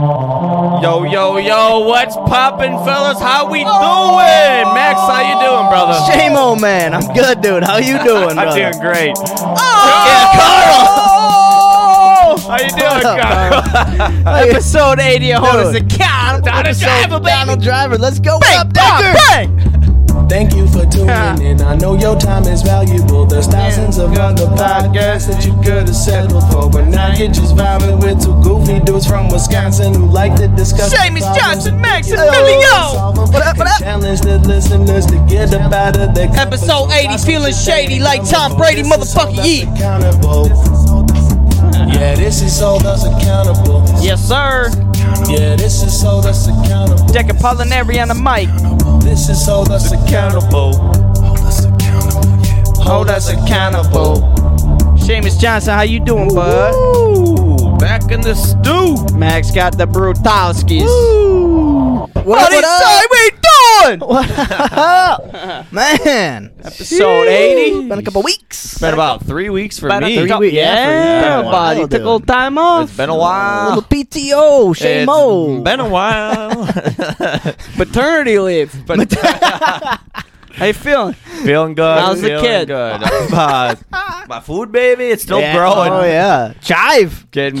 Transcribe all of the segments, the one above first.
Yo, yo, yo, what's poppin', fellas? How we doing? Max, how you doing, brother? Shame on man. I'm good, dude. How you doing, brother? Oh! I'm doing great. Yeah, Carl. How you doing, Carl? Episode 80 of Hold Us Account. Down a driver, Donald baby. Driver. Let's go. What up, bang, Decker? Thank you for tuning in. I know your time is valuable. There's thousands of other podcasts that you could have settled for, but now you're just vibing with two goofy dudes from Wisconsin who like to discuss. Seamus the problems Johnson, and Max, and figure Billy ways to Yo. solve 'em. What up, what up? Challenge the listeners to get up out of their comfort zone. Episode 80, feeling shady like Tom Brady, This is motherfucker, Hold Us yeet. Accountable. Yeah, this is hold us accountable. Yes, sir. Yeah, this is hold us accountable. Decker Polinari on the mic. This is hold us accountable. Hold us accountable. Seamus Johnson, how you doing, bud? Ooh, back in the stew. Max got the Brutalskis. Ooh. What, What is we doing? What up? man? Episode 80. Been a couple weeks. Been about three weeks for About me. three weeks. Yeah, Yeah, for you. buddy. Took a little time off. It's been a while. little PTO, shame It's on. been a while. Paternity leave. but How you feeling? feeling good. How's the feeling kid? Good. Uh, my food, baby, it's still Yeah. growing. Oh yeah, chive. Getting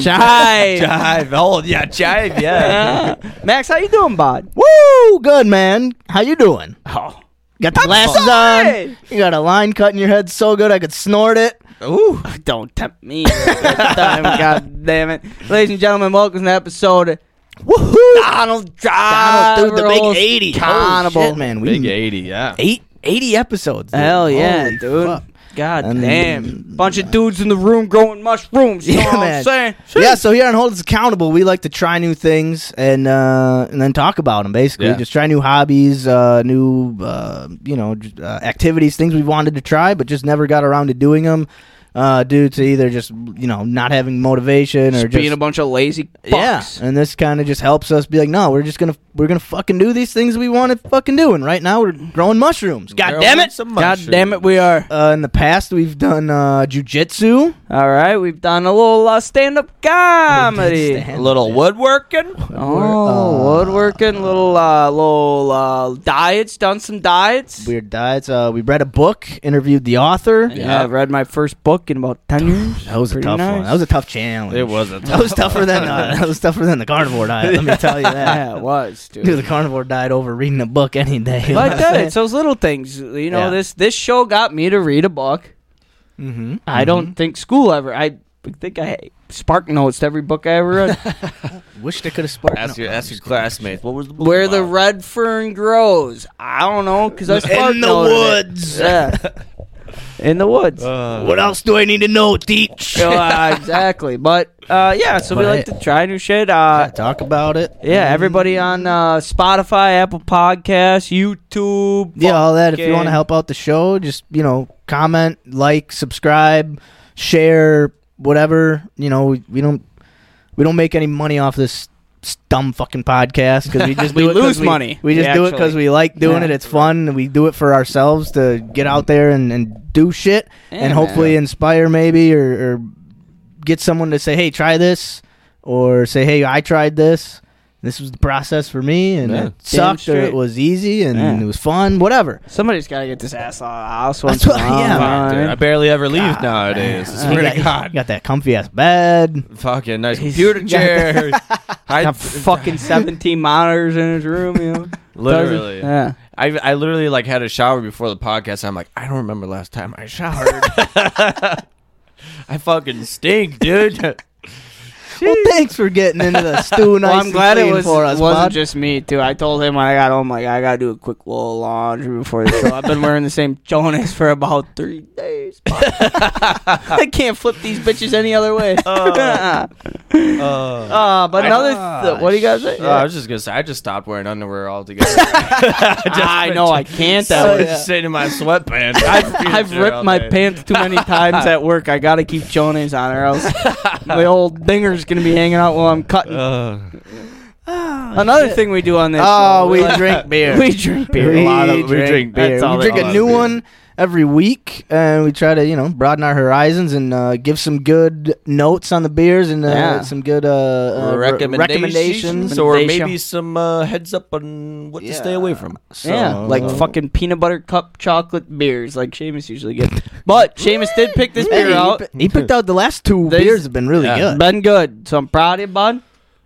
Chive. chive. Oh yeah, chive. Yeah. Max, how you doing, bud? Woo, good man. How you doing? oh. Got the glasses sorry. on. You got a line cut in your head so good I could snort it. Ooh. Don't tempt me. God damn it, ladies and gentlemen, welcome to episode. Woohoo! Donald Donald, Driver, dude, the big 80. Holy Cannibal. shit, Ah, man, Big eighty. Yeah. eight, 80 episodes. dude. Hell yeah, Holy dude. fuck. God And damn. then- Bunch of dudes in the room growing mushrooms. You Yeah, know what man. I'm saying? Yeah, so here on Hold Us Accountable, we like to try new things and uh, and then talk about them. Basically, Yeah. just try new hobbies, uh, new uh, you know j- uh, activities, things we wanted to try but just never got around to doing them uh, due to either just you know not having motivation or Just just being a bunch of lazy Yeah, fucks. and this kind of just helps us be like, no, we're just gonna we're gonna fucking do these things we want to fucking do. And right now we're growing mushrooms. God Growing damn it! Some God damn it, we are. Uh, in the past, we've done uh, jujitsu. All right, we've done a little uh, stand-up comedy. stand- A little woodworking. uh, oh, woodworking, little uh, little uh, diets, done some diets. Weird diets. Uh, we read a book, interviewed the author. yeah, I've read my first book in about ten years. That was Pretty a tough nice. one. That was a tough challenge. It was a That was tougher than uh, that was tougher than the carnivore diet. Let me tell you that. yeah, it was, dude. Dude, the carnivore diet over reading a book any day. you know what But I'm uh, saying? it's those little things. You know, Yeah. this this show got me to read a book. Mhm. I don't think school ever. I think I spark notes every book I ever read. Mm-hmm. Wish they could have sparked. Ask no. your ask your classmates. What was the book Where the about? red fern grows. I don't know because I spark In the noted it. woods. Oh. Yeah. In the woods. Uh, What else do I need to know, teach? Yeah, exactly. But uh, yeah, so we But- like to try new shit. Uh, Talk about it. yeah, everybody on uh, Spotify, Apple Podcasts, YouTube. Yeah, all that. If you fucking- want to help out the show, just you know, comment, like, subscribe, share, whatever. You know, we, we don't we don't make any money off this s- dumb fucking podcast because we just We do it 'cause lose money, We just do it because actually. we like doing Yeah. it. It's fun. And we do it for ourselves to get out there and, and do shit Yeah, and hopefully man. inspire maybe or, or get someone to say, hey, try this, or say, hey, I tried this. This was the process for me, and Yeah. it sucked, or straight. it was easy, and Yeah. it was fun, whatever. Somebody's got to get this ass out of the house That's once in a what- while. yeah, Fuck, dude, I man. barely ever leave nowadays. Uh, It's You really got, God. you got that comfy ass bed. Fucking nice computer got chair. I Got fucking 17 monitors in his room, you know? literally. Yeah. I, I literally like had a shower before the podcast. I'm like, I don't remember last time I showered. I fucking stink, dude. Well, thanks for getting into the stew. Nice Well, I'm glad and it clean was, for us, wasn't bud. just me, too. I told him when I got home, like, I got to do a quick little laundry before the show. I've been wearing the same Jonas for about three days. bud. I can't flip these bitches any other way. Oh. Uh, Uh, but another. th- what do you guys say? Ah, Oh, I was just gonna say, I just stopped wearing underwear altogether. I I know, I can't that was way. just sitting in my sweatpants. I've, I've Shit all ripped my day. pants too many times at work. I gotta keep Jonas on, or else the old dinger's gonna be hanging out while I'm cutting. Uh, Another thing we do on this. Oh, show, we like- drink beer. We drink beer. a lot of- we drink beer. We That's all drink they- a all new they do. one every week, and we try to you know broaden our horizons and uh, give some good notes on the beers and uh, Yeah. some good uh, uh, re- recommendations recommendations. or Recommendation. maybe some uh, heads up on what to stay away from. So, yeah, like uh, fucking peanut butter cup chocolate beers, like Seamus usually gets. But Seamus did pick this Hey, beer he, out. pi- he picked out the last two These- beers have been really Yeah. good. Been good, so I'm proud of you, bud.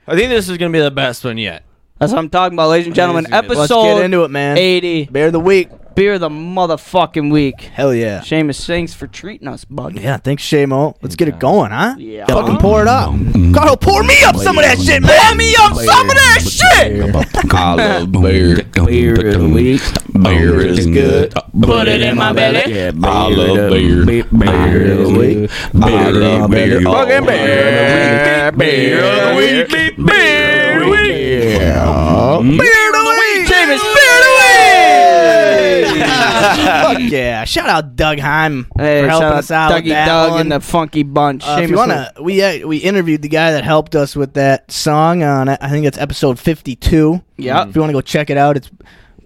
I think this is gonna be the best one yet. That's what I'm talking about, ladies and gentlemen. Amazing. Episode Let's Let's get into it, man. 80, Beer of the week. beer of the motherfucking week. Hell yeah. Seamus, thanks for treating us, bud. Yeah, thanks, Shamo. Let's get it going, huh? Yeah. Fucking pour it up. Carl, pour me up some of that shit, man. Pour me up some of that shit. I love beer. Beer is weak. Beer is good. Put it in my belly. I love beer. Beer is weak. I love beer. Fucking beer. Beer of the week. Beer of the week. Beer of the week. Seamus, Fuck yeah. Shout out Doug Heim Hey, for helping shout us out. Dougie with that Doug one. and the Funky Bunch. Uh, if you Seamus, wanna, we uh, we interviewed the guy that helped us with that song on I think it's episode fifty two. Yep. If you want to go check it out, it's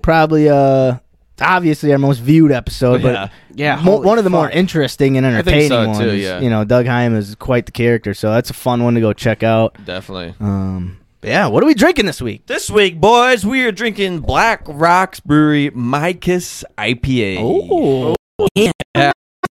probably uh obviously our most viewed episode, but Yeah. yeah, mo- holy one of the more fuck. interesting and think entertaining so, ones. too, yeah. You know, Doug Heim is quite the character, so that's a fun one to go check out. Definitely. Um, but yeah, what are we drinking this week? This week, boys, we are drinking Black Rocks Brewery Micus IPA. Oh.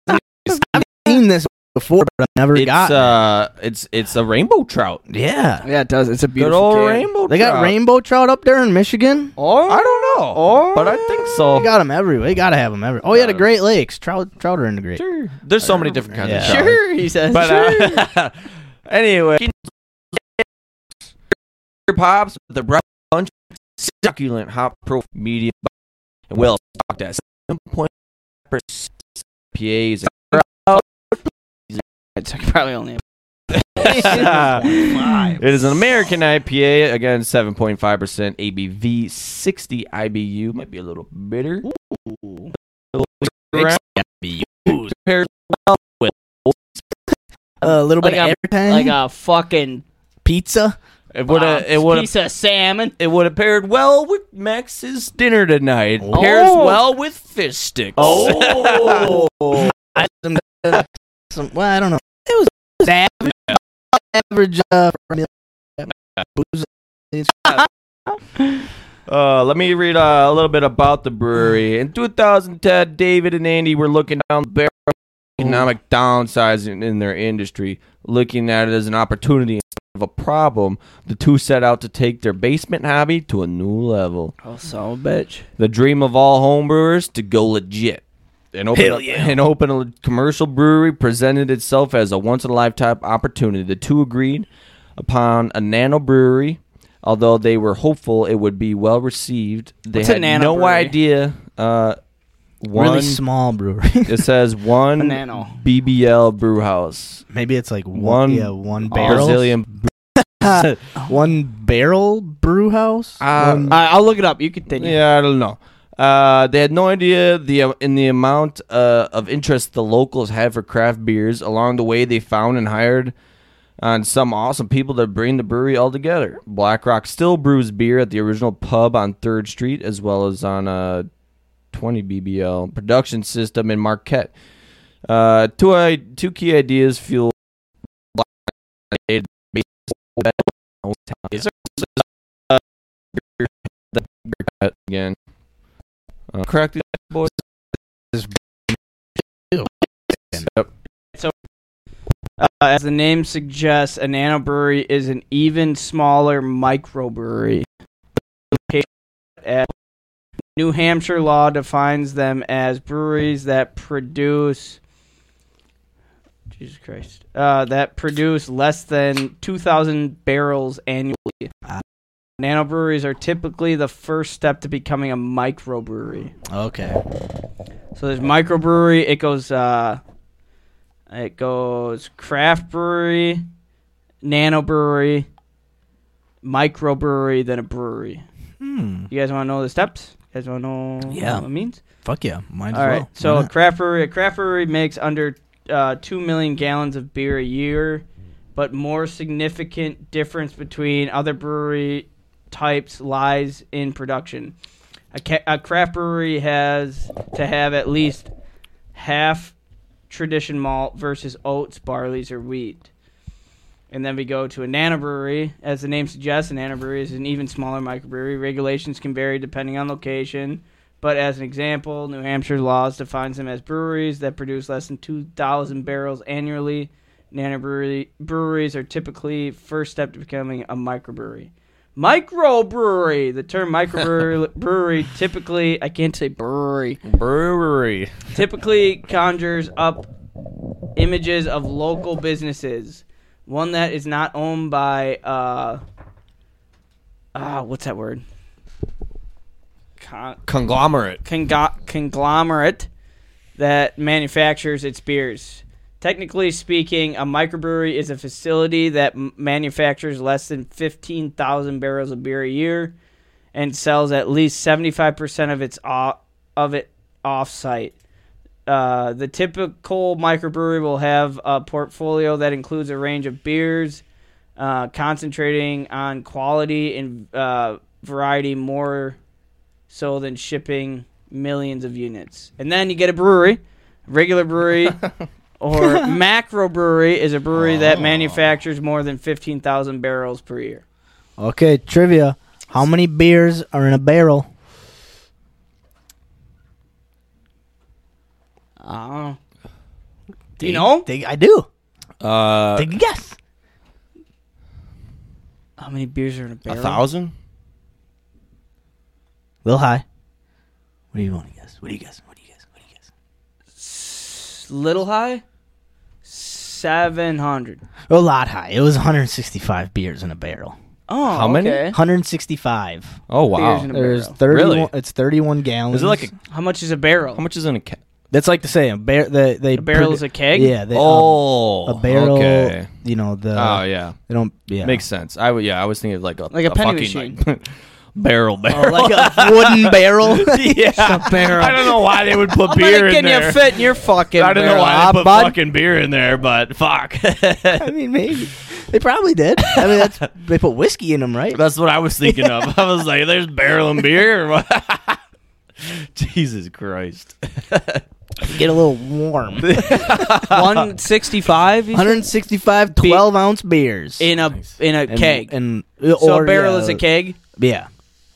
I've seen this before, but I've never it's got. it. uh, it's it's a rainbow trout. yeah, Yeah, it does. It's a Good beautiful old can. rainbow. they got trout. rainbow trout up there in Michigan. Oh, I don't know, but I think so. They got them everywhere. They gotta have them everywhere. Oh yeah, Uh, the Gotta. Great Lakes trout trout are in the Great. There's so many different kinds of Yeah. trout. Sure, he says. But sure. uh, anyway, pops the brown punch, succulent hop profile medium, and well stocked at seven point percent PAs. It's probably only. it is an American IPA again, seven point five percent ABV, sixty IBU. Might be a little bitter. Around- Compared well with a uh, little bit Like um, of everything. Like uh, a fucking pizza. it would have it would have piece of salmon. It would have paired well with Max's dinner tonight. Pairs Oh. well with fish sticks. Oh, some, some, well, I don't know. It was, it was average. Average. Uh, formula. Booze. Uh, let me read uh, a little bit about the brewery. In 2010, David and Andy were looking down the barrel of economic downsizing in their industry, looking at it as an opportunity instead of a problem. The two set out to take their basement hobby to a new level. Oh, so bitch. The dream of all homebrewers to go legit. And open, a, and open a commercial brewery presented itself as a once in a lifetime opportunity. The two agreed upon a nano brewery, although they were hopeful it would be well received. They What's a had nano no brewery? idea. Uh, one, Really small brewery. it says one A nano. BBL brew house, Maybe it's like one, One yeah, one barrel. Brazilian. One barrel brew house. Um, One- All right, I'll look it up. You continue. Yeah, I don't know. Uh, they had no idea the uh, in the amount uh, of interest the locals had for craft beers. Along the way, they found and hired on some awesome people that bring the brewery all together. Black Rock still brews beer at the original pub on Third Street, as well as on uh, a 20 BBL production system in Marquette. Uh, two I- two key ideas fuel. Black Is there- uh, again? Uh, correct, boys. Yep. Uh, as the name suggests, a nano brewery is an even smaller microbrewery. Located At New Hampshire law defines them as breweries that produce. Jesus Christ. Uh, that produce less than 2,000 barrels annually. Nanobreweries are typically the first step to becoming a microbrewery. okay. So there's microbrewery. It goes. uh It goes craft brewery, nano brewery, microbrewery, then a brewery. Hmm. You guys want to know the steps? You guys want to know Yeah. what it means? Fuck yeah. Might as All right. well. So Why a not? craft brewery, a craft brewery makes under uh, two million gallons of beer a year, but more significant difference between other brewery types lies in production. A, ca- a craft brewery has to have at least half tradition malt versus oats, barley's, or wheat. And then we go to a nanobrewery. As the name suggests, a nanobrewery is an even smaller microbrewery. Regulations can vary depending on location. But as an example, New Hampshire laws defines them as breweries that produce less than 2,000 barrels annually. Nanobrewery breweries are typically first step to becoming a microbrewery. Microbrewery. The term microbrewery brewery typically I can't say brewery. Brewery. Typically conjures up images of local businesses. One that is not owned by uh ah what's that word? Con- Conglomerate. congo- conglomerate that manufactures its beers. Technically speaking, a microbrewery is a facility that m- manufactures less than 15,000 barrels of beer a year and sells at least 75% of its o- of it off-site. Uh, the typical microbrewery will have a portfolio that includes a range of beers, uh, concentrating on quality and uh, variety more so than shipping millions of units. And then you get a brewery, regular brewery, or macro brewery is a brewery Oh. that manufactures more than fifteen thousand barrels per year. Okay, trivia. How many beers are in a barrel? Oh, do you know Think I do. Uh, Take a guess. how many beers are in a a barrel? thousand. Will high. What do you want to guess? What do you guess? What do you guess? What do you guess? Little high, seven hundred. A lot high. It was 165 beers in a barrel. Oh, How many? okay. 165. Oh Beers wow. in a There's barrel. 31. Really? It's 31 gallons. Is it like a? How much is a barrel? How much is in a? Ca- That's like the same. Bar- the, they A barrel produ- is a keg. Yeah. They, um, oh, a barrel. Okay. You know the. oh yeah, They don't. Yeah. makes sense. I would. Yeah, I was thinking of like a Like a penny Oh, fucking, like, barrel barrel. Oh, like a wooden barrel. yeah, barrel. I don't know why they would put I'm beer not in getting there. you fit in your fucking. I don't know barrel. why Ah, they put bud. fucking beer in there, but fuck. I mean, maybe they probably did. I mean, that's they put whiskey in them, right? That's what I was thinking of. I was like, "There's barrel and beer." or what? Jesus Christ! Get a little warm. 165 you said? 165 12 ounce beers in a in a And- keg. and so or, a barrel yeah, is a keg. Yeah.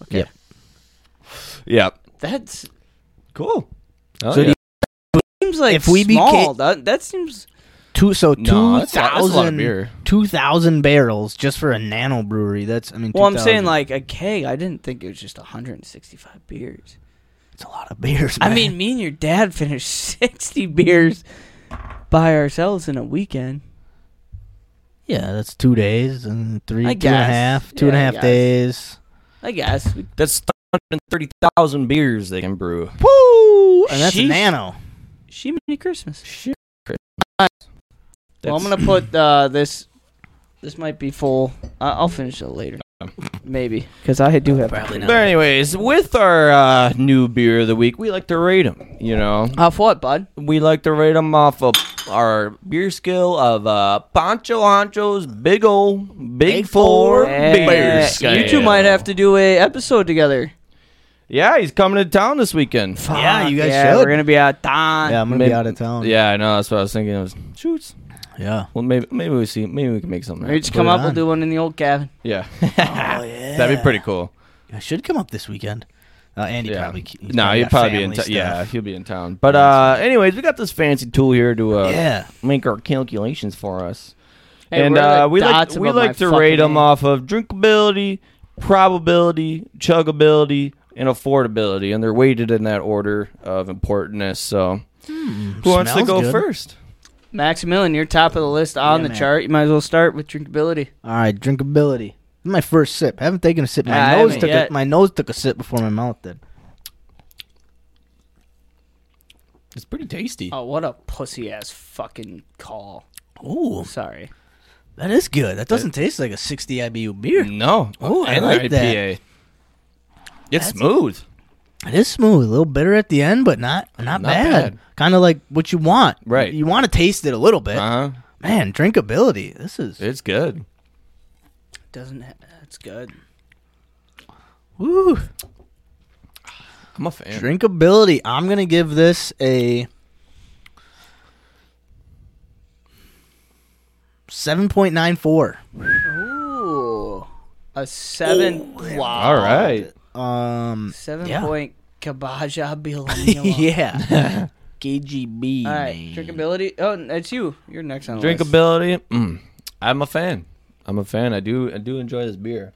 Okay. Yeah, That's cool. Oh, So do yeah. seems like If we small. became- that, that seems Two so No, that's a lot- that's a lot of 2000 beer. 2000 barrels just for a nano brewery. That's I mean well. I'm saying 2,000. like a keg. I didn't think it was just 165 beers. it's a lot of beers. I man. mean, me and your dad finished 60 beers by ourselves in a weekend. yeah, that's 2 days and three, I two and a guess. half, two and a Yeah, I half guess. days. I guess. We- that's 130,000 beers they can brew. Woo! And that's Sheesh. a nano. She made me Christmas. That's, well, I'm gonna put uh, this. This might be full. I I'll finish it later, maybe, because I do have. Probably But anyways, with our uh, new beer of the week, we like to rate them. You know, Off what, bud? we like to rate them off of our beer scale of uh, Pancho Hancho's Big Ol' Big, Big Four Four Eh, Beer you Scale. two might have to do a episode together. Yeah, he's coming to town this weekend. Yeah, you guys yeah, should. We're gonna be out. Don. yeah, I'm going to Maybe- be out of town. Yeah, I know. That's what I was thinking. I was shoots. Yeah. Well, maybe maybe we see. Maybe we can make something. We happen. just Put come it up. We'll on. do one in the old cabin. Yeah, Ah, Oh yeah. that'd be pretty cool. I should come up this weekend. Uh, Andy yeah. probably. he's no, he'll got probably be in. family town. stuff. yeah, he'll be in town. But uh, anyways, we got this fancy tool here to uh, Yeah. make our calculations for us. Hey, and we're like uh, we like dots we above my like to rate fucking them name. off of drinkability, probability, chuggability, and affordability, and they're weighted in that order of importance. So, who wants to Hmm. smells go good. first? Maximilian, you're top of the list on Yeah, the man. chart. You might as well start with drinkability. All right, drinkability. This is my first sip. I haven't taken a sip. Yeah, My I nose haven't took a, yet. my nose took a sip before my mouth did. It's pretty tasty. Oh, what a pussy ass fucking call. Ooh, Sorry. that is good. That doesn't taste like a 60 IBU beer. No, Ooh, I and like that. IPA. It's smooth. It is smooth, a little bitter at the end, but not Not not, bad. bad. Kind of like what you want. Right. You want to taste it a little bit. Uh huh. Man, drinkability. This is It's good. Doesn't ha- that's good. woo. I'm a fan. Drinkability. I'm gonna give this a Seven point nine four. Ooh, a seven. wow. All right. Um. Seven Yeah. point Kabaja Bilamila. yeah. KGB. All right. Drinkability. Oh, that's you. You're next on the list. Drinkability. Mm, I'm a fan. I'm a fan. I do. I do enjoy this beer.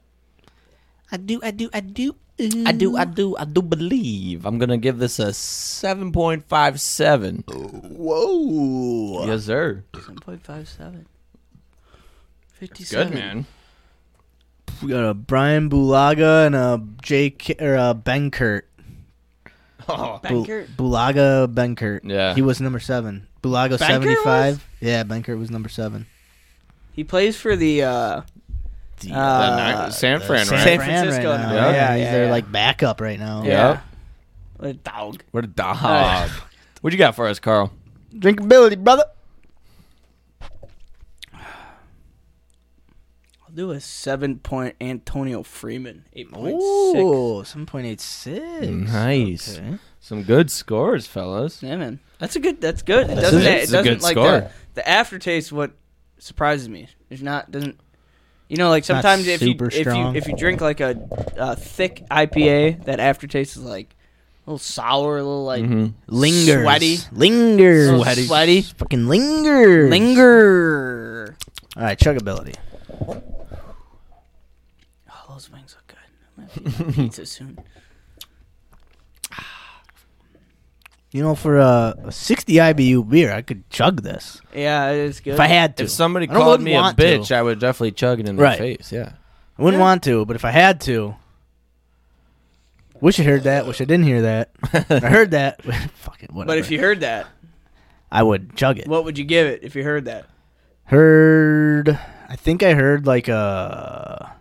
I do. I do. I do. I do. I do. I do believe. I'm gonna give this a seven point five seven. Whoa. Yes, sir. 7.57. 57. Good man. We got a Brian Bulaga and a Jake or a Benkert. Oh, Bu- Benkert. Bulaga Benkert. Yeah. He was number seven. Bulaga Benkert seventy five. Yeah, Benkert was number seven. He plays for the. uh Uh, That night- San Fran, San, right? Fran Francisco. Francisco now. now. Yeah, Yeah, he's yeah, their yeah. like backup right now. Yeah. a dog. What a dog. what you got for us, Carl? Drinkability, brother. I'll do a seven point Antonio Freeman. Eight point six. Ooh, seven point eight six. Nice. Okay. Some good scores, fellas. Yeah, man. That's a good. That's good. It That's doesn't. a- It it's a good doesn't like score. the, the aftertaste. What surprises me. It's not. Doesn't. You know, like not sometimes if you super if you strong. if you drink like a, uh thick IPA, that aftertaste is like a little sour, a little like Mm-hmm. Lingers. sweaty, Lingers. So Sweaty. sweaty. Oh, Fucking lingers. linger. All right, chuggability. Oh, those wings look good. I'm gonna have to eat pizza soon. You know, for a, a 60 IBU beer, I could chug this Yeah, it is good. if I had to. If somebody I don't called wouldn't me a want bitch, to. I would definitely chug it in their Right. face. Yeah. I wouldn't want to, but if I had to, wish I heard that. Wish I didn't hear that. I heard that. Fucking whatever. but if you heard that, I would chug it. what would you give it if you heard that? Heard. I think I heard like a.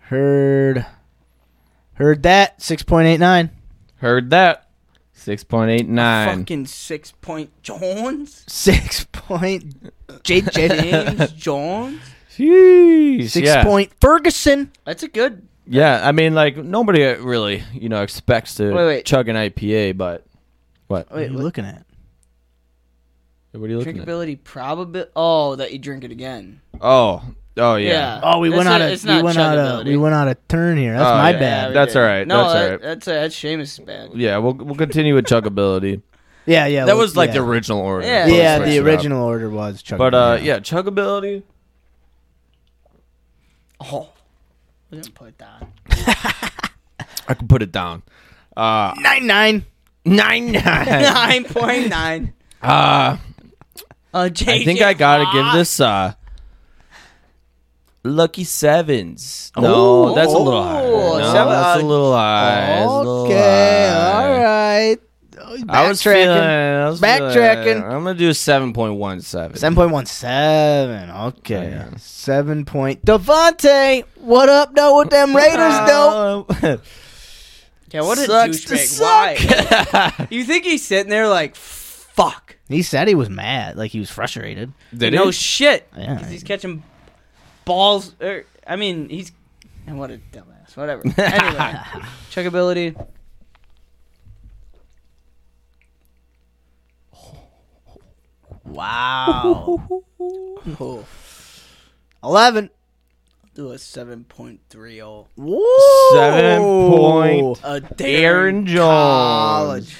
Heard. Heard that six point eight nine. Heard that. Six point eight nine. Fucking six point Jones, Six point. JJ. James Jones. Jeez. Six yeah. point. Ferguson. That's a good Yeah. I mean, like nobody really, you know, expects to Wait, wait. chug an IPA, but what? What are Wait, you what- looking at? What are you looking at? drinkability probability. Oh, that you drink it again. Oh. Oh yeah. Oh, we That's went not- out of it's not we went out of chuggability. we went out of turn here. That's Oh, my yeah. bad. we That's did. all right, No, that's all that, right. that's uh, that's Seamus' bad. Yeah. we'll we'll continue with chuggability. Yeah, yeah. that we- was like yeah. the original order. Yeah. Let's Yeah, switch the it up. original order was chugging. But uh, yeah, chuggability. Oh, we didn't put that. on. I can put it down. Uh, nine nine. nine nine. Nine point nine. uh, Uh, JJ I think I gotta give Watt. this uh, lucky sevens. No, Oh. that's a little high. Oh, No, seven- that's a little high. It's a little high. right. I was tracking. I was feeling- Backtracking. I'm gonna do seven point one seven. Seven point one seven. Okay. Oh, Yeah. Seven point Devontae. What up though with them Raiders though? Yeah, what a Sucks to douchebag. suck. Why? You think he's sitting there like, fuck? He said he was mad, like he was frustrated. Did no he? shit. Yeah. 'Cause he's catching balls. Er, I mean, he's and what a dumbass. Whatever. Anyway, checkability. Wow. Oh, Eleven. do a seven point three oh. Whoa. Uh, Seven point- A Aaron Darren Jones. College.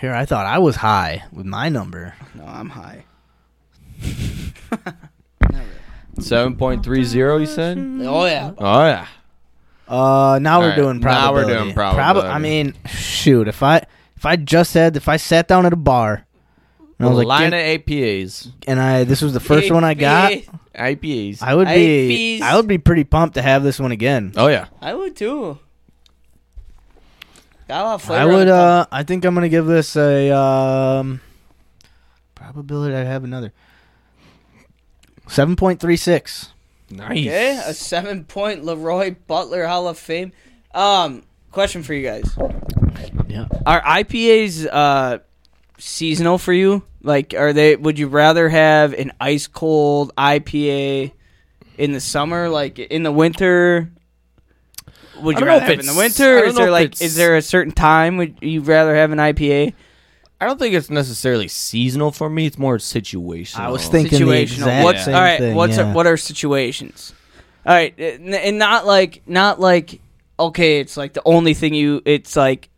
Here I thought I was high with my number. No, I'm high. Seven point three zero. You said. Oh yeah. Oh yeah. Uh, now we're right. doing Now we're probability. doing Proba- probability. I mean, shoot, if I if I just said if I sat down at a bar and I was like, line "Can- of APAs. and I this was the first one I got, IPAs. I would Hey, be peas. I would be pretty pumped to have this one again. oh yeah. I would too. Got a lot of flavor I on would. the Uh, top. I think I'm gonna give this a um, probability. I have another seven point three six. Nice. Okay, a seven point Leroy Butler Hall of Fame. Um, question for you guys: Yeah. Are IPAs uh seasonal for you? Like, are they? Would you rather have an ice cold IPA in the summer, like in the winter? Would I you don't know rather if have it in the it's- I winter? don't Is know there if like, it's- is there a certain time would you rather have an IPA? I don't think it's necessarily seasonal for me. It's more situational. I was thinking the situational. exact what's same all right? thing, what's yeah. what are situations? All right, and and not like not like okay. It's like the only thing you. It's like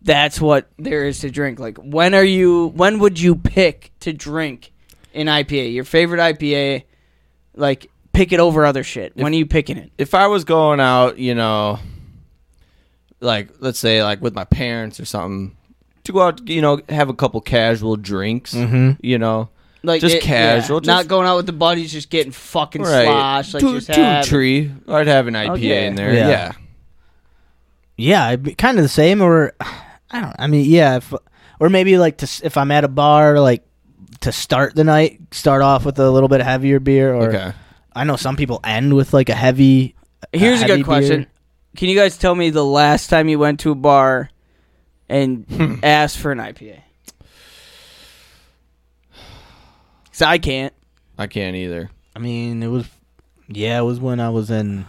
that's what there is to drink. Like when are you? When would you pick to drink an IPA? Your favorite IPA? Like pick it over other shit. when are you picking it? if I was going out, you know, like let's say like with my parents or something, to go out, you know, have a couple casual drinks, Mm-hmm. you know, Like just it- casual, yeah, not just- going out with the buddies, just getting fucking sloshed. Like two, just two have- tree. I'd have an IPA yeah. in there. Yeah. Yeah. Yeah, I'd be kind of the same, or I don't. I mean, yeah, if, or maybe like to s- if I'm at a bar, like to start the night, start off with a little bit heavier beer, or Okay. I know some people end with like a heavy. Here's a heavy good question. beer. Can you guys tell me the last time you went to a bar and asked for an IPA? Cause I can't. I can't either. I mean, it was, yeah, it was when I was in,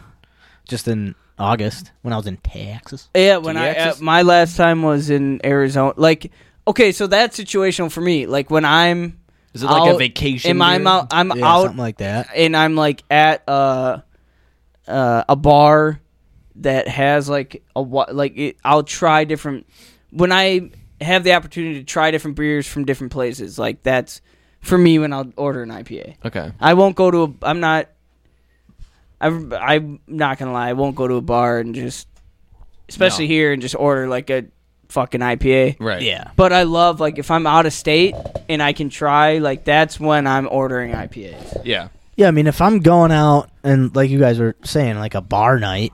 just in August when I was in Texas. Yeah, when I uh, Texas? my last time was in Arizona. Like, okay, so that's situational for me. Like when I'm Is it like a out- vacation? Am I'm beer? out? I'm Yeah, out something like that. and I'm like at uh, uh, a bar that has like a wa- like it, I'll try different when I have the opportunity to try different beers from different places. Like that's for me when I'll order an IPA. Okay. I won't go to a. I'm not. I'm, I'm not gonna lie. I won't go to a bar and just, especially No. here, and just order like a fucking IPA. Right. Yeah, But I love like if I'm out of state and I can try like that's when I'm ordering IPAs. Yeah. yeah. I mean, if I'm going out and like you guys were saying, like a bar night,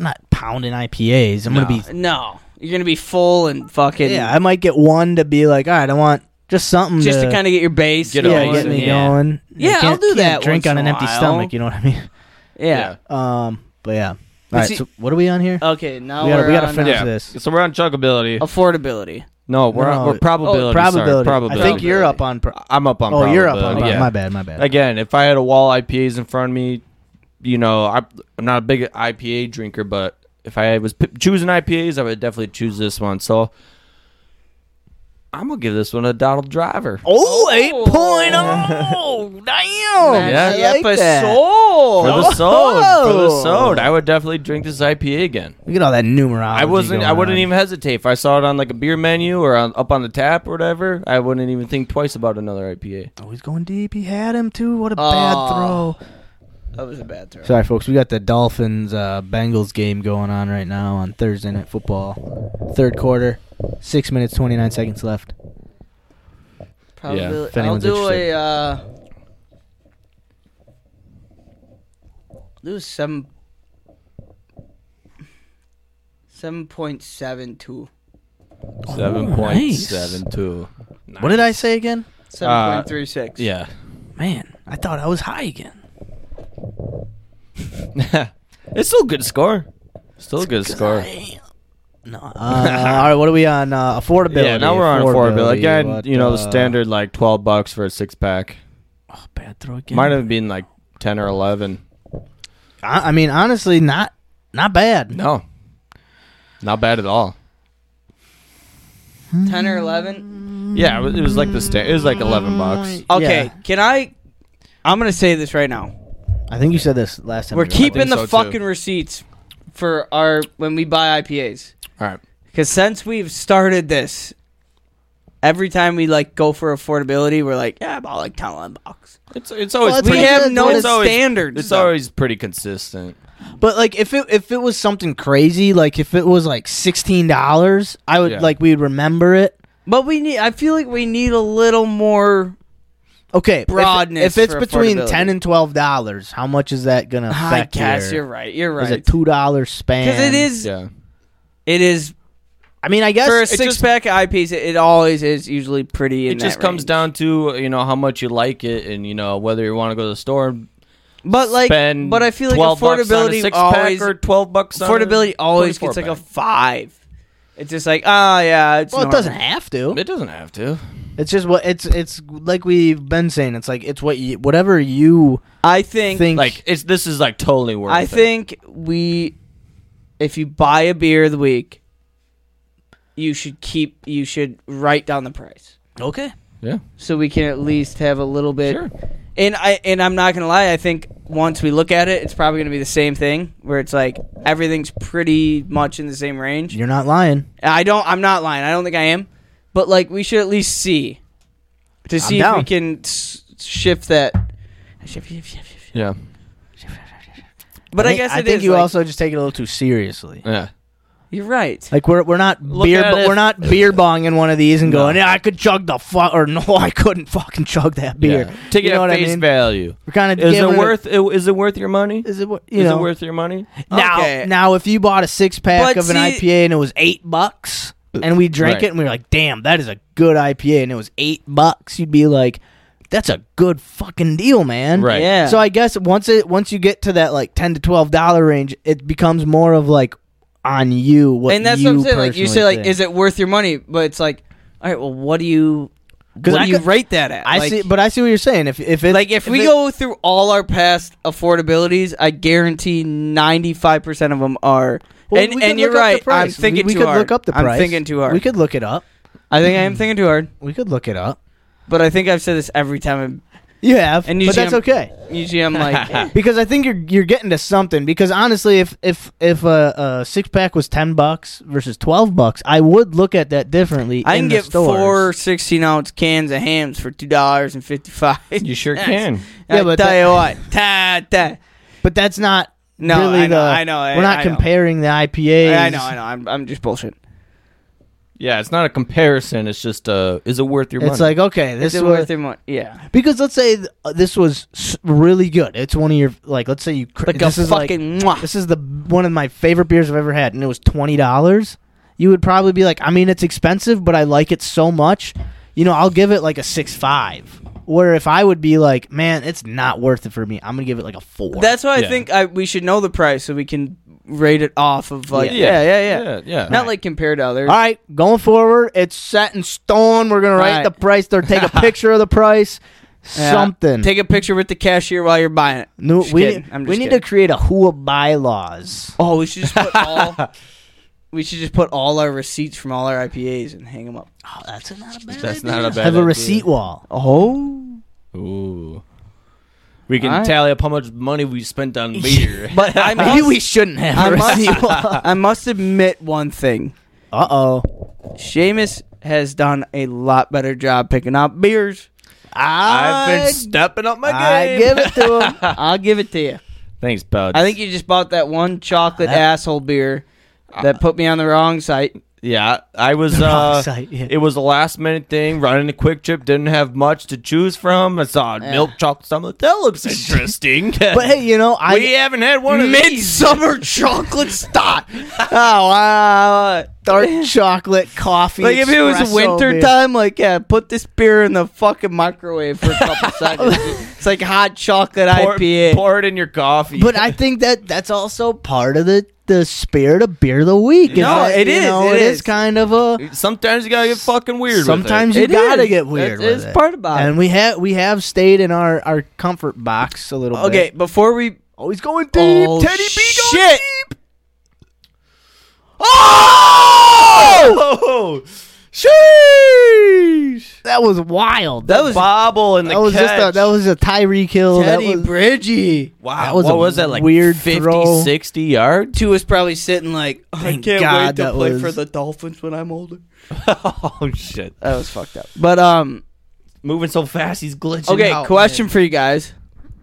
I'm not pounding IPAs. I'm gonna be No, you're gonna be full and fucking Yeah, I might get one to be like, all right, I want just something just to, to kind of get your base. Get yeah, going. get me yeah. going. You Yeah, I'll can't- do can't that Drink once on an in a empty while. stomach. You know what I mean? Yeah. Um, but yeah. All But right. see- so what are we on here? Okay, we now we gotta, are we gotta on uh, finish Yeah. this. So we're on chuggability. affordability. No, we're No, on we're it- probability. Oh, sorry, probability. probability. I think you're up on. Pro- I'm up on. oh, you're up on. probability, pro- yeah. My bad. My bad. Again, if I had a wall IPAs in front of me, you know, I, I'm not a big IPA drinker, but if I was p- choosing IPAs, I would definitely choose this one. So I'm gonna give this one a Donald Driver. oh, 8.0. Damn. Yeah. I like that. For episode. the sold, for the sold, I would definitely drink this IPA again. Look at all that numerology. I wasn't. I going wouldn't on. even hesitate if I saw it on like a beer menu or on, up on the tap or whatever. I wouldn't even think twice about another IPA. Oh, he's going deep. He had him too. What a bad Oh. throw. That was a bad throw. Sorry, folks. We got the Dolphins uh, Bengals game going on right now on Thursday Night Football, third quarter, six minutes twenty nine seconds left. Probably, Yeah. If I'll anyone's do a interested. uh, do a seven seven point seven two. Seven point seven two. What did I say again? Seven point three six. Yeah. Man, I thought I was high again. It's still a good score. Still a good score. No. Uh, all right, what are we on uh, affordability? Yeah, now we're on affordability. Again, What, you know, the uh, standard like twelve bucks for a six pack. Oh, bad throw again. Might have been like ten or eleven. I, I mean, honestly, not not bad. No. Not bad at all. Ten or eleven. Yeah, it was, it was like the sta- it was like eleven bucks. Okay, Yeah. can I? I'm gonna say this right now. I think you said this last time. We're we were on. keeping the so, too. fucking receipts for our when we buy IPAs. All right. Because since we've started this, every time we like go for affordability, we're like, yeah, about like ten eleven bucks. It's it's always Well, it's We pretty, Yeah, have no it's always- standards. it's though. always pretty consistent. But like if it if it was something crazy, like if it was like sixteen dollars, I would Yeah. like we'd remember it. but we need. I feel like we need a little more. Okay, if- Broadness If, it's for between affordability. ten and twelve dollars, how much is that gonna I affect guess your- you're right. You're Is right. it two dollar span? Because it is. Yeah. It is I mean, I guess for a it six just- pack of IPs. It, it always is usually pretty. In It just that comes range. down to, you know, how much you like it and you know whether you want to go to the store and But like, spend but I feel like 12 bucks on a affordability six pack always or 12 bucks on a affordability always 24 gets like a pack. five. It's just like, ah, yeah. It's Well, it normal. doesn't have to. It doesn't have to. It's just what it's it's like we've been saying. It's like it's what you whatever you I think. think. Like it's this is like totally worth I it. think we, if you buy a beer of the week, you should keep you should write down the price Okay. Yeah. so we can at least have a little bit. Sure. And I and I'm not gonna lie, I think once we look at it, it's probably gonna be the same thing where it's like everything's pretty much in the same range. You're not lying. I don't. I'm not lying. I don't think I am. But like, we should at least see to see if we down. can s- shift that. Shift, shift, shift, shift. Yeah. But I, think- guess it is. I think you like- also just take it a little too seriously. Yeah. You're right. Like we're we're not Look beer at bo- it. we're not beer bonging one of these and No. going yeah I could chug the fuck or no I couldn't fucking chug that beer. Yeah. Take You it know at what I face mean? value. We're kind of Is it worth? Is it worth your money? Is it wor- you Is know it worth your money? now Okay. now if you bought a six pack But of an see- IPA and it was eight bucks and we drank Right. it and we were like damn that is a good IPA and it was eight bucks you'd be like that's a good fucking deal man Right. Yeah. So I guess once it once you get to that like ten to twelve dollar range, it becomes more of like on you what and that's you what I'm saying. Like you say, like, is it? it worth your money? But it's like, all right, well, what do you? What 'Cause I do you could- rate that at? I Like- see, but I see what you're saying. If if it, Like if we it- go through all our past affordabilities, I guarantee ninety five percent of them are. Well, we and could and you're look up the right. I'm price. thinking we, we too could hard. look up the I'm price. thinking too hard. We could look it up. I think I am thinking too hard. We could look it up. But I think I've said this every time. You have, And but usually that's I'm- okay I'm, usually I'm like, eh. because I think you're you're getting to something. Because honestly, if if if a, a six pack was ten bucks versus twelve bucks, I would look at that differently. I in can the get stores. four 16 ounce cans of hams for two dollars and fifty five. You sure can. Yeah, I but tell that- you what, ta ta. but that's not No, really I know, the- I know, I- we're not I know. comparing the IPAs. I know, I know. I'm I'm just bullshit. Yeah, it's not a comparison. It's just uh, is it worth your money? It's like okay, this Is it was, worth your money? Yeah, because let's say th- uh, this was s- really good. It's one of your like let's say you cr- like this a is fucking. like, mwah. this is the one of my favorite beers I've ever had, and it was twenty dollars. You would probably be like, I mean, it's expensive, but I like it so much. You know, I'll give it like a six five. Where if I would be like, man, it's not worth it for me. I'm gonna give it like a four. That's why I Yeah. think I, we should know the price so we can rate it off of like yeah yeah Yeah. yeah, Yeah, yeah. not like compared to others. all right. Going forward, it's set in stone. We're gonna write Right. the price or take a picture of the price. Yeah. Something. Take a picture with the cashier while you're buying it. No, Just we kidding. need, I'm we just need to kidding. create a whoa bylaws. Oh, we should just put all. we should just put all our receipts from all our IPAs and hang them up. Oh, that's not a bad. that's not a bad. Have a idea. receipt wall. Oh, Ooh. We can Alright. tally up how much money we spent on beer. but I Maybe must, we shouldn't have I a receipt must, wall. I must admit one thing. Uh oh. Seamus has done a lot better job picking out beers. I've I, been stepping up my game. I give it to him. I'll give it to you. Thanks, bud. I think you just bought that one chocolate That- asshole beer that put me on the wrong site. yeah, I was. wrong Uh, site, yeah. It was a last minute thing. Running a quick trip, didn't have much to choose from. I saw milk chocolate. So I'm like, that looks interesting. But hey, you know, I we haven't had one of these. Midsummer chocolate stout. oh wow, dark chocolate coffee. like if it was espresso winter beer. time, like yeah, put this beer in the fucking microwave for a couple seconds. It's like hot chocolate Pour, IPA. pour it in your coffee. But I think that that's also part of the the spirit of beer of the week. No, that, it you is, know, it it is. is. kind of a sometimes you gotta get fucking weird. with it. Sometimes you It gotta is. get weird. That with is it. part about it. And we have we have stayed in our our comfort box a little. okay, bit. before we oh, he's going deep. Oh, Teddy B going shit. deep. Oh! Sheesh! That was wild. that was Bobble and the that was catch. just a, that was a Tyreek Hill. Teddy that was, Bridgie. wow. that was what a was that like? weird 50, throw. 60 yards. Two was probably sitting like "Oh, I Thank can't God wait to that play was- for the Dolphins when I'm older. oh shit! That was fucked up. But um, Moving so fast, he's glitching. okay, out. question for you guys.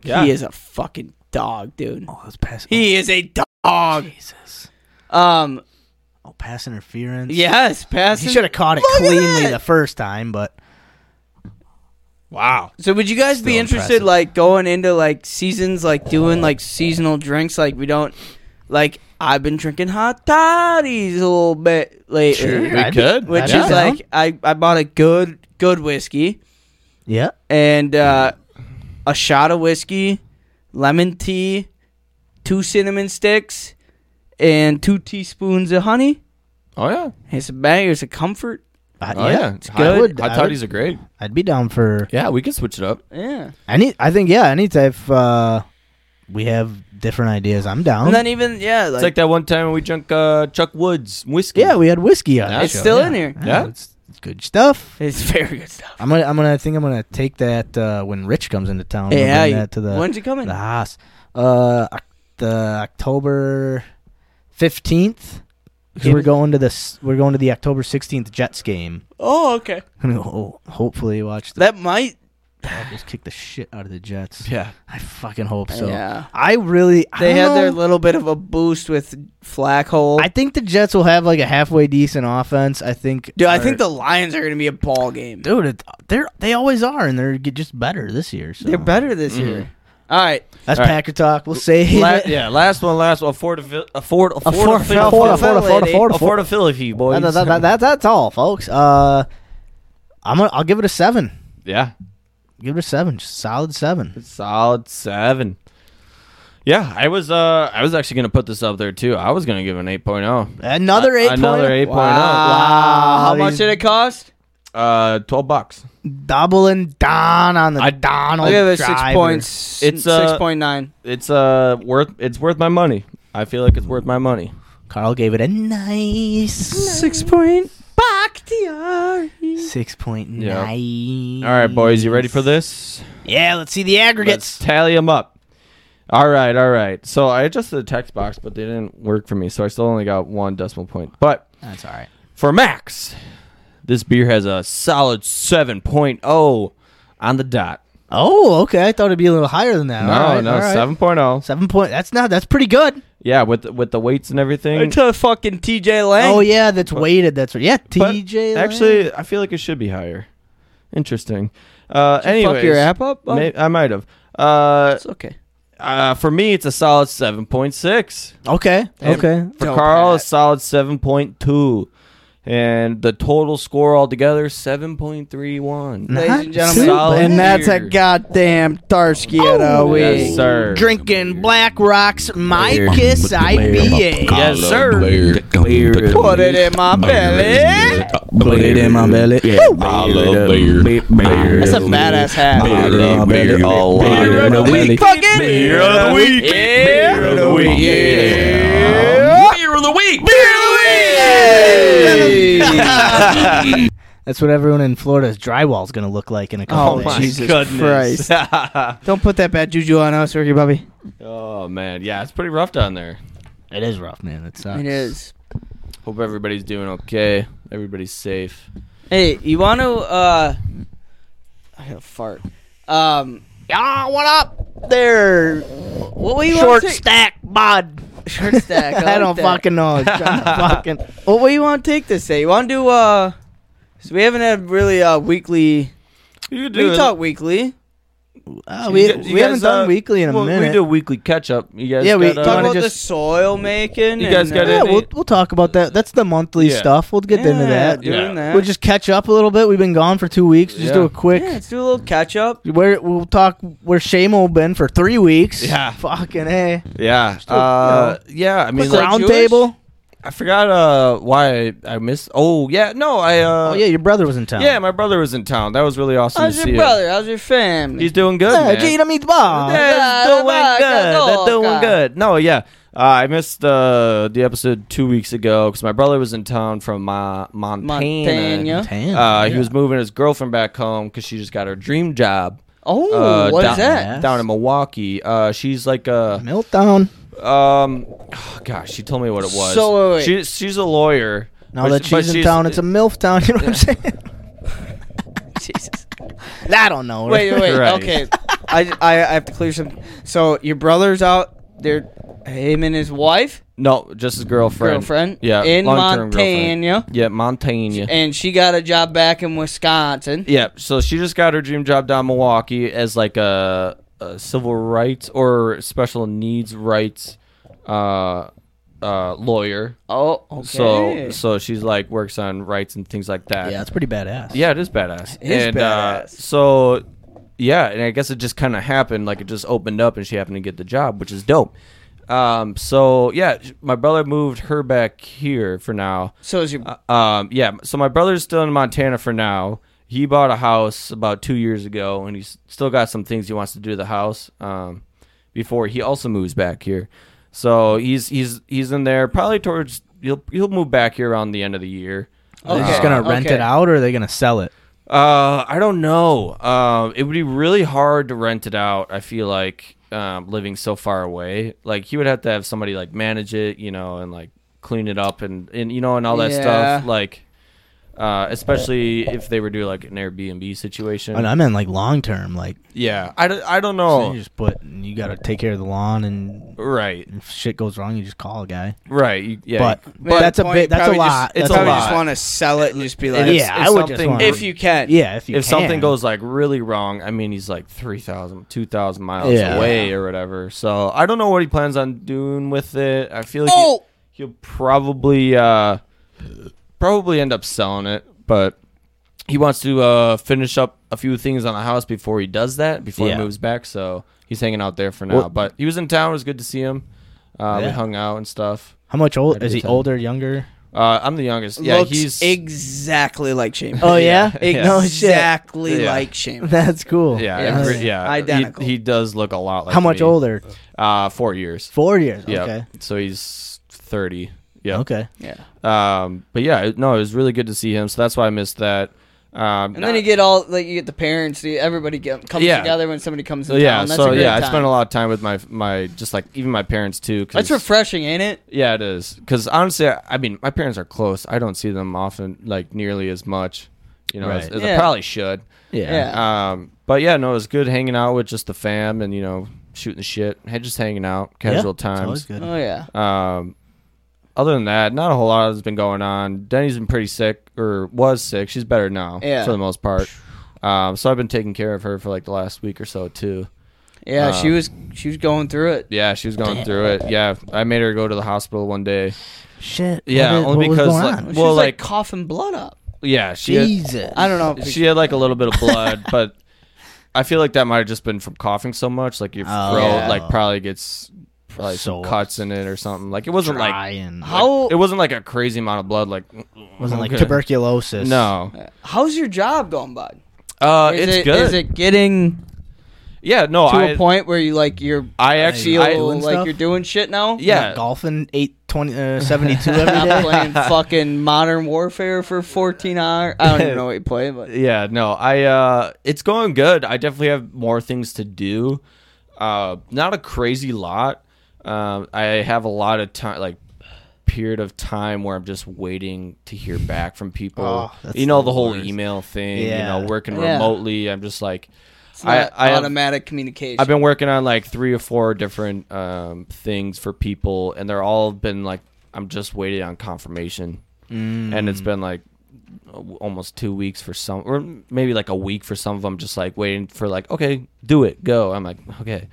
Yeah. He is a fucking dog, dude. oh, it was pass. He is a dog. Jesus. Um, Oh, pass interference. yes, pass. He should have caught it Look at cleanly that. the first time, but Wow. So would you guys be Still interested impressive. like going into like seasons like doing like seasonal drinks like we don't like I've been drinking hot toddies a little bit lately. We I'd be- could. Which I'd is be down. like I, I bought a good good whiskey yeah, and uh, a shot of whiskey, lemon tea, two cinnamon sticks, and two teaspoons of honey. Oh yeah. It's a bang, it's a comfort. I, Oh yeah. it's Hot- good. Hot I toddies would, are great. I'd be down for Yeah, we can switch it up. Yeah. any. I think yeah, any type. Uh, we have different ideas. I'm down. And then even yeah, like, It's like that one time we drunk uh, Chuck Woods whiskey. yeah, we had whiskey on. Yeah, the it's show, still yeah. in here. Yeah. it's, it's good stuff. it's very good stuff. I'm gonna, I'm gonna, I think I'm gonna take that uh, when Rich comes into town. I'm gonna Yeah, bring you- that to the when's it coming? the Haas. Uh, Oc- the October fifteenth. Because we're going to this, we're going to the October sixteenth Jets game. Oh, okay. I'm gonna go, oh, hopefully watch the That might. just kick the shit out of the Jets. Yeah. I fucking hope so. yeah. I really, I They had don't their know. little bit of a boost with Flacco. I think the Jets will have like a halfway decent offense. I think. Dude, I or- think the Lions are going to be a ball game. dude, it, they're they always are, and they're get just better this year. So. They're better this year. All right. That's All right. Packer talk. We'll say La- yeah, last one, last one. Afford, afford, afford, afford, afford- afford, afford, boys. That, that- that- that's all, folks. Uh, I'm gonna, I'll give it a seven. Yeah, Give it a seven, just solid seven. solid seven. Yeah, I was, uh, I was actually gonna put this up there too. I was gonna give an 8.0. Another A- eight. another oh. pointer. 8.0. Uh, how Wow, much he's did it cost? Uh, 12 bucks. Doubling down on the I- Donald. I'll give it six driver. points. It's, It's uh, six point nine. It's uh worth, it's worth my money. I feel like it's worth my money. Carl gave it a nice six point. Bakhtiari. six point nine. Yeah. All right, boys, you ready for this? Yeah, let's see the Let's aggregates. tally them up. All right, all right. So I adjusted the text box, but they didn't work for me, so I still only got one decimal point. But That's all right. for Max, this beer has a solid 7.0 on the dot. Oh, okay. I thought it'd be a little higher than that. No, all right, no, all right. 7.0 Seven point. That's not. That's pretty good. Yeah, with the, with the weights and everything. It's a fucking TJ Lang. Oh yeah, that's weighted. That's right. Yeah, But TJ. Lang. Actually, I feel like it should be higher. Interesting. Uh, anyways, Fuck your app up. Oh, may- I might have. Uh, it's okay. uh, for me, it's a solid 7.6. okay, okay. For Dope Carl, a hat. solid 7.2. And the total score altogether, 7.31. Not Ladies and gentlemen, too solid. bad. and that's a Beer. goddamn Tarski at a week. Yes, sir. drinking Black Rocks My Kiss IPA. Yes, sir. Put it in my belly. Put it in my belly. I love beer. beer. That's a badass hat. I love beer. All Beer of the week. Fuck it. Beer of the week. Yeah. Beer of the week. Yeah. Beer of the week. Beer of the week. That's what everyone in Florida's drywall is going to look like in a couple Oh, of my days. Jesus Christ. Don't put that bad juju on us, Ricky Bobby. oh, man. Yeah, it's pretty rough down there. It is rough, man. It sucks. It is. Hope everybody's doing okay. Everybody's safe. Hey, you want to? uh I had a fart. Um, Ah, what up there? what were you Short want to take? stack bud. Short stack. I, I, like don't that. fucking know. I'm trying to fucking. What way you want to take this? Say you want to do? Uh, so we haven't had really uh weekly. You could We talk weekly. Uh, we we haven't done weekly in a minute. We do a weekly catch up. You guys Yeah, we got, Do you Talk wanna about the just- soil making. You guys and, got uh, Yeah, Any- we'll, we'll talk about that. That's the monthly Yeah. stuff. We'll get into yeah, that. Doing Yeah. that. We'll just catch up a little bit. We've been gone for two weeks. Just Yeah. do a quick. yeah, let's do a little catch up. Where we'll talk where Shamo been for three weeks. Yeah. fucking a. yeah. Uh, yeah, I mean, Quick like, round Jewish? table. I forgot uh, why I, I missed. Oh, yeah. No, I. Uh, Oh yeah, your brother was in town. Yeah, my brother was in town. That was really awesome How's to see. your him. brother? How's your family? He's doing good. yeah man. Jada meatball. Yeah, that's doing That's good. all, That's doing guys. good. No, yeah. Uh, I missed uh, the episode two weeks ago because my brother was in town from uh, Montana. Montana. Damn. Uh, He was moving his girlfriend back home because she just got her dream job. Oh, uh, what down, is that? Down in Milwaukee. Uh, she's like a meltdown. um, oh, gosh. She told me what it was. So, wait, wait. She, she's a lawyer. Now but- that but she's in town, it's a milf town. You know what I'm saying? Jesus. I don't know. Wait, wait, wait. Right. Okay, I, I I have to clear some. So your brother's out there, him and his wife, no, just his girlfriend. girlfriend, Yeah, in long-term girlfriend. Montana, Yeah, Montana. and she got a job back in Wisconsin. Yeah, so she just got her dream job down in Milwaukee as like a, a civil rights or special needs rights uh, uh, lawyer. Oh, okay. So so she's like works on rights and things like that. Yeah, it's pretty badass. yeah, it is badass. It is and, uh, badass. so yeah, and I guess it just kind of happened like it just opened up and she happened to get the job, which is dope. Um, so yeah, sh- my brother moved her back here for now. so is your Uh, um, yeah. So my brother's still in Montana for now. He bought a house about two years ago, and he's still got some things he wants to do to the house. Um, before he also moves back here. So he's he's he's in there probably towards he'll he'll move back here around the end of the year. They're Okay, just gonna rent okay. it out, or are they gonna sell it? Uh, I don't know. Um, it would be really hard to rent it out. I feel like um, living so far away, like he would have to have somebody like manage it, you know, and like clean it up and and you know and all that Yeah. stuff. Like, uh, especially if they were doing like an Airbnb situation. And I meant like long term, like yeah, I, don't- I don't so know. you just put you gotta take care of the lawn, and right, if shit goes wrong, you just call a guy. right. you- yeah, but But that's a point, bit. That's a probably just- lot. it's that's a Probably lot. just want to sell it and just be And like, if- Yeah, I would just something- want- if you can. Yeah, if you if can. something goes like really wrong, I mean, he's like 3,000, 2,000 miles Yeah. away or whatever. So I don't know what he plans on doing with it. I feel like Oh! he, will probably uh, probably end up selling it, but he wants to uh, finish up a few things on the house before he does that, before Yeah. he moves back. So he's hanging out there for now. Well- but he was in town. It was good to see him. Uh, We Yeah. hung out and stuff. how much old is be he? tough. Older, younger? Uh, I'm the youngest. Yeah, Looks he's exactly like Shane. Oh yeah, Yeah. no shit. exactly Yeah. like Shane. That's cool. yeah, Yeah. every- Nice. yeah. He- Identical. He, does look a lot like How much me. older? Uh, four years. Four years. Yeah. Okay. So he's 30. Yeah. Okay. Yeah. Um, but yeah, it- no, it was really good to see him. So that's why I missed that. Um, And then you get all like you get the parents, the- everybody get, comes Yeah. together when somebody comes so in yeah, town. That's so a great yeah, time. I spent a lot of time with my my just like even my parents too. 'cause- That's refreshing, ain't it? yeah, it is. Because honestly, I, I mean, my parents are close. I don't see them often, like nearly as much, you know, as, Right. as I Yeah. probably should. Yeah. Yeah. Um, but yeah, no, it was good hanging out with just the fam and you know shooting the shit, and just hanging out, Yeah, casual it's times. always good. Oh yeah. Um, other than that, not a whole lot has been going on. Denny's been pretty sick, or was sick. She's better now, Yeah. for the most part. Um, so I've been taking care of her for like the last week or so too. Yeah, she Um, was she was going through it. Yeah, she was going through it. Yeah, I made her go to the hospital one day. Shit. Yeah, What, did- only what was because, going like, on? She Well, was like, like- coughing blood up. Yeah, she had, Jesus. I don't know. if she had like a little bit of blood, but I feel like that might have just been from coughing so much. Like your Oh. throat, Yeah. like probably gets probably some So cuts in it or something. Like it wasn't dry like, and- how it wasn't like a crazy amount of blood. Like wasn't like okay. tuberculosis. no, how's your job going, bud? uh, Is it's it, good. Is it getting yeah, no, to I a point where you like you're I I actually, feel I, doing like stuff? you're doing shit now? You're not yeah, golfing eight twenty uh, seventy two every Not day. playing fucking Modern Warfare for 14 hours. I don't even know what you play, but yeah, no, I, uh, it's going good. I definitely have more things to do. Uh, not a crazy lot. Um, I have a lot of time, like period of time where I'm just waiting to hear back from people. Oh, that's you know, the the whole worst. email thing, Yeah. you know, working Yeah. remotely. I'm just like, it's I- not I have- automatic communication. I've been working on like three or four different, um, things for people and they're all been like, I'm just waiting on confirmation. Mm. and it's been like w- almost two weeks for some or maybe like a week for some of them just like waiting for like okay do it go i'm like okay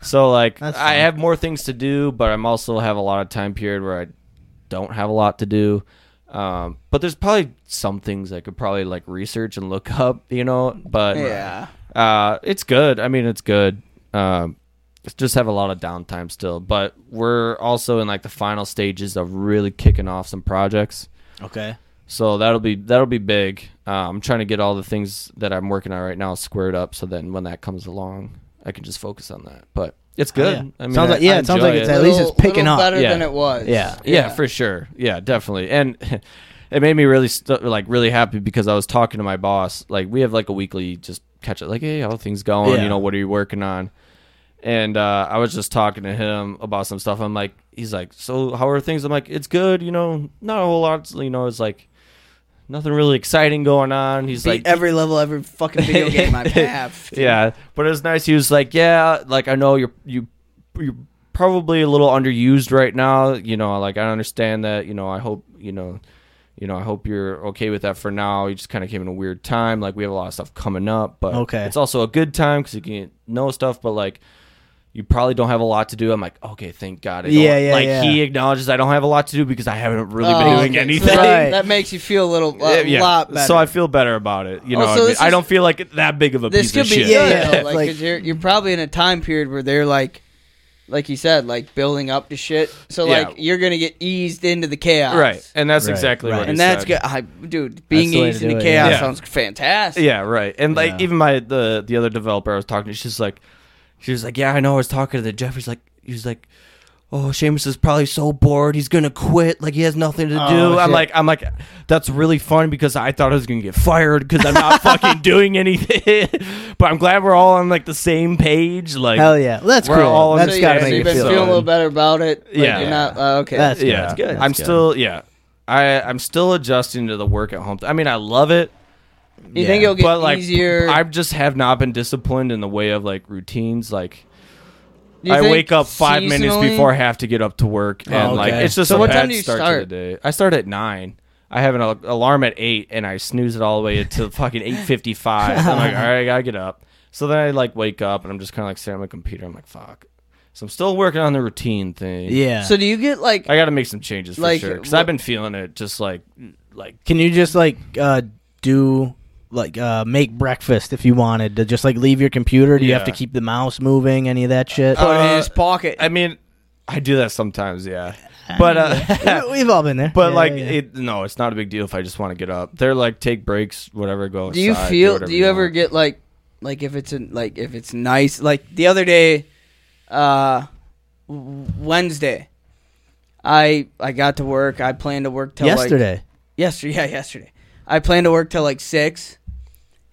so like That's i fine. have more things to do but i'm also have a lot of time period where i don't have a lot to do um, but there's probably some things i could probably like research and look up you know but yeah. uh, it's good. I mean, it's good. Um, just have a lot of downtime still, but we're also in like the final stages of really kicking off some projects. okay. So that'll be that'll be big. Uh, I'm trying to get all the things that I'm working on right now squared up, so then when that comes along, I can just focus on that. But it's good. yeah. I mean, Sounds I- like- yeah, I it sounds enjoy like it's it. at least it's picking little up. better Yeah. than it was. Yeah. Yeah, for sure. Yeah, definitely. And it made me really st- like really happy because I was talking to my boss. Like we have like a weekly just catch up. Like hey, how are things going? Yeah. You know, what are you working on? And uh, I was just talking to him about some stuff. I'm like, he's like, so how are things? I'm like, it's good. You know, not a whole lot. You know, it's like nothing really exciting going on. He's Beat like, every level, every fucking video game I have. yeah, but it was nice. He was like, "Yeah, like I know you're you you're probably a little underused right now. You know, like I understand that. You know, I hope you know, you know, I hope you're okay with that for now. You just kind of came in a weird time. Like we have a lot of stuff coming up, but Okay. it's also a good time because you can know stuff. But like." You probably don't have a lot to do. I'm like, okay, thank God. I don't- Yeah, yeah, Like yeah. he acknowledges I don't have a lot to do because I haven't really Oh, been okay. doing So anything. That, Right. that makes you feel a little a Yeah. lot better. So I feel better about it. You Oh, know, what so I, mean? this I is- don't feel like that big of a this piece could of be shit. good. Yeah. though, like, Like- 'cause you're you're probably in a time period where they're like, like you said, like building up to shit. So Yeah. like you're gonna get eased into the chaos, Right, and that's Right, exactly right. what. he And that's said. good, I, dude. Being the way to eased into do it, chaos yeah. sounds fantastic. Yeah, right. And like Yeah. even my the the other developer I was talking to, she's like, She was like, "Yeah, I know." I was talking to the Jeffrey's like, he was like, "Oh, Seamus is probably so bored. He's gonna quit. Like he has nothing to do." Oh, I'm shit. like, "I'm like, that's really funny because I thought I was gonna get fired because I'm not fucking doing anything." but I'm glad we're all on like the same page. Like, Hell yeah. Well, that's We're cool. all on that's the got to same make you've you been feel. feeling a good. little better about it. but Yeah. You're not, uh, okay. That's good. yeah, That's good. I'm still yeah. I I'm still adjusting to the work at home. I mean, I love it, you think it'll get but like easier? I just have not been disciplined in the way of like routines. Like Do you I think wake up five minutes seasonally? before I have to get up to work, and like okay. it's just So a what bad time do you start, to start? the day. I start at nine. I have an al- alarm at eight, and I snooze it all the way until fucking eight fifty five. I'm like, all right, I gotta get up. So then I like wake up, and I'm just kind of like sitting on my computer. I'm like, fuck. So I'm still working on the routine thing. Yeah. So do you get like I got to make some changes for Like, sure because what- I've been feeling it. Just like, like Can you just like uh, do like uh, make breakfast if you wanted to just like leave your computer? Do you have to Yeah. keep the mouse moving? Any of that shit? put it in uh, his pocket? I mean, I do that sometimes, yeah. But uh, We- We've all been there. but Yeah, like, yeah. It, no, it's not a big deal if I just want to get up. They're like take breaks, whatever. Go. do you outside, feel? whatever Do you ever want. get like like if it's in, like if it's nice? Like the other day, uh, w- Wednesday, I I got to work. I planned to work till like, yesterday. Yesterday, yeah, yesterday. I planned to work till like six,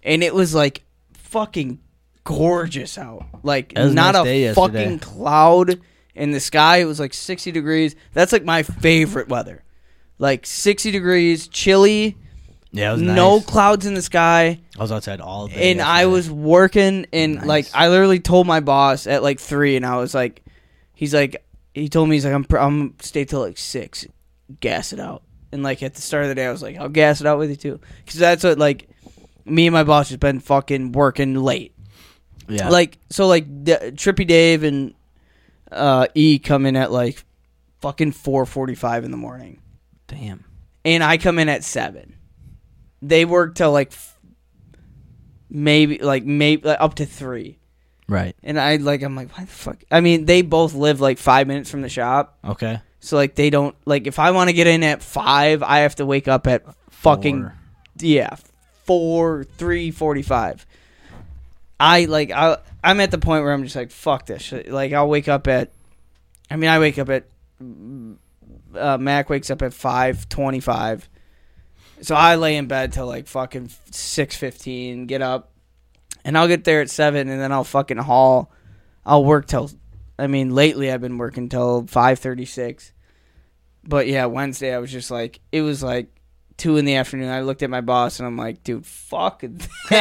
and it was like fucking gorgeous out. Like That was a not nice a day yesterday. fucking cloud in the sky. It was like sixty degrees. That's like my favorite weather. Like sixty degrees, chilly, yeah, it was no nice. clouds in the sky, I was outside all day. and I yesterday. was working. And Nice. like I literally told my boss at like three, and I was like, he's like, he told me he's like, I'm pr- I'm stay till like six, gas it out. And like at the start of the day, I was like, I'll gas it out with you too, because that's what like me and my boss has been fucking working late. yeah. Like so, like D- Trippy Dave and uh, E come in at like fucking four forty five in the morning damn. and I come in at seven. They work till like f- maybe like maybe like up to three, Right. and I like I'm like why the fuck? I mean, they both live like five minutes from the shop, Okay. so like they don't like if I want to get in at five, I have to wake up at fucking Four. yeah four three forty five. I like I I'm at the point where I'm just like fuck this shit. Like I'll wake up at, I mean I wake up at, uh, Mac wakes up at five twenty five, so I lay in bed till like fucking six fifteen. Get up, and I'll get there at seven, and then I'll fucking haul. I'll work till, I mean lately I've been working till five thirty six, but yeah Wednesday I was just like it was like two in the afternoon. I looked at my boss and I'm like, dude, fuck this. Uh-huh.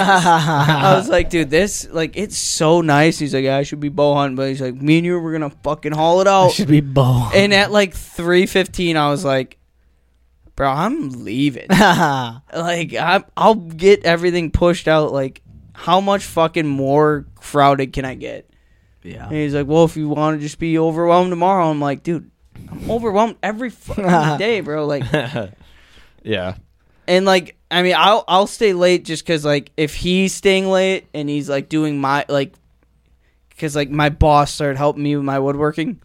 I was like, dude, this like it's so nice. He's like, I should be bow hunting, but he's like, me and you, we're gonna fucking haul it I out. should be bold. And at like three fifteen, I was like, bro, I'm leaving. like, I, I'll get everything pushed out. Like, how much fucking more crowded can I get? And yeah. he's like, well, if you want to just be overwhelmed tomorrow, I'm like, dude, I'm overwhelmed every fucking day, bro. Like, Yeah, and like I mean I'll I'll stay late just cuz like if he's staying late and he's like doing my like cuz like my boss started helping me with my woodworking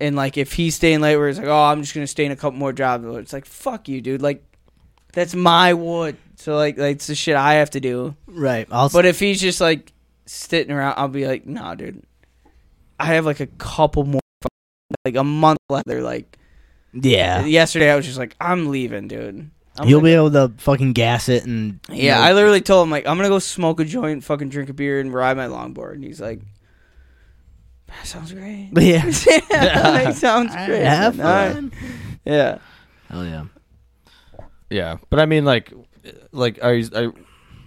and like if he's staying late where he's like oh I'm just going to stay in a couple more jobs it's like fuck you dude like that's my wood so like like it's the shit I have to do Right. I'll but if he's just like sitting around I'll be like nah dude I have like a couple more like a month left they're like yeah. yesterday I was just like I'm leaving dude I'm You'll gonna be able to fucking gas it and yeah, I literally told him like I'm gonna go smoke a joint, fucking drink a beer, and ride my longboard. And he's like, "That sounds great. yeah. that sounds great. Have All right. fun. Yeah, Hell yeah. yeah. But I mean, like, like are you, I,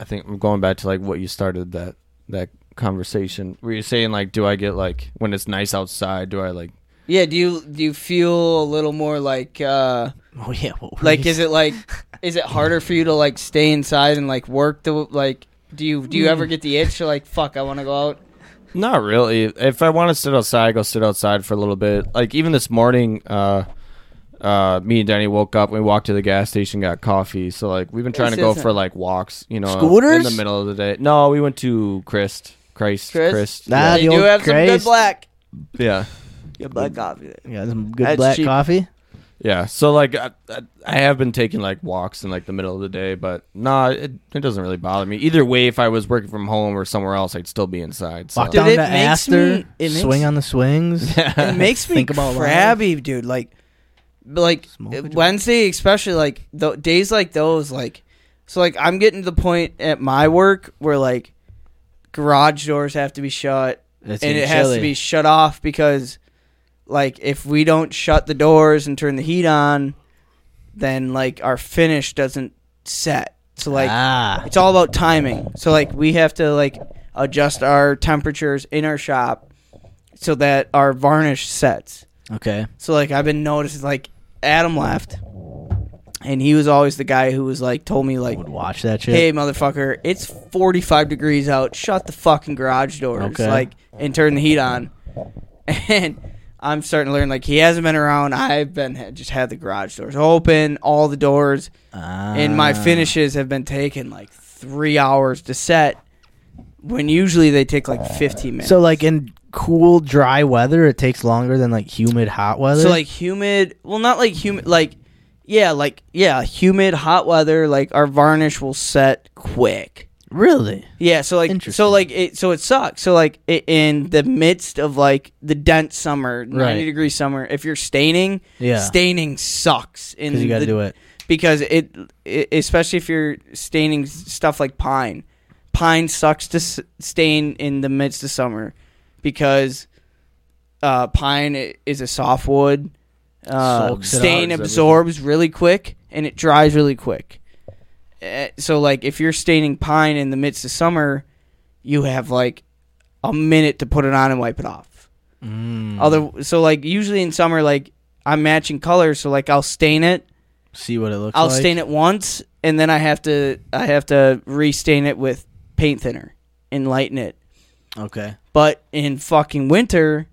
I think I'm going back to like what you started that that conversation where you're saying like, do I get like when it's nice outside? Do I like? yeah. Do you do you feel a little more like uh Oh yeah. What were like you is it like is it harder for you to like stay inside and like work the like do you do you Hmm. ever get the itch to like fuck I want to go out? Not really. If I want to sit outside, I go sit outside for a little bit. Like even this morning, uh, uh, me and Danny woke up. We walked to the gas station, got coffee. So like we've been trying to This go isn't- for like walks. You know, in Scooters? the middle of the day. No, we went to Christ, Christ, Christ? Christ. Nah, yeah. the you do old have some good Christ. black. Mm. yeah, Good black coffee. Yeah, some good That's black cheap. coffee. Yeah. So like I, I- I have been taking like walks in like the middle of the day, but nah, it, it doesn't really bother me. Either way, if I was working from home or somewhere else, I'd still be inside. So. Walk down it to makes Astor, me- it makes- swing on the swings. it makes me Think about life. crabby, dude. Like, but, like uh, Smoke a joint. Wednesday, especially like th- days like those. Like, so like I'm getting to the point at my work where like garage doors have to be shut It's and getting it has to chilly. be shut off because like if we don't shut the doors and turn the heat on, then like our finish doesn't set. So like ah, it's all about timing. So like we have to like adjust our temperatures in our shop so that our varnish sets. okay. So like I've been noticing like Adam left and he was always the guy who was like told me like Would watch that shit. Hey motherfucker, it's 45 degrees out. Shut the fucking garage doors Okay. like and turn the heat on. And I'm starting to learn like he hasn't been around. I've been just had the garage doors open, all the doors Ah. and my finishes have been taking like three hours to set when usually they take like 15 minutes So like in cool, dry weather, it takes longer than like humid, hot weather. so like humid well not like humid like yeah like yeah humid hot weather like our varnish will set quick really, yeah so like so Interesting. like it so it sucks so like i in the midst of like the dense summer 90 Right. degree summer if you're staining Yeah. staining sucks in because you got to the- do it. because it, it especially if you're staining s- stuff like pine pine sucks to s- stain in the midst of summer because uh, pine i- is a softwood uh, Soaks it stain up. absorbs really quick and it dries really quick Eh, so like if you're staining pine in the midst of summer you have like a minute to put it on and wipe it off Mm. other so like usually in summer like i'm matching colors so like i'll stain it See what it looks. I'll like. stain it once, and then I have to I have to restain it with paint thinner and lighten it. Okay, But in fucking winter,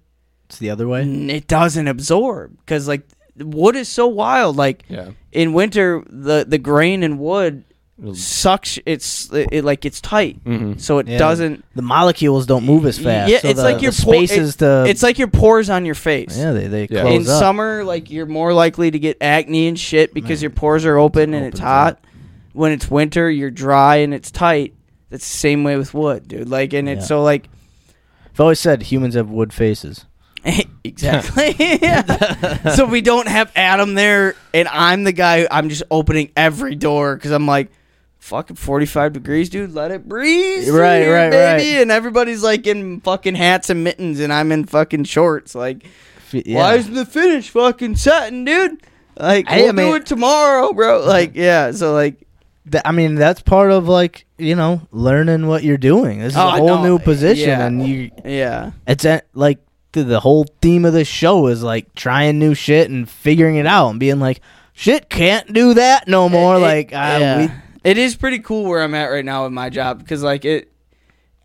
it's the other way. n- it doesn't absorb because like wood is so wild. Like yeah. in winter, the the grain in wood It'll- sucks. It's it, it, like it's tight, Mhm. so it Yeah. doesn't. The molecules don't move as fast. Yeah, so it's the- like the your por- spaces to. It's like your pores on your face. yeah, they they Yeah. close in up. summer, like you're more likely to get acne and shit because your pores are open and it's opens hot. up. When it's winter, you're dry and it's tight. That's the same way with wood, dude. Like, and it's Yeah. so like I've always said humans have wood faces. exactly. Yeah. so we don't have Adam there, and I'm the guy. I'm just opening every door because I'm like. Fucking 45 degrees, dude. Let it breeze. through Right, here, right, baby. And everybody's like in fucking hats and mittens, and I'm in fucking shorts. Like, F- yeah. Why isn't the finish fucking setting, dude? Like Hey, we'll I mean- do it tomorrow, bro. Like yeah, so like Th- I mean, that's part of like you know learning what you're doing. This is Oh, a I whole know. new position, Yeah. and you yeah, it's at, like the, the whole theme of this show is like trying new shit and figuring it out and being like shit can't do that no more It- it- like uh, yeah. we, it is pretty cool where I'm at right now with my job because like it,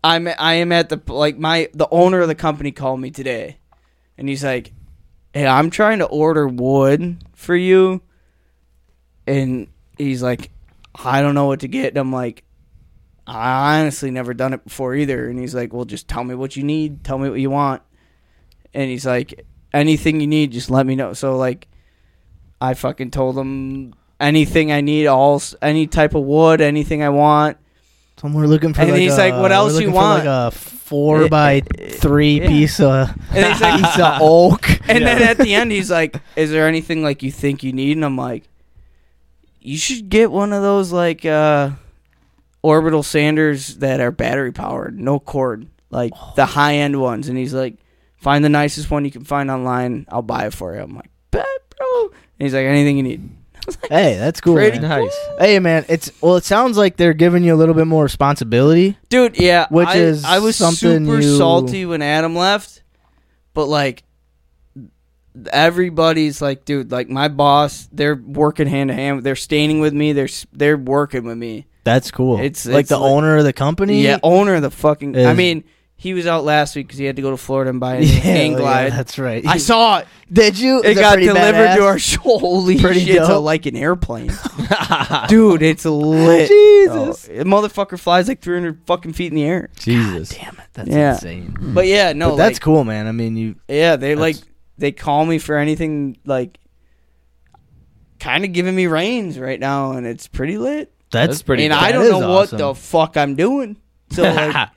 I'm I am at the like my the owner of the company called me today, and he's like, hey, I'm trying to order wood for you, and he's like, I don't know what to get, and I'm like. I honestly never done it before either. And he's like, Well, just tell me what you need. Tell me what you want. and he's like, anything you need, just let me know. So like, I fucking told him anything I need, all s- any type of wood, anything I want. so we're looking for And like he's a- like, what we're else you looking for, want? like a four Eh, by eh, three yeah. piece of And he's like- piece of oak And then at the end, he's like, "Is there anything like you think you need?" And I'm like, "You should get one of those like uh orbital sanders that are battery powered, no cord, like the high end ones." And he's like, "Find the nicest one you can find online. I'll buy it for you." I'm like, "Bet, bro." And he's like, "Anything you need." I was like, hey that's cool Pretty man. Nice. hey man it's well it sounds like they're giving you a little bit more responsibility dude. Yeah, Which I, is I was something super you- salty when Adam left, but like everybody's like, dude, like my boss, they're working hand to hand. They're staining with me. They're s- they're working with me. that's cool It's- like it's the like- owner of the company Yeah, owner of the fucking. I Is- mean, he was out last week because he had to go to Florida and buy a yeah, hang yeah, glide. that's right I saw it. did you It Is that got pretty delivered to badass? our show. Holy Pretty shit! It's a- dope. like an airplane, dude. It's lit. Jesus. Oh, it- motherfucker flies like 300 fucking feet in the air. Jesus. damn it that's Yeah. insane But yeah, Hmm. no, but that's like- cool man i mean you Yeah, they like That's- they call me for anything like kind of giving me reins right now, and it's pretty lit. That's, That's pretty. and cool. that I don't is know what awesome. the fuck I'm doing. So like,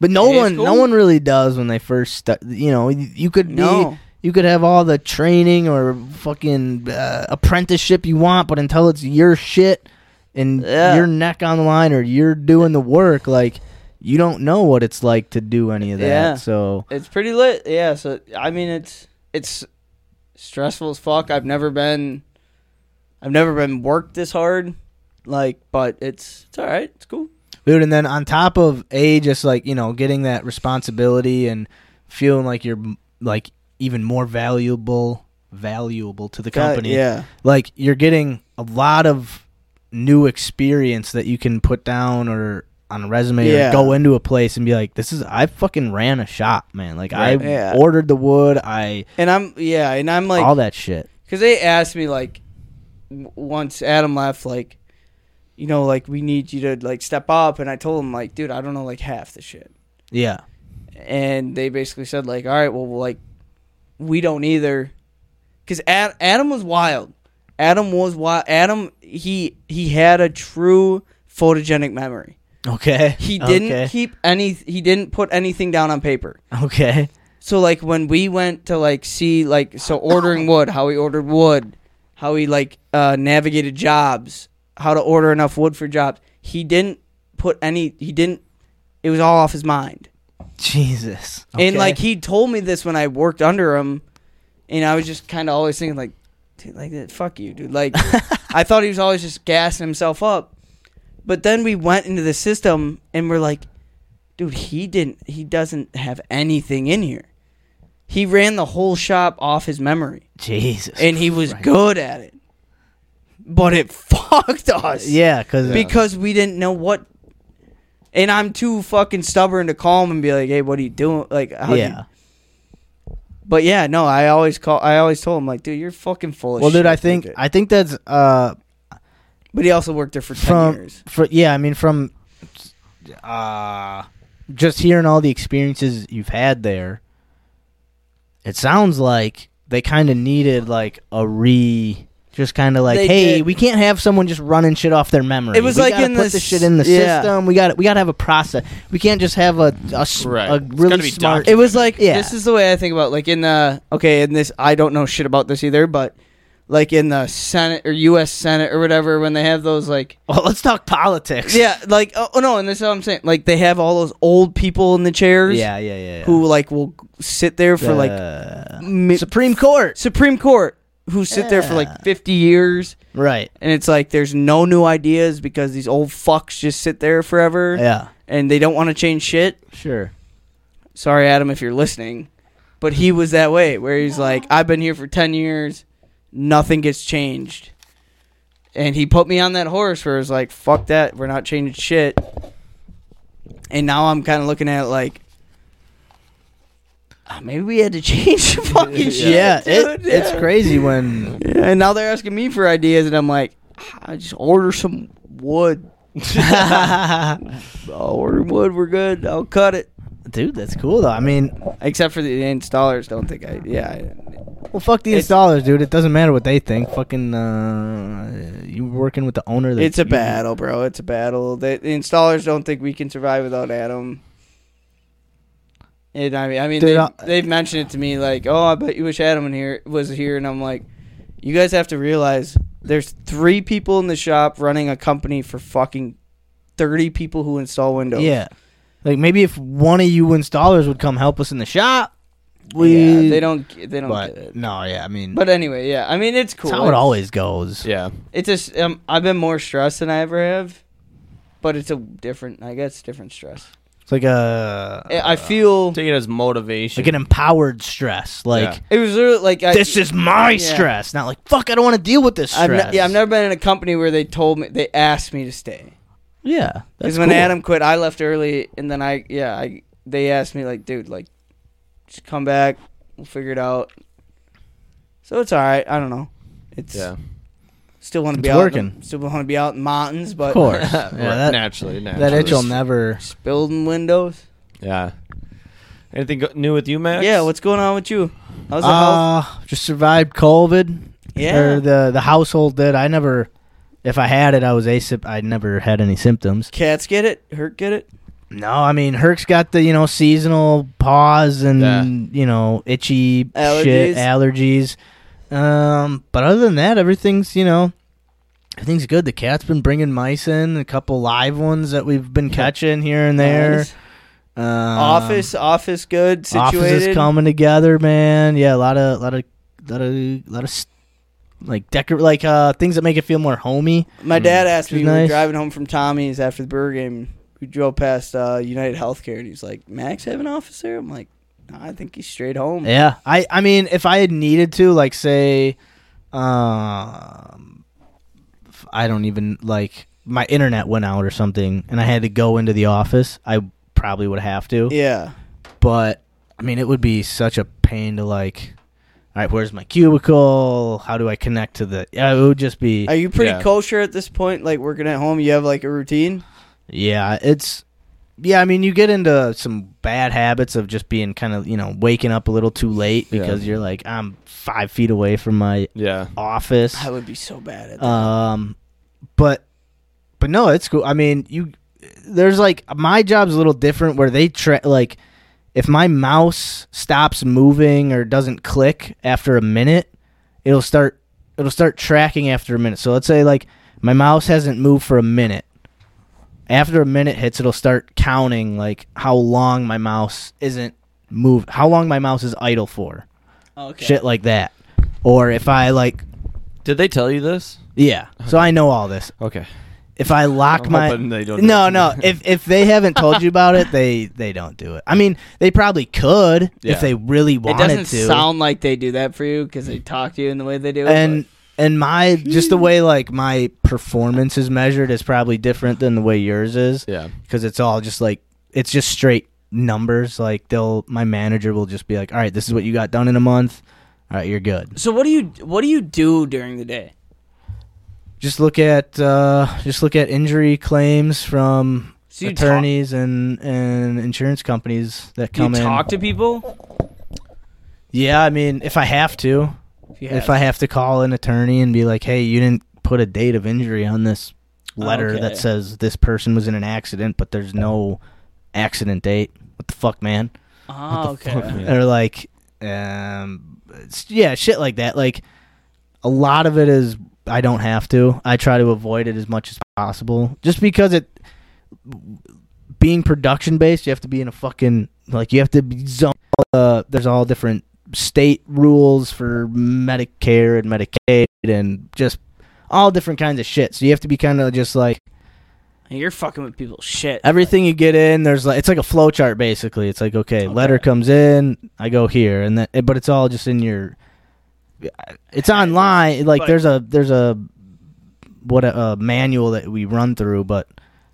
But no It is one, no cool. one really does when they first start. You know, you, you could be, No. you could have all the training or fucking uh, apprenticeship you want, but until it's your shit and Yeah. your neck on the line or you're doing the work, like you don't know what it's like to do any of that. Yeah. So it's pretty lit. Yeah. So I mean, it's it's stressful as fuck. I've never been, I've never been worked this hard. Like, but it's it's all right. It's cool. dude and then on top of a just like you know getting that responsibility and feeling like you're m- like even more valuable valuable to the company Yeah. like you're getting a lot of new experience that you can put down or on a resume Yeah. or go into a place and be like this is i fucking ran a shop man like Right. i Yeah. ordered the wood i And I'm yeah, and I'm like all that shit Because they asked me like w- once Adam left, like you know, like we need you to like step up, and I told him like, dude, I don't know like half the shit, yeah and they basically said like, all right, well, like we don't either, because Ad- Adam was wild. Adam was wild. Adam he he had a true photogenic memory. okay He didn't okay, keep any. He didn't put anything down on paper. okay. So like when we went to like see like so ordering wood, how he ordered wood, how he like uh, navigated jobs, how to order enough wood for jobs. He didn't put any. He didn't. It was all off his mind. jesus And Okay. like he told me this when I worked under him, and I was just kind of always thinking like, dude, like that. Fuck you, dude. Like I thought he was always just gassing himself up. But then we went into the system and we're like, dude, he didn't. He doesn't have anything in here. He ran the whole shop off his memory, jesus and he was Christ. good at it. But it fucked us yeah because because we didn't know what. And I'm too fucking stubborn to call him and be like, "Hey, what are you doing?" Like, how do you- yeah but yeah, no, I always call. I always told him like, "Dude, you're fucking full of well shit." dude i think Like, i think that's uh but he also worked there for ten from years. for yeah i mean from uh just hearing all the experiences you've had there it sounds like they kind of needed like a re just kind of like They hey did. we can't have someone just running shit off their memory It was We like gotta in put the this s- shit in the yeah. system we got we got to have a process we can't just have a a, s- Right. a It's gotta really be smart It was like Yeah. this is the way I think about like in the okay in this I don't know shit about this either, but like in the Senate or U.S. Senate or whatever when they have those like well let's talk politics yeah like oh, oh, no and this is what I'm saying like they have all those old people in the chairs yeah yeah yeah, yeah. who like will sit there for like Uh, mi- supreme court Supreme Court who sit there for like 50 years right and it's like there's no new ideas because these old fucks just sit there forever yeah and they don't want to change shit. sure Sorry Adam if you're listening, but he was that way where he's like I've been here for 10 years, nothing gets changed. And he put me on that horse where it's like fuck that, we're not changing shit. And now I'm kind of looking at it like "Ah, Maybe we had to change the fucking shit. yeah, it, dude." it's Yeah. crazy when Yeah, and now they're asking me for ideas, and I'm like, I just order some wood. I'll order wood. We're good. I'll cut it. Dude, that's cool though. I mean, Except for the installers, don't think I. Yeah, I- well, fuck the It's- installers, dude. It doesn't matter what they think. Fucking, uh, you working with the owner. That it's a you- battle, bro. It's a battle. The, the installers don't think we can survive without Adam. And I mean, I mean, Dude, they, I- they've mentioned it to me like, "Oh, I bet you wish Adam in here was here," and I'm like, "You guys have to realize there's three people in the shop running a company for fucking thirty people who install Windows." Yeah, like maybe if one of you installers would come help us in the shop, we. yeah, they don't. g- They don't But get it. no, yeah, I mean, But anyway, yeah. I mean, it's cool. that's how it always goes. yeah. It's just um, I've been more stressed than I ever have, but it's a different. I guess different stress. It's like a I- I feel Take it as motivation. like an empowered stress. Like Yeah. it was really like I, this is my Uh, Yeah. stress, not like fuck. I don't want to deal with this stress. I've ne- yeah, I've never been in a company where they told me they asked me to stay. Yeah, that's Because when cool. Adam quit, I left early, and then I yeah I they asked me like, dude, like, just come back, we'll figure it out. So it's all right. I don't know. It's yeah. still want to It's be out in the- working. still want to be out in mountains, but of course, yeah, Right, that, naturally, naturally. that itch will never. Just building windows. Yeah. Anything go- new with you, Max? Yeah, what's going on with you? How's the health? Uh, just survived uh, COVID. Yeah. or the the household did. I never, if I had it, I was asip. I never had any symptoms. Cats get it. Hurt get it. No, I mean Herc's got the you know seasonal paws and Yeah. you know itchy Allergies. shit allergies. Um, but other than that, everything's you know everything's good. The cat's been bringing mice in, a couple live ones that we've been catching here and there. Nice. Um, office, office, good situated. office is coming together, man. Yeah, a lot of lot of lot of lot of s- like decor like uh things that make it feel more homey. My dad asked Which me is we were nice. driving home from Tommy's after the burger game. We drove past uh, United Healthcare, and he's like, "Max have an office there?" I'm like, "Nah, "I think he's straight home." Yeah, I I mean, if I had needed to, like, say, um, f- I don't even like my internet went out or something, and I had to go into the office, I probably would have to. Yeah, But I mean, it would be such a pain to like. All right, where's my cubicle? How do I connect to the? Yeah, it would just be. Are you pretty Yeah. kosher at this point? Like working at home, you have like a routine. Yeah, it's yeah, I mean you get into some bad habits of just being kind of, you know, waking up a little too late Yeah. because you're like, I'm five feet away from my Yeah. office. I would be so bad at that. Um but but no, it's cool. I mean, you there's like my job's a little different where they tra- like if my mouse stops moving or doesn't click after a minute, it'll start it'll start tracking after a minute. So let's say like my mouse hasn't moved for a minute. After a minute hits, it'll start counting like how long my mouse isn't moved, how long my mouse is idle for, okay. Um, shit like that. Or if I like, Did they tell you this? yeah, so I know all this. Okay. If I lock I'm my hoping they don't do no it. no if if they haven't told you about it they they don't do it. I mean they probably could Yeah. if they really It wanted doesn't to. sound like they do that for you because they talk to you in the way they do. and and my just the way like my performance is measured is probably different than the way yours is Yeah. because it's all just like it's just straight numbers. Like they'll my manager will just be like, all right, this is what you got done in a month. All right, you're good. so what do you what do you do during the day? Just look at uh, just look at injury claims from So you attorneys and and insurance companies that Do you come in. talk to people? Yeah, I mean, if I have to, you if I have to call an attorney and be like, "Hey, you didn't put a date of injury on this letter Okay. that says this person was in an accident, but there's no accident date." What the fuck, man? Oh, okay. Or like, um, it's- yeah, shit like that. Like, a lot of it is I don't have to. I try to avoid it as much as possible, just because it being production based, you have to be in a fucking like you have to be zone. Uh, there's all different state rules for Medicare and Medicaid and just all different kinds of shit. So you have to be kind of just like And You're fucking with people's shit. everything you get in there's like it's like a flow chart basically it's like okay, letter comes in i go here and then eh, but it's all just in your it's online like But- there's a there's a what a, a manual that we run through but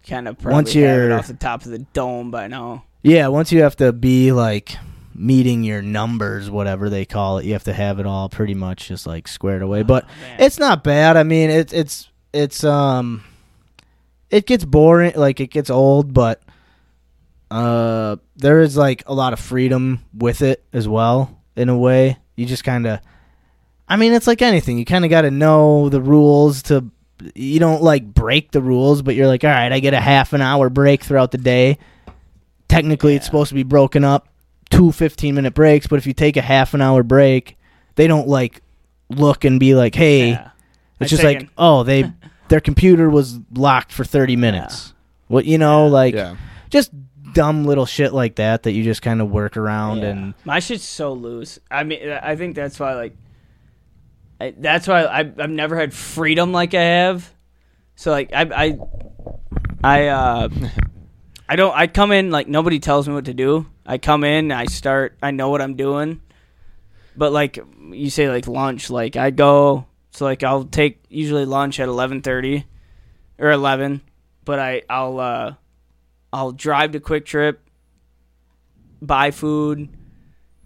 kind of probably Once have it you're- off the top of the dome by now. yeah once you have to be like meeting your numbers whatever they call it you have to have it all pretty much just like squared away but Oh, Man. it's not bad i mean it's it's it's um it gets boring like it gets old but uh there is like a lot of freedom with it as well in a way you just kind of i mean it's like anything you kind of got to know the rules to you don't like break the rules but you're like all right i get a half an hour break throughout the day technically it's Yeah. supposed to be broken up two 15 minute breaks but if you take a half an hour break they don't like look and be like hey Yeah. it's I just taken- like, oh, they their computer was locked for 30 minutes. What you know, like yeah. just dumb little shit like that that you just kind of work around Yeah. and my shit's so loose. I mean, I think that's why like, I, that's why I I've never had freedom like I have. So like I I I uh I don't I come in like nobody tells me what to do. I come in, I start, I know what I'm doing. But like you say like lunch, like I go so like I'll take usually lunch at 11:30 or 11, but I I'll uh I'll drive to Quick Trip, buy food,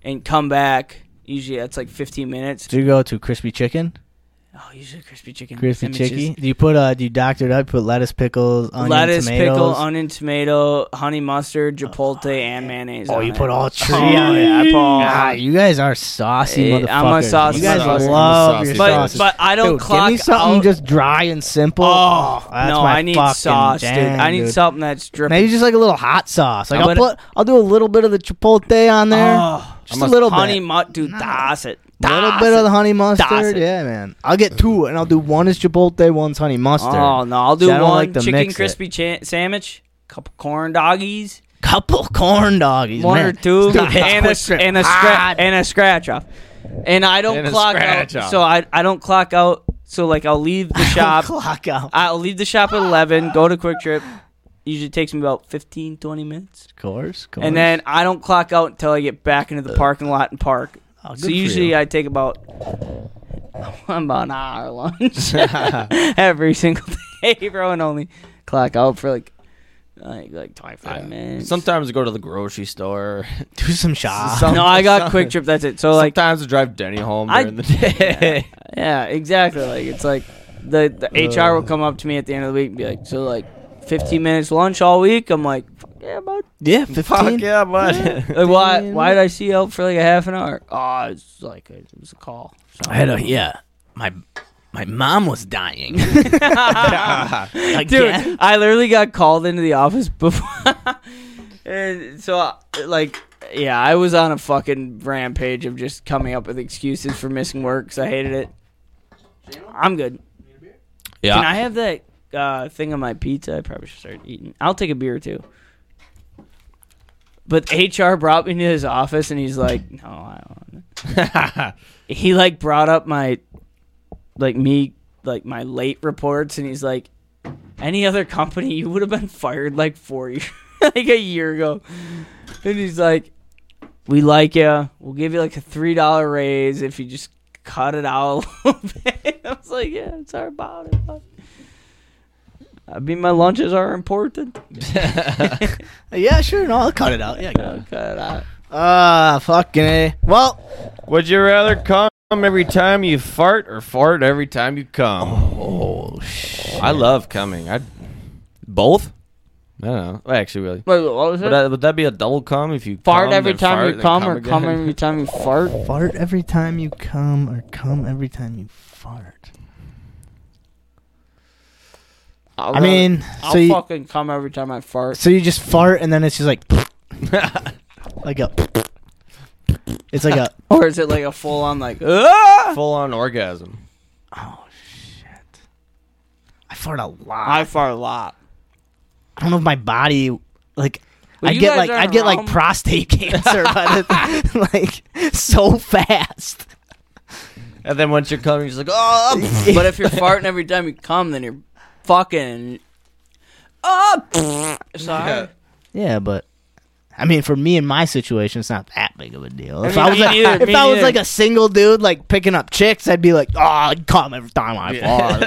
and come back. Usually that's like 15 minutes. do you go to crispy chicken? Oh, you should crispy chicken. Crispy sandwiches. chicky. Do you put uh? Do you doctor it up? You put lettuce, pickles, onion, Lettuce, tomatoes. Oh, pickle, onion, tomato, honey mustard, chipotle, and mayonnaise. Oh, on you it. put all three Oh, on it. yeah, I put all- Ah, you guys are saucy Eh, I'm a motherfuckers. saucy You guys motherfucker. love your Saucy But sauces. but I don't Dude, clock give me something out. just dry and simple. oh, that's no, my I need fucking sauce, dude. jam, I need dude. something that's dripping. Maybe just like a little hot sauce. Like I'm I'll gonna- put, I'll do a little bit of the chipotle on there. Oh, just I'm a a little honey bit. mustard, dude. That's it. A little That's bit of it. the honey Does it. mustard. Yeah, man. I'll get two, and I'll do one is chipotle, one's honey mustard. Oh no, I'll do See, I don't one like to chicken mix it. crispy cha- sandwich, couple corn doggies, Couple corn doggies, one man. or two, Dude, it's and a push it and a hard. scratch and a scratch off. And I don't Ah. And a clock out, scratch off. so I I don't clock out. So like I'll leave the shop. Clock out. I'll leave the shop at eleven. Go to Quick Trip. Usually takes me about 15, 20 minutes, Of course, of course. and then I don't clock out until I get back Uh. into the parking lot and park. Oh, good so for usually you. I take about about an hour lunch every single day, bro, and only clock out for like like like twenty five minutes. Sometimes I go to the grocery store. uh, do some shots. Some- no, I got some- Quick Trip. That's it. So like Sometimes I drive Denny home I- during the day. yeah, exactly. Like it's like the the HR Uh. will come up to me at the end of the week and be like, so like fifteen minutes lunch all week. I'm like, fuck yeah, bud. Yeah, fifteen. Fuck yeah, bud. Like, why? Damn. Why did I see you out for like a half an hour? Oh, it's like a, it was a call. I had a yeah. My my mom was dying. Dude, Again. I literally got called into the office before, and so uh, like, yeah, I was on a fucking rampage of just coming up with excuses for missing work because I hated it. I'm good. Yeah. Can I have that uh, thing on my pizza? I probably should start eating. I'll take a beer or two. But HR brought me to his office and he's like, "No, I don't." want it." he like brought up my, like me, like my late reports, and he's like, "Any other company, you would have been fired like four years, like a year ago." And he's like, "We like you. We'll give you like a three dollar raise if you just cut it out a little bit." I was like, "Yeah, it's our about it." but- I mean, my lunches are important. yeah, sure. No, I'll cut it out. Yeah. I'll cut it out. Ah, fucking a. Well, Would you rather come every time you fart or fart every time you come? Oh, I love coming. I both. I don't know. Well, actually, really. Wait, what was it? Would, I, would that be a double cum if you fart cum, every then time fart, you then come, or come again? every time you fart. fart every time you come, or come every time you fart. I'll I mean, I'll so you, fucking come every time I fart. so you just fart, and then it's just like, like a. It's like a. Or is it like a full on like? "Ah!" Full on orgasm. Oh shit! I fart a lot. I fart a lot. I don't know if my body like Well, I'd you get guys like aren't I'd get like around. prostate cancer by the, like so fast. And then once you're coming, you're just like, oh, but if you're farting every time you come, then you're fucking. Up. Sorry. Yeah. Yeah, but I mean for me in my situation it's not that big of a deal. If mean, I, was me like, neither, if me I was neither. like a single dude like picking up chicks, I'd be like, Oh, I'd come every time I oh, fart.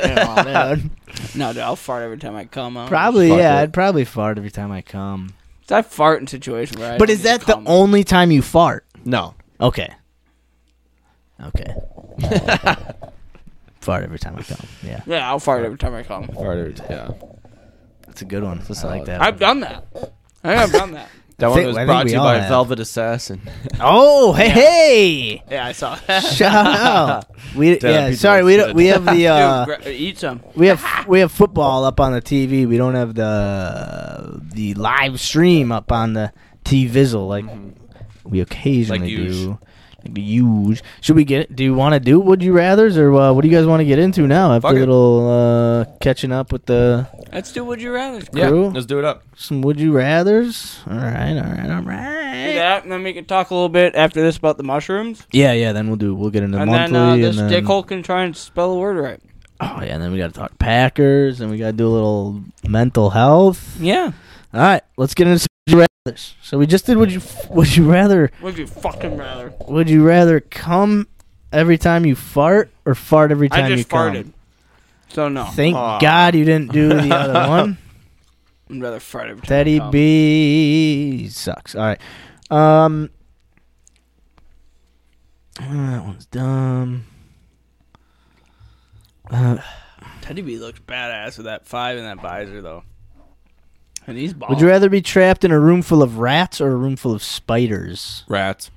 Yeah, dude. No, dude, I'll fart every time I come. I don't- Probably Fuck yeah, it. I'd probably fart every time I come. I fart in situations where I. But don't is need to that the cum. only time you fart? no. Okay. Okay. fart every time I come. Yeah. Yeah, I'll fart every time I come. Fart every time. Yeah. That's a good one. I like that. I've done that. I think I've done that. That I one think- was I think brought we to you all by have. Velvet Assassin. Oh, hey, hey! Yeah, I saw that. Shout out. We Damn, yeah, people sorry, are we don't, we have the Dude, uh, gra- eat some. we have we have football up on the TV. We don't have the the live stream up on the TVizzle like we occasionally Like use. do. Like the use. Should we get do you want to do would you rather's or uh, what do you guys want to get into now after Fuck a it. little uh, catching up with the Let's do Would You Rather. Yeah. Cool. Let's do it up. some would you rather's? All right, all right, all right. Do that, and then we can talk a little bit after this about the mushrooms, Yeah, yeah, then we'll do we'll get into and monthly then uh, this and then dickhole can try and spell a word right. Oh yeah, and then we gotta talk Packers, and we gotta do a little mental health. Yeah. All right, let's get into some would you rather's. So we just did would you would you rather Would you fucking rather? would you rather come every time you fart or fart every time I you just come? farted, so no. Thank Aw. God you didn't do the other one. I'd rather fart every time. I Teddy come. B sucks. All right, um, ah, uh, that one's dumb. Teddy B looks badass with that five and that visor though. And he's balling. Would you rather be trapped in a room full of rats or a room full of spiders? Rats.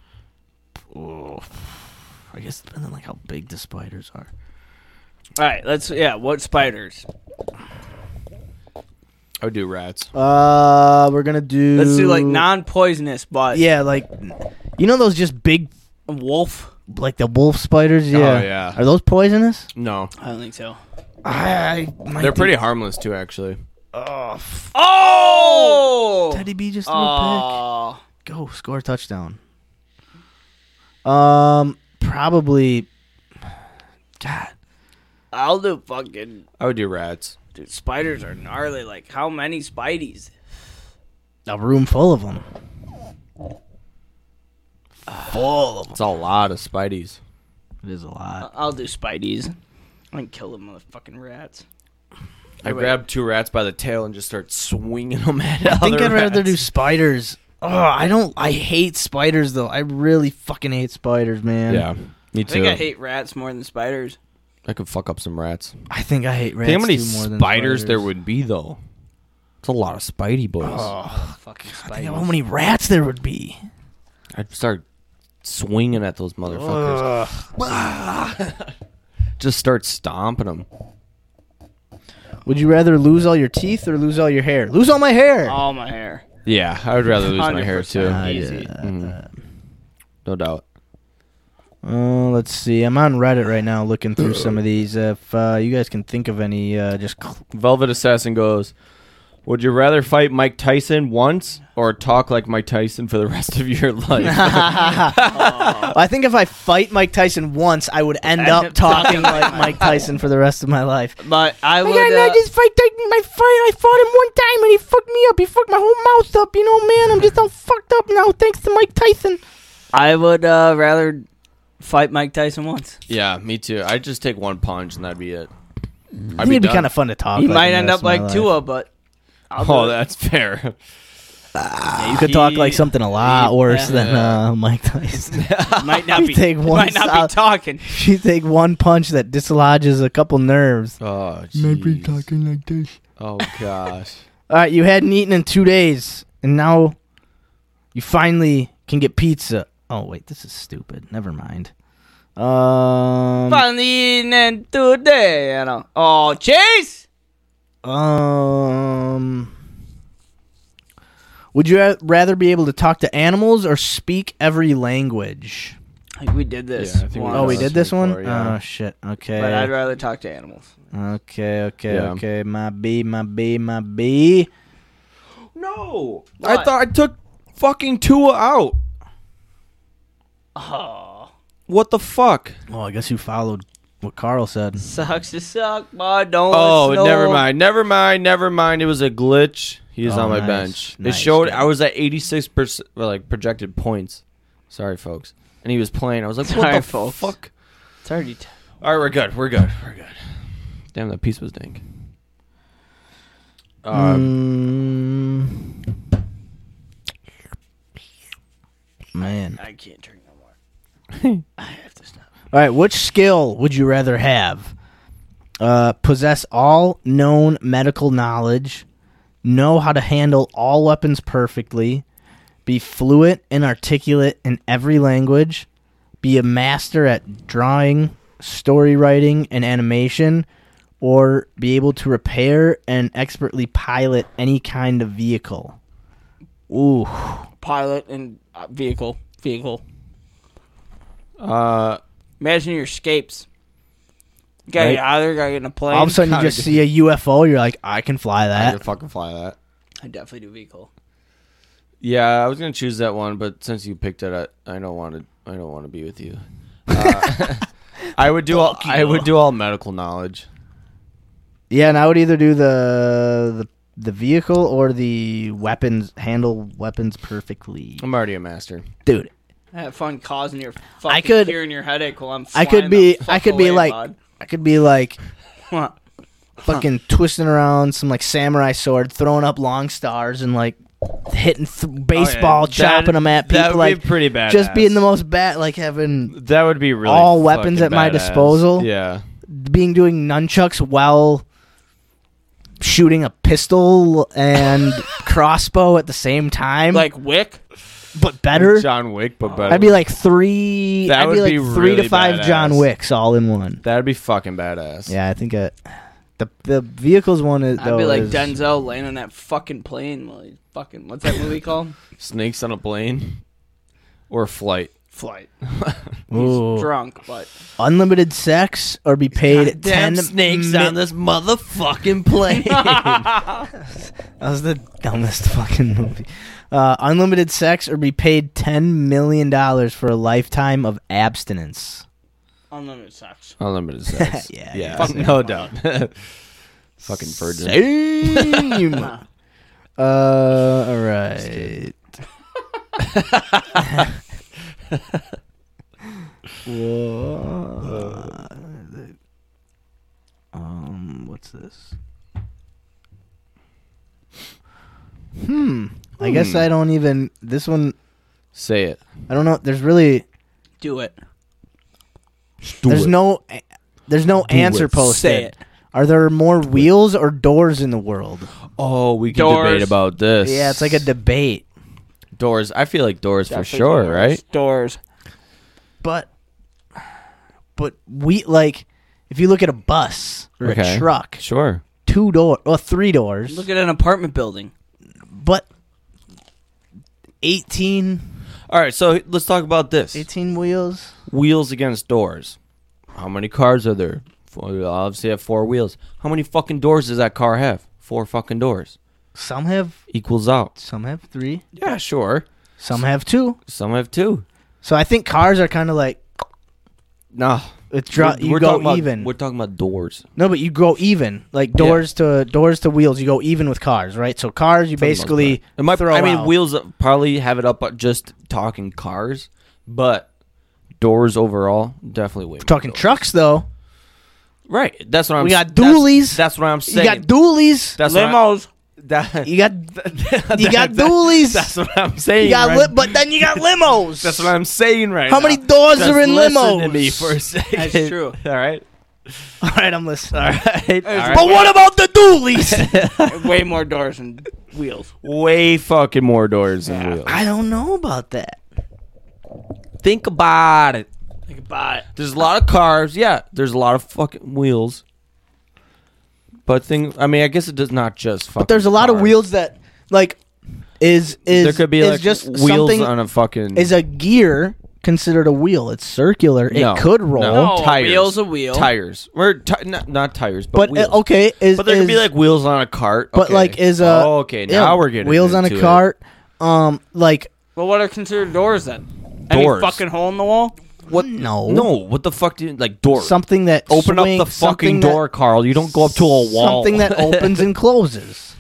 I guess depending on like how big the spiders are. All right, let's yeah. What spiders? I would do rats. Uh, we're gonna do. Let's do like non-poisonous, but Yeah, like you know those just big, wolf. like the wolf spiders. Yeah, Oh, yeah. Are those poisonous? No, I don't think so. I, I might they're do- pretty harmless too, actually. Oh, Teddy B just threw a Oh, pick. Go score a touchdown. Um, probably. God, I'll do fucking I would do rats. dude. Spiders are gnarly. Like how many spideys? a room full of them. Full of It's a lot of spideys. It is a lot. I'll do spideys. I can kill the motherfucking rats. I grab two rats by the tail and just start swinging them at I think I'd rather do spiders. Oh, I don't. I hate spiders though. I really fucking hate spiders, man. Yeah, me I too. think I hate rats more than spiders. I could fuck up some rats. I think I hate rats. Think how many too more than spiders, there would be though? It's a lot of spidey boys. Oh. Fucking I think spiders. of how many rats there would be. I'd start swinging at those motherfuckers. Just start stomping them. Would you rather lose all your teeth or lose all your hair? Lose all my hair. All my hair. Yeah, I would rather lose my hair 100% too. Easy. Mm. Mm-hmm. No doubt. Uh, let's see. I'm on Reddit right now looking through some of these. Uh, if uh, you guys can think of any, uh, just cl- Velvet Assassin goes. Would you rather fight Mike Tyson once or talk like Mike Tyson for the rest of your life? I think if I fight Mike Tyson once, I would end up talking like Mike Tyson for the rest of my life. But I would. uh, fight Tyson. My fight. I fought him one time and he fucked me up. He fucked my whole mouth up. You know, man. I'm just all fucked up now thanks to Mike Tyson. I would uh, rather fight Mike Tyson once. yeah, me too. I'd just take one punch and that'd be it. Mm. I think it'd be done. kind of fun to talk. He like might the end rest up of my like life. Tua, but I'll Oh, do it. that's fair. You could talk like He- something a lot worse Yeah. than uh, Mike Tyson. might not be. Take one might not solid- be talking. you take one punch that dislodges a couple nerves. Oh, jeez. like this. Oh gosh. All right, you hadn't eaten in two days, and now you finally can get pizza. Oh wait, this is stupid. Never mind. Um. Finally eating and today, you know. Oh, Chase. Um. Would you ra- rather be able to talk to animals or speak every language? Like we did this. Yeah, I think we once, Oh, we did this one. before, yeah. Oh shit. Okay. But I'd rather talk to animals. Okay, okay, Yeah. okay. My B, my B, my B. No, I What? thought I took fucking Tua out. Oh, What the fuck? Well, Oh, I guess you followed what Carl said. sucks to suck, but don't. Oh, let snow. never mind, never mind, never mind. It was a glitch. He was Oh, on my nice, bench. nice, it showed dude. I was at eighty six percent, like projected points. Sorry, folks. And he was playing. I was like, what Sorry, the folks. fuck? It's already. T- All right, we're good. We're good. We're good. Damn, that piece was dank. Uh, Mm. Man. I can't drink no more. I have to stop. All right, which skill would you rather have? Uh, possess all known medical knowledge, know how to handle all weapons perfectly, be fluent and articulate in every language, be a master at drawing, story writing, and animation, or be able to repair and expertly pilot any kind of vehicle. Ooh, Pilot and uh, vehicle, vehicle. uh, Imagine your escapes. You gotta Right. get out of there, gotta get in a plane. all of a sudden you just see a UFO, you're like, I can fly I that. could fucking fly that. I definitely do vehicle. Yeah, I was gonna choose that one, but since you picked it, I, I don't want to. I don't want to be with you. Uh, I would do all. I would do all medical knowledge. Yeah, and I would either do the the, the vehicle or the weapons handle weapons perfectly, I'm already a master. dude. I have fun causing your fucking I could- could, curing your headache while I'm. I could flying be the I fuck could be away, like bud. I could be like Huh. fucking twisting around some like samurai sword, throwing up long stars and like hitting th- baseball, chopping them at people, Oh, That would like be pretty bad. just being the most bat, like having That would be really all weapons fucking at my badass. disposal. Yeah, being doing nunchucks while shooting a pistol and crossbow at the same time, Like Wick. but better. John Wick, but better. I'd be like three. That I'd be would like be three really to five John badass. Wicks all in one. That'd be fucking badass. Yeah, I think I, the the vehicles one is. I'd though, be like is- Denzel laying on that fucking plane. While he's fucking what's that movie called? Snakes on a plane or flight. Flight. Ooh. He's drunk, but unlimited sex or be paid ten mi- this motherfucking plane. That was the dumbest fucking movie. Uh, unlimited sex or be paid ten million dollars for a lifetime of abstinence. unlimited sex. Unlimited sex. Yeah, yeah, fucking no fine. doubt. fucking virgin. Same. uh, all right. Whoa. um, what's this? Hmm. I guess Hmm. I don't even. This one, Say it. I don't know. There's really. Do it. there's no. There's no answer posted. Say it. Are there more wheels or doors in the world? Oh, we can Doors. debate about this. Yeah, it's like a debate. doors. I feel like doors for Definitely sure, doors. right? Doors. But but we like if you look at a bus or Okay. a truck, Sure. two door well three doors, Look at an apartment building. but 18, All right, so let's talk about this. 18 wheels. wheels against doors. How many cars are there? Four, you obviously have four wheels. How many fucking doors does that car have? Four fucking doors. Some have Equals out. some have 3, Yeah, sure. some have 2. Some have two. So I think cars are kind of like Nah. it's draw, you go talking about- even. we're talking about doors. no, but you go even. Like doors to doors to wheels, you go even with cars, right? So cars you for the most basically part. It might- throw I mean, out. wheels probably have it up uh, just talking cars, but doors overall definitely way. more talking doors. trucks though. Right. That's what I'm. We s- got that's- dualies. That's, what I'm You saying. got dualies. That's what I- Limos. that- You got you that- got dualies. That's what I'm saying. You got right? li- but then you got limos. That's what I'm saying right How now. many doors Just are in listen limos? to me for a second. That's true. All right. All right, I'm listening. All right. All right. But what about the dualies? Way more doors than wheels. Way fucking more doors than wheels. I don't know about that. Think about it. Think about it. There's a lot of cars. Yeah, there's a lot of fucking wheels. But thing, I mean, I guess it does not just fucking. But there's a lot of cars. wheels that like is is There could be is like just wheels something on a fucking. is a gear considered a wheel? It's circular. No, it could roll. no. a tires. wheel's a wheel. tires. Or ti- not, not tires, but, But wheels. uh, okay, is But there could be is- like wheels on a cart. but Okay. like is a Oh, okay, yeah, now we're getting wheels on a into it. cart. Um, like Well, what are considered doors then? Doors. Any fucking hole in the wall? What? No. No. What the fuck do you like? Door. something that Open swing- up the fucking something that- door, Carl. You don't go up to a wall. Something that opens and closes.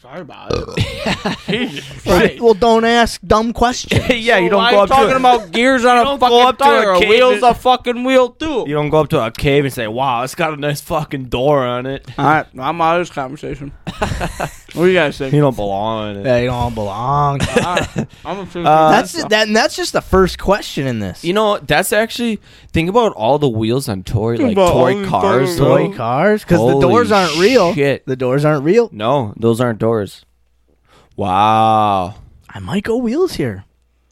Sorry about it. Jesus Christ. Well, don't ask dumb questions. yeah, you So don't why go you up talking to. about gears on a don't go fucking up to tire. a A cave wheel's and- a fucking wheel too. you don't go up to a cave and say, "Wow, it's got a nice fucking door on it." All right, I'm out of this conversation. what do you guys think? You don't belong in it. they don't belong. All right, I'm Uh, a that's that. And that's just the first question in this. You know, that's actually think about all the wheels on toy like about all toy these cars. fucking though. toy cars because the Holy doors aren't real. shit. The doors aren't real. No, those aren't doors. Wow. I might go wheels here.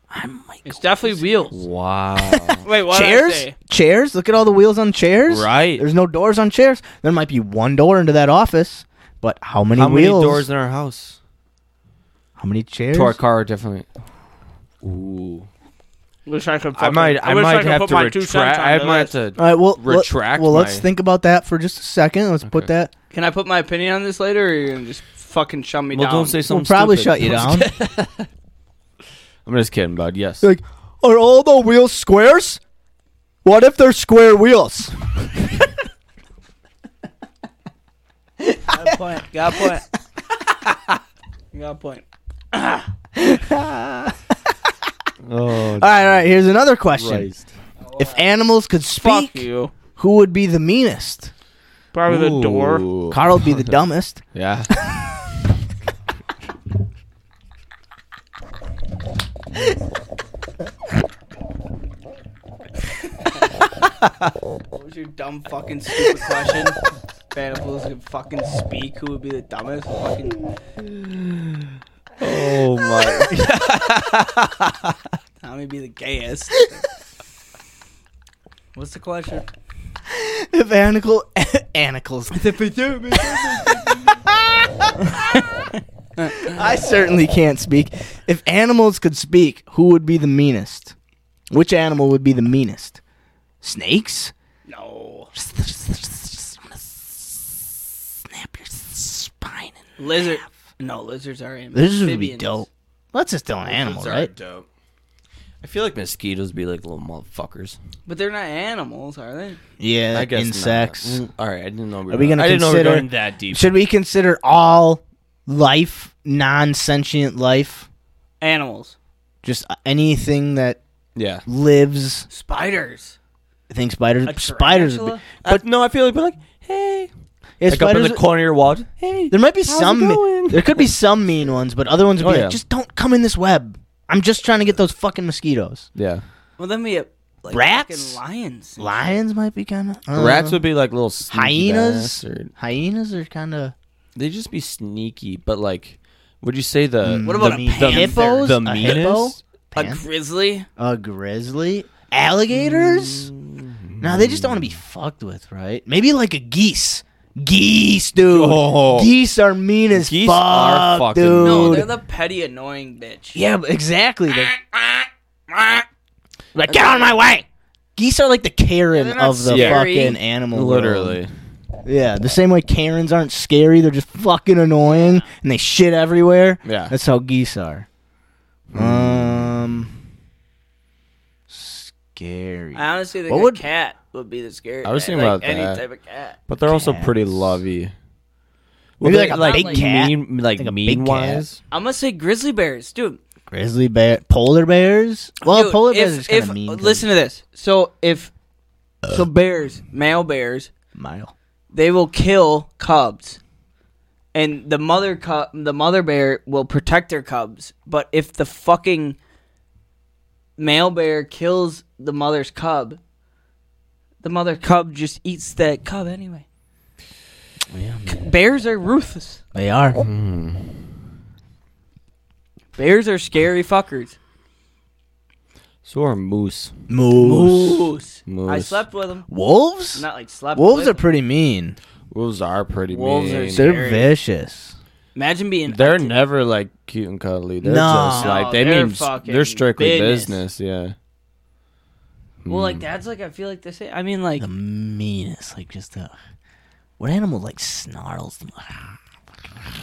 I might. It's definitely wheels. Wow. Wait, what Chairs, chairs. Look at all the wheels on chairs. Right. There's no doors on chairs. There might be one door into that office, but how many How many wheels? doors in our house? how many chairs? To our car, definitely. Ooh. Wish I could. I might. fucking- I, wish might could have put to my two cents retract. on I the might list. have to. All right. Well, let- Retract well, let's my- think about that for just a second. Let's put Okay. that. Can I put my opinion on this later, or are you gonna just fucking shut me Well, down? don't say We'll something. probably stupid. shut you down. I'm just kidding, bud. Yes. like, are all the wheels squares? What if they're square wheels? got a point. Got a point. You got a point. Oh, All right, all right. Here's another question: Christ. If animals could Fuck speak, you. who would be the meanest? Probably the door. Ooh. Carl would be the dumbest. Yeah. What was your dumb fucking stupid question? Bad fools could fucking speak. Who would be the dumbest fucking? Oh my! Tommy be the gayest. What's the question? If Anacle, Anacles. I certainly can't speak. If animals could speak, who would be the meanest? Which animal would be the meanest? Snakes? No. Snap your spine. And- Lizard. No, lizards are amphibians. this would be dope. Let's just do an animal, right? dope. I feel like mosquitoes be like little motherfuckers. But they're not animals, are they? Yeah, I guess not. insects. Mm, All right, I didn't know. We Are we going I gonna didn't know we were consider- going that deep. Should we consider all life non-sentient life? Animals. Just anything that yeah, lives. Spiders. I think spiders. A spiders. Would be, tarantula? but Uh, no, I feel like we're like hey, yeah, like up in spiders the corner of your wall. Hey, there might be it some. going? There could be some mean ones, but other ones would Oh, be yeah. like, just don't come in this web. I'm just trying to get those fucking mosquitoes. yeah. Well, then we have like Rats? fucking lions. Lions might be kind of Rats would be like little sneaky hyenas. bastard. Hyenas are kind of They just be sneaky, but like, would you say the Mm. What about the, a panther? hippos. the a meanest? hippo, A Pan- grizzly. a grizzly, alligators. Mm-hmm. No, they just don't want to be fucked with, right? Maybe like a geese. Geese, dude. Oh. Geese are mean as Geese fuck, are fucking- dude. No, they're the petty, annoying bitch. yeah, but exactly. They're- like, get out of my way. Geese are like the Karen They're not of the scary. fucking animal. world. Literally, Yeah, the same way Karens aren't scary, they're just fucking annoying and they shit everywhere. Yeah. That's how geese are. Hmm. Um scary. I honestly think What a would- cat would be the scary. I was cat. thinking Like, about any that. type of cat. but they're also pretty Cats. lovey. Maybe Well, like they- a big cat. mean, like, Like a big mean wise. I'm gonna say grizzly bears, dude. Grizzly bear, polar bears? Well, Dude, polar if- bears are just kind if- of mean. 'cause Listen to this. So if so, bears, male bears, it's mile. they will kill cubs, and the mother cub, the mother bear will protect their cubs. But if the fucking male bear kills the mother's cub, the mother cub just eats that cub anyway. Bears are ruthless. They are. Bears are scary fuckers. So are moose. Moose. Moose. I Moose. slept with them. Wolves? Not like slept. Wolves with are 'em. pretty mean. Wolves are pretty Wolves are mean. so- They're Scary. vicious. Imagine being they're never like cute and cuddly. They're No. just like No, they they're mean fucking they're strictly business. business. Yeah. Well, like that's like I feel like they say. I mean, like Mm. The meanest, like just a what animal like snarls the most?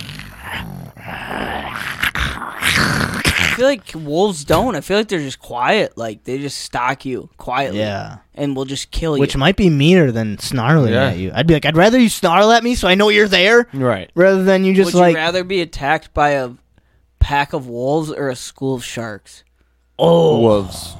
I feel like wolves don't. I feel like they're just quiet. Like they just stalk you quietly. Yeah. and will just kill you. Which might be meaner than snarling Yeah. at you. I'd be like, I'd rather you snarl at me so I know you're there Right. rather than you just would like, you rather be attacked by a pack of wolves or a school of sharks? oh, Wolves.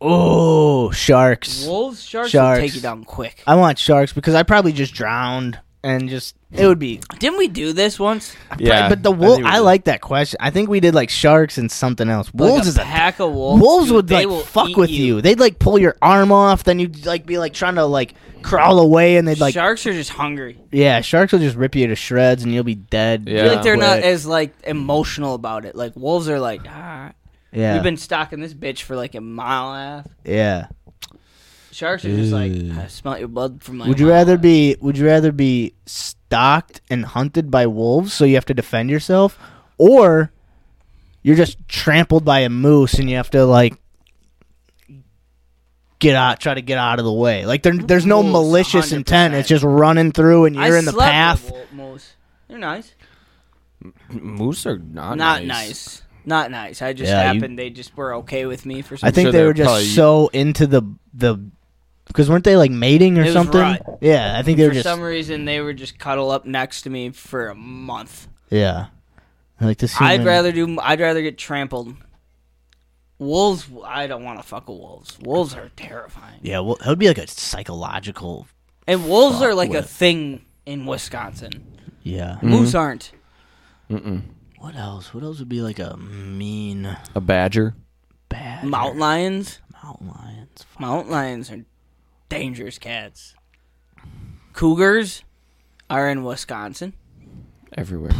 oh, sharks. Wolves, sharks, Sharks. will take you down quick. I want sharks because I probably just drowned and just it would be. Didn't we do this once? Yeah. but the think wolf, we I, did. like that question. I think we did like sharks and something else. Wolves like is a pack of wolves. wolves dude, would they like will fuck eat with you. They'd like pull your arm off, then you'd like be like trying to like crawl away, and they'd like sharks are just hungry. yeah, sharks will just rip you to shreds and you'll be dead. Yeah. I feel like they're not quick. as like emotional about it. Like wolves are like, ah, yeah, we've been stalking this bitch for like a mile and a half. yeah. Sharks are just like, I smell your blood from my. Would you mouth." rather be would you rather be stalked and hunted by wolves so you have to defend yourself or you're just trampled by a moose and you have to like get out try to get out of the way. Like there, there's no Wolves, malicious 100%. intent. It's just running through and you're I in the slept path. With wolf- moose. They're nice. Moose are not nice. Not nice. Not nice. I just Yeah, you- happened. They just were okay with me for some. I think sure they they're were just probably- so into the the because weren't they like mating or It was something? rut. Yeah, I think they were for just some reason they were just cuddle up next to me for a month. yeah. Like this. I'd human- rather do. I'd rather get trampled. Wolves. I don't want to fuck with wolves. Wolves are terrifying. yeah. Well, it would be like a psychological. And wolves are like a thing in Wisconsin. Yeah. Moose aren't. What else? What else would be like a mean A badger. bad Mountain lions. Mountain lions. Mountain lions are dangerous cats. Cougars are in Wisconsin. everywhere.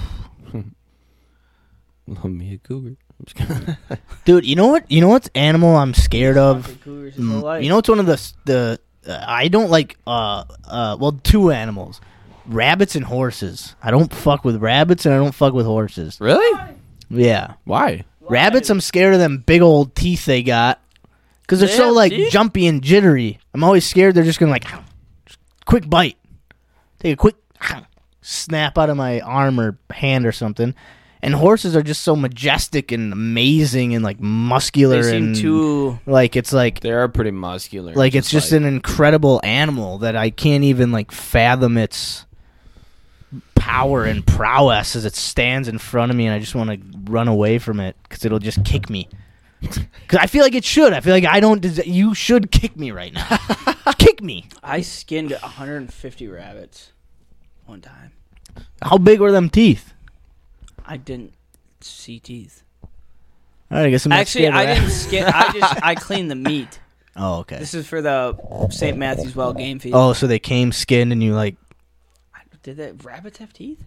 Love me a cougar. I'm just kidding. Dude, you know what? You know what's animal I'm scared of? Cougars Mm, You know, it's one of the s- the uh, I don't like uh uh well two animals, rabbits and horses. I don't fuck with rabbits and I don't fuck with horses. really? Yeah, Why? rabbits. I'm scared of them big old teeth they got because they're Yeah, so like see? jumpy and jittery. I'm always scared they're just gonna like just quick bite, take a quick snap out of my arm or hand or something. And horses are just so majestic and amazing and like muscular they seem and too. like it's like They are pretty muscular. like it's just an incredible animal that I can't even like fathom its power and prowess as it stands in front of me, and I just want to run away from it because it'll just kick me. Because I feel like it should. I feel like I don't. Des- you should kick me right now. kick me. I skinned 150 rabbits one time. How big were them teeth? I didn't see teeth. All right, I guess I'm not Actually, scared of I that. didn't skin. I just I cleaned the meat. Oh, okay. This is for the St. Matthew's Well game feed. Oh, so they came skinned, and you like. Did that rabbits have teeth?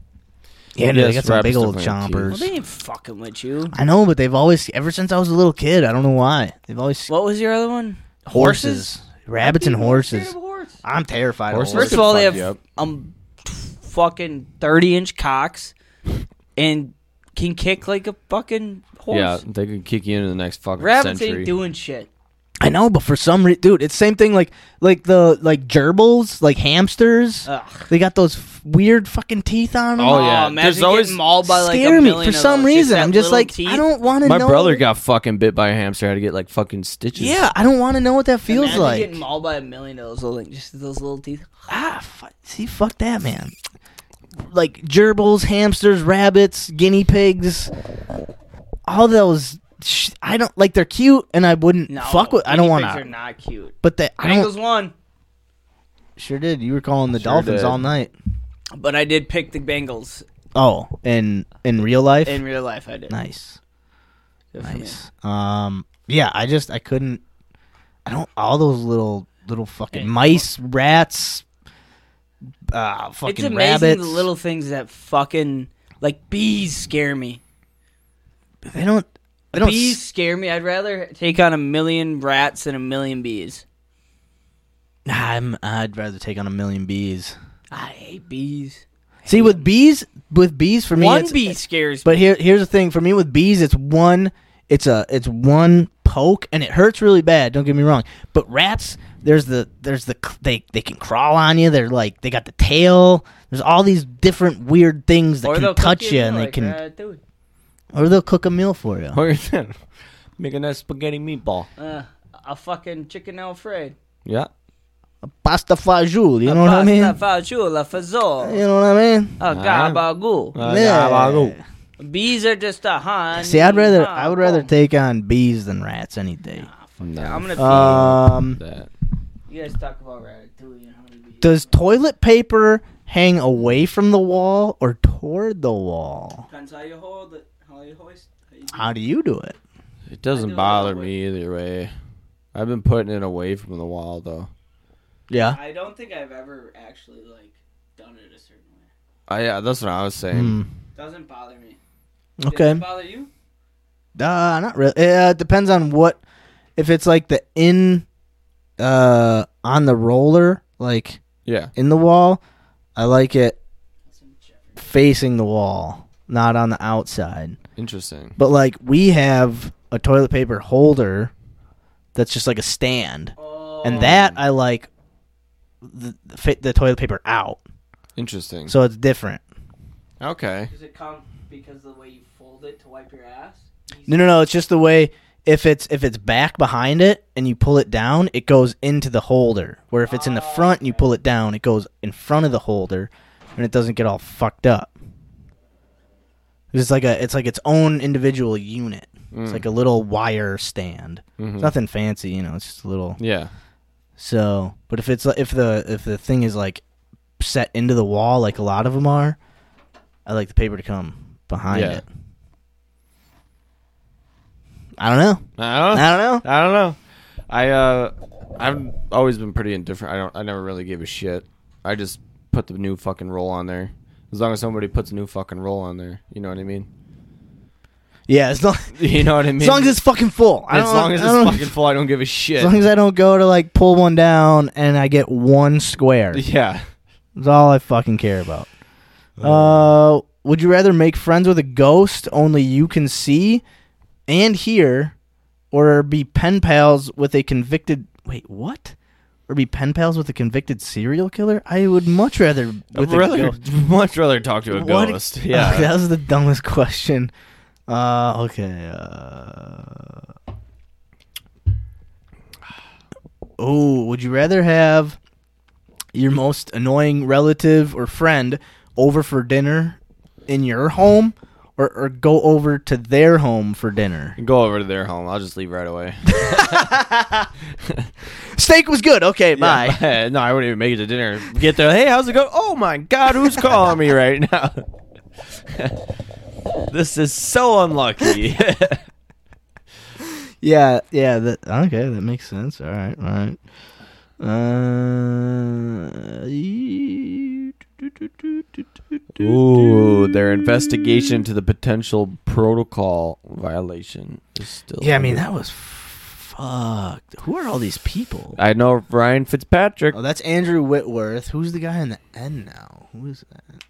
Yeah, dude, they Yes, got some big rabbits old definitely have chompers. Well, they ain't fucking with you. I know, but they've always, ever since I was a little kid, I don't know why. They've always What was your other one? horses, rabbits, and horses. I'm terrified. Horses. First of all, they fuck have you up. um t- fucking thirty inch cocks and can kick like a fucking horse. yeah. They could kick you into the next fucking Rabbits century. ain't doing shit. I know, but for some reason, dude, it's same thing. Like, like the like gerbils, like hamsters. Ugh. They got those f- weird fucking teeth on them. Oh, yeah. imagine There's getting always- mauled by like a Scare me million for of some those. Just reason. that I'm just little like, teeth. I don't want to. My know. brother got fucking bit by a hamster. Had to get like fucking stitches. Yeah, I don't want to know what that feels Imagine like. getting mauled by a million of those little, like, just those little teeth. Ah, fu- see, fuck that, man. Like gerbils, hamsters, rabbits, guinea pigs, all those. Sh- I don't like. They're cute, and I wouldn't No, fuck with. I don't guinea want pigs Are to. not cute. But they, I Bengals don't. won, Sure did. You were calling the Dolphins did. all night. but I did pick the Bengals Oh, and in real life, in Oh, real life. I did. nice. Good for me. Nice. Um. Yeah, I just I couldn't. I don't. All those little little fucking Hey. mice, rats, uh, fucking It's amazing rabbits. the little things that fucking like bees scare me. they don't. They don't. bees s- scare me. I'd rather take on a million rats than a million bees. Nah, I'm, I'd rather take on a million bees. I hate bees. See, with bees, with bees for me, One it's- bee scares me. But here, here's the thing for me with bees, it's one, it's a, it's one poke, and it hurts really bad. Don't get me wrong. But rats, there's the, there's the, c- they, they can crawl on you. They're like, they got the tail. There's all these different weird things that they'll can touch cook you, and they like, can, "Uh, dude, or they'll cook a meal for you. Making that spaghetti meatball. uh, a fucking chicken alfredo. Yeah. Pasta fagioli, you know what I mean? Pasta, fagioli, You fagioli, know what I mean? a gabagool. Uh, Yeah. gabagool. Bees are just a hun. See, I'd rather, I would rather take on bees than rats any day. I'm gonna. Um, That. pee. you guys talk about ratatouille and how many bees. does toilet paper hang away from the wall or toward the wall? Depends how you hold it, how you hoist. How you How do you do it? It I doesn't do it all bother the way. me either way. I've been putting it away from the wall though. Yeah. I don't think I've ever actually like done it a certain way. I, yeah, that's what I was saying. Hmm. Doesn't bother me. Mm. Okay. Uh, bother you? not really. Uh, It depends on what. If it's like the in, uh, on the roller, like Yeah. in the wall, I like it facing the wall, not on the outside. Interesting. But like we have a toilet paper holder that's just like a stand, Oh, and that I like the, fit the toilet paper out, Interesting. so it's different. okay. Does it come because of the way you fold it to wipe your ass? No, no, no. It's just the way if it's if it's back behind it and you pull it down, it goes into the holder. Where if it's in the front and you pull it down, it goes in front of the holder, and it doesn't get all fucked up. It's like a it's like its own individual unit. It's like a little wire stand. It's nothing fancy, you know. It's just a little. Mm-hmm. Yeah. So, but if it's like if the if the thing is like set into the wall, like a lot of them are, I like the paper to come behind Yeah. it. I don't know. I don't. I don't know. I don't know. I uh, I've always been pretty indifferent. I don't. I never really gave a shit. I just put the new fucking roll on there. As long as somebody puts a new fucking roll on there, you know what I mean. Yeah, as long, You know what I mean. as long as it's fucking full. I as don't- long as I it's don't- fucking full, I don't give a shit. As long as I don't go to like pull one down and I get one square. yeah. That's all I fucking care about. Uh, would you rather make friends with a ghost only you can see and hear, or be pen pals with a convicted? Wait, what? Or be pen pals with a convicted serial killer? I would much rather with I'd rather, a ghost. much rather talk to a What- ghost. Okay, Yeah. that was the dumbest question. Uh, okay. Uh, oh, would you rather have your most annoying relative or friend over for dinner in your home, or, or go over to their home for dinner? Go over to their home. I'll just leave right away. Steak was good. Okay, bye. Yeah, no, I wouldn't even make it to dinner. Get there. Hey, how's it going? Oh my God, who's calling me right now? this is so unlucky. Yeah, yeah. That okay. That makes sense. All right, all right. Uh, Ooh, their investigation to the potential protocol violation is still. yeah, I mean that was fucked. Who are all these people? I know Ryan Fitzpatrick. Oh, that's Andrew Whitworth. Who's the guy in the end now? Who is that?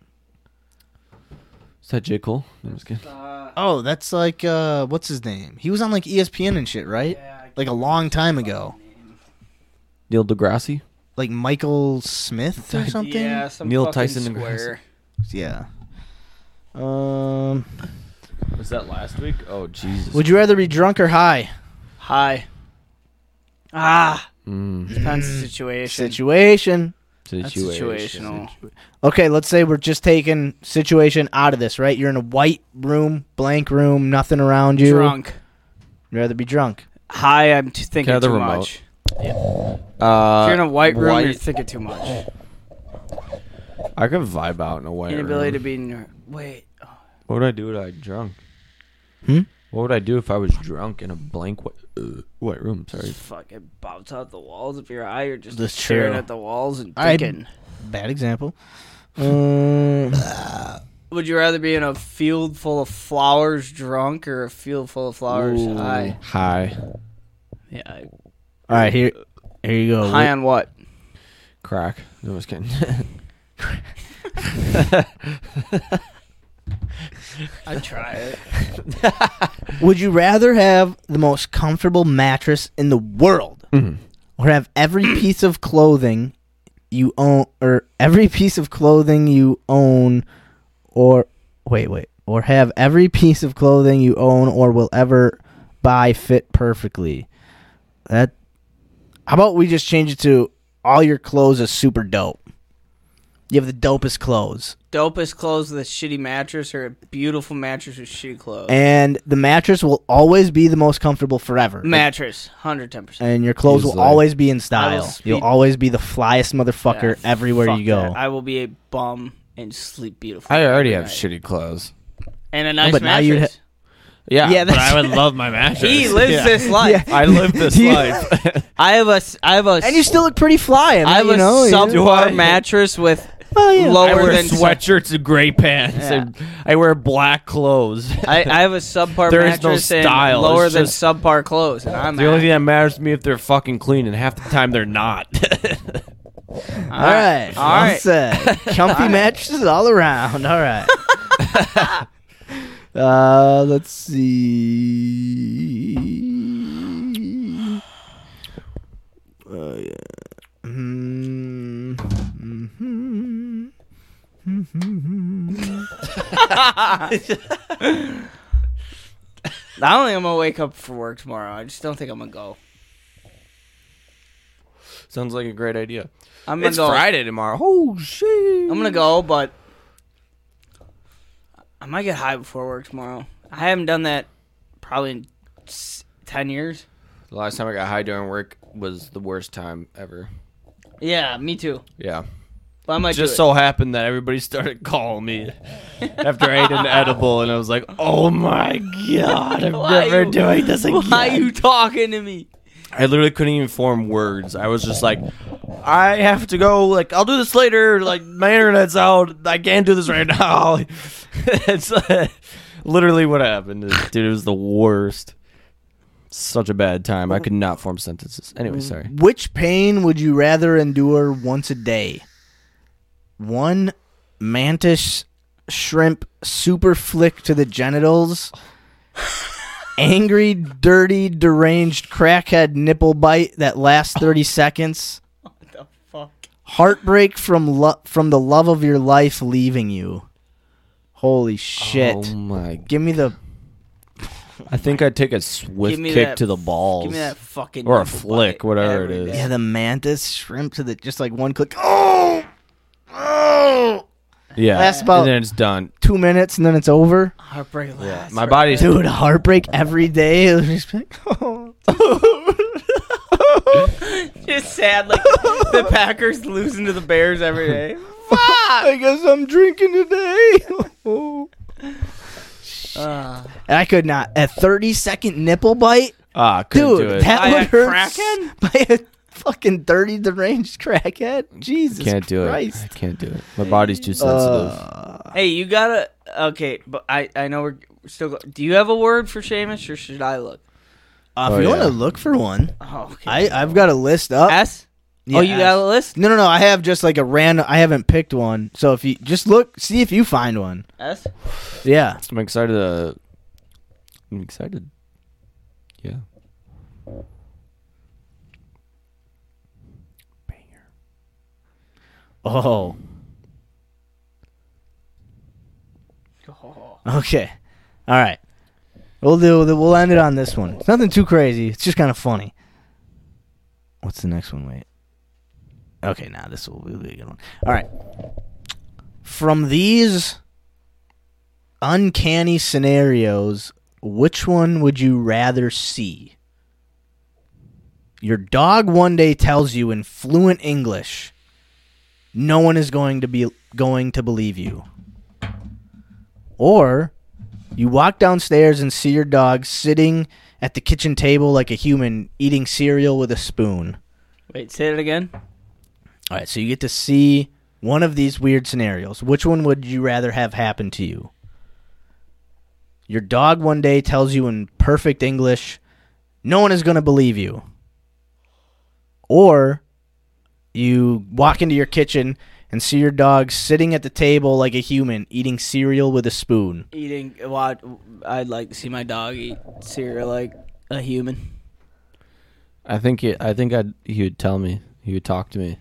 Is that J Cole? No, I'm just kidding. Oh, that's like uh, what's his name? He was on like E ESPN and shit, right? Like a long time ago. Neil DeGrassi. Like Michael Smith or something. Yeah, some Neil fucking Tyson and square. Yeah. Um, Was that last week? Oh Jesus. would you rather be drunk or high? Hi. Ah, mm, depends the situation. Situation. That's situation. situational. Okay, let's say we're just taking situation out of this, right? You're in a white room, blank room, nothing around you. Drunk. You'd rather be drunk. Hi, I'm t- thinking have the too remote? much. Uh, If you're in a white room, you're white- thinking too much. I could vibe out in a white Inability to room. be in. Wait. What would I do if I drunk? Hmm? What would I do if I was drunk in a blank white, uh, white room? Sorry. fucking bounce out the walls of your eye or just That's staring true. at the walls and I'd- thinking. Bad example. Um, Would you rather be in a field full of flowers drunk or a field full of flowers high? Hi. Yeah. all right, here, here you go. High on what? Crack. No, I was kidding. I'd try it. Would you rather have the most comfortable mattress in the world, or have every piece of clothing you own, or every piece of clothing you own, or wait, wait, or have every piece of clothing you own or will ever buy fit perfectly? That. How about we just change it to all your clothes is super dope. You have the dopest clothes. Dopest clothes with a shitty mattress or a beautiful mattress with shitty clothes? and the mattress will always be the most comfortable forever. mattress, 110%. and your clothes will Easily. always be in I style. will You'll speed- always be the flyest motherfucker Yeah, everywhere fuck you go. that. I will be a bum and sleep beautiful. I already have Right. shitty clothes. And a nice but now mattress. you'd Yeah, Yeah, that's- would love my mattress. he lives this life. I live this You- life. I have a, s- I have a, and you still look pretty fly. I, mean, I have you a know, you- Do I? subpar mattress with Oh, yeah. I lower wear than sweatshirts and gray pants. Yeah. And I wear black clothes. I, I have a subpar There is no mattress style, and lower it's than just- subpar clothes, and I'm the only thing out. that matters to me if they're fucking clean, and half the time they're not. All right. All All right. right. Comfy mattresses all around. All right. uh, let's see. Uh, yeah. Mm, mhm. I don't think I'm gonna wake up for work tomorrow. I just don't think I'm gonna go. Sounds like a great idea. I'm gonna It's go. Friday tomorrow. Oh shit! I'm gonna go, but I might get high before work tomorrow. I haven't done that probably in s- ten years. The last time I got high during work was the worst time ever. Yeah, me too. Yeah. But I might do just it. so happened that everybody started calling me after I ate an edible, and I was like, "Oh my god, I'm Why never you- doing this again." Why are you talking to me? I literally couldn't even form words. I was just like, I have to go. Like, I'll do this later. Like, my internet's out. I can't do this right now. it's uh, literally what happened, dude. It was the worst. Such a bad time. I could not form sentences. Mm. Anyway, sorry. Which pain would you rather endure once a day? One mantis shrimp super flick to the genitals, angry, dirty, deranged crackhead nipple bite that lasts 30 seconds, heartbreak from lo- from the love of your life leaving you. Holy shit. Oh my! Give me the I think I'd take a swift Give me kick that- to the balls, Give me that fucking or a nipple flick, bite whatever it every is. day. yeah, the mantis shrimp to the just like one click. Oh. Oh. Yeah, Last about- and then it's done. 2 minutes and then it's over. Heartbreak lasts My body's Dude, heartbreak every day. It was just like, oh. Just sad, like the Packers losing to the Bears every day. I guess I'm drinking today. Uh, and I could not. A 30 second nipple bite? ah, couldn't Dude, do it. that By would a hurt. Kraken? By a fucking dirty deranged crackhead? Jesus can't do Christ. it. I can't do it. My body's too sensitive. Uh, hey, you gotta. Okay, but I I know we're still. Go- Do you have a word for Seamus, or should I look? uh, if Oh, you want yeah. to look for one, Oh, okay. I, I've got a list uh, up. S. Yeah, oh, you ask. got a list. No, no, no. I have just like a random. I haven't picked one. So if you just look, see if you find one. S. Yeah. I'm excited. Uh, I'm excited. Yeah. Oh. Okay. All right. We'll do. the- We'll end it on this one. It's nothing too crazy. It's just kind of funny. What's the next one? Wait. Okay, now this will be a good one. All right. From these uncanny scenarios, which one would you rather see? Your dog one day tells you in fluent English, no one is going to be going to believe you. Or you walk downstairs and see your dog sitting at the kitchen table like a human eating cereal with a spoon. Wait, say it again. All right, so you get to see one of these weird scenarios. Which one would you rather have happen to you? Your dog one day tells you in perfect English, no one is going to believe you. Or you walk into your kitchen and see your dog sitting at the table like a human eating cereal with a spoon. Eating. Well, I'd like to see my dog eat cereal like a human. I think it, I think I'd, he would tell me. He would talk to me.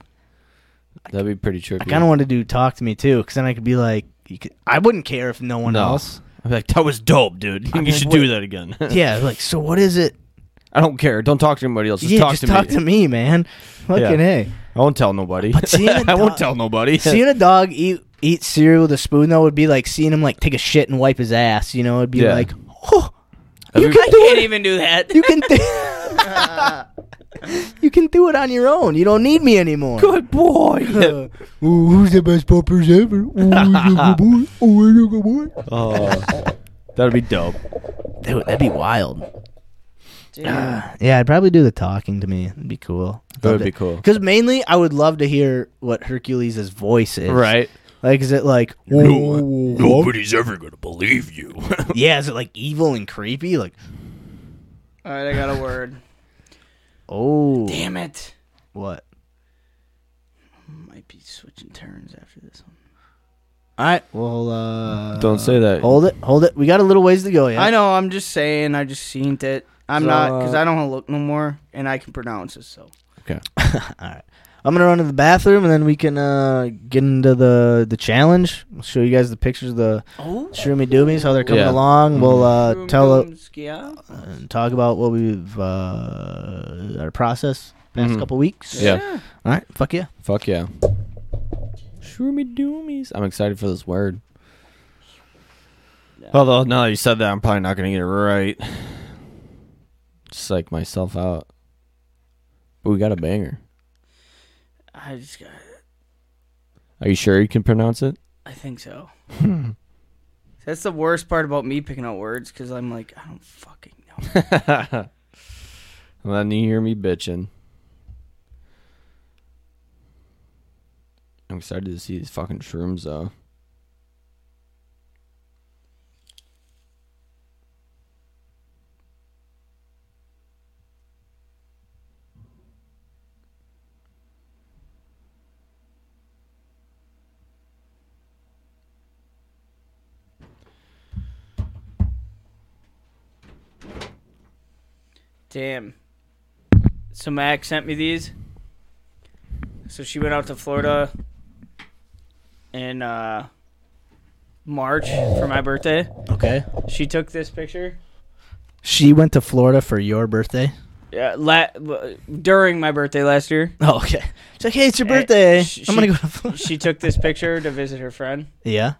That'd be pretty trippy. I kind of want to do talk to me too, because then I could be like, you could, I wouldn't care if no one No. else. I'd be like, that was dope, dude. you should do that again. Yeah, like, so what is it? I don't care. Don't talk to anybody else. Just yeah, talk just to talk me. to me, man. Fucking Yeah. hey. I won't tell nobody. But seeing a I won't dog- tell nobody. Seeing a dog eat eat cereal with a spoon though would be like seeing him like take a shit and wipe his ass. You know, it'd be Yeah. like, oh, Have you you- can do Can't it. even do that. You can do. you can do it on your own. You don't need me anymore. Good boy. who's the best poppers ever? oh, that'd be dope. Dude, that'd be wild. yeah, I'd probably do the talking to me. It'd be cool. That would be cool. Because mainly, I would love to hear what Hercules' voice is. Right. Like, is it like Nobody's ever gonna believe you. Yeah, is it like evil and creepy? Like, All right, I got a word. oh, Damn it. what? Might be switching turns after this one. All right, well, uh, Don't say that. Hold it, hold it. We got a little ways to go. Yeah, I know. I'm just saying. I just seen it. I'm So, not because uh, I don't look no more, and I can pronounce it. So Okay. I'm gonna run to the bathroom and then we can uh, get into the the challenge. I'll show you guys the pictures of the oh, Shroomy Doomies how they're coming Yeah. along. We'll uh, tell yeah. and talk about what we've uh, our process past Mhm. couple weeks. Yeah. All right. Fuck yeah. Fuck yeah. Shroomy doomies. I'm excited for this word. Although now that you said that, I'm probably not gonna get it right. Psych myself out. But we got a banger. I just got. Are you sure you can pronounce it? I think so. That's the worst part about me picking out words because I'm like I don't fucking know. That's And then you hear me bitching. I'm excited to see these fucking shrooms though. Damn. So Mac sent me these. So she went out to Florida in uh, March for my birthday. Okay. She took this picture. She went to Florida for your birthday. Yeah, uh, la- during my birthday last year, Oh, okay. She's like, hey, it's your Eh, birthday. sh- I'm gonna she- go to Florida. she took this picture to visit her friend, yeah.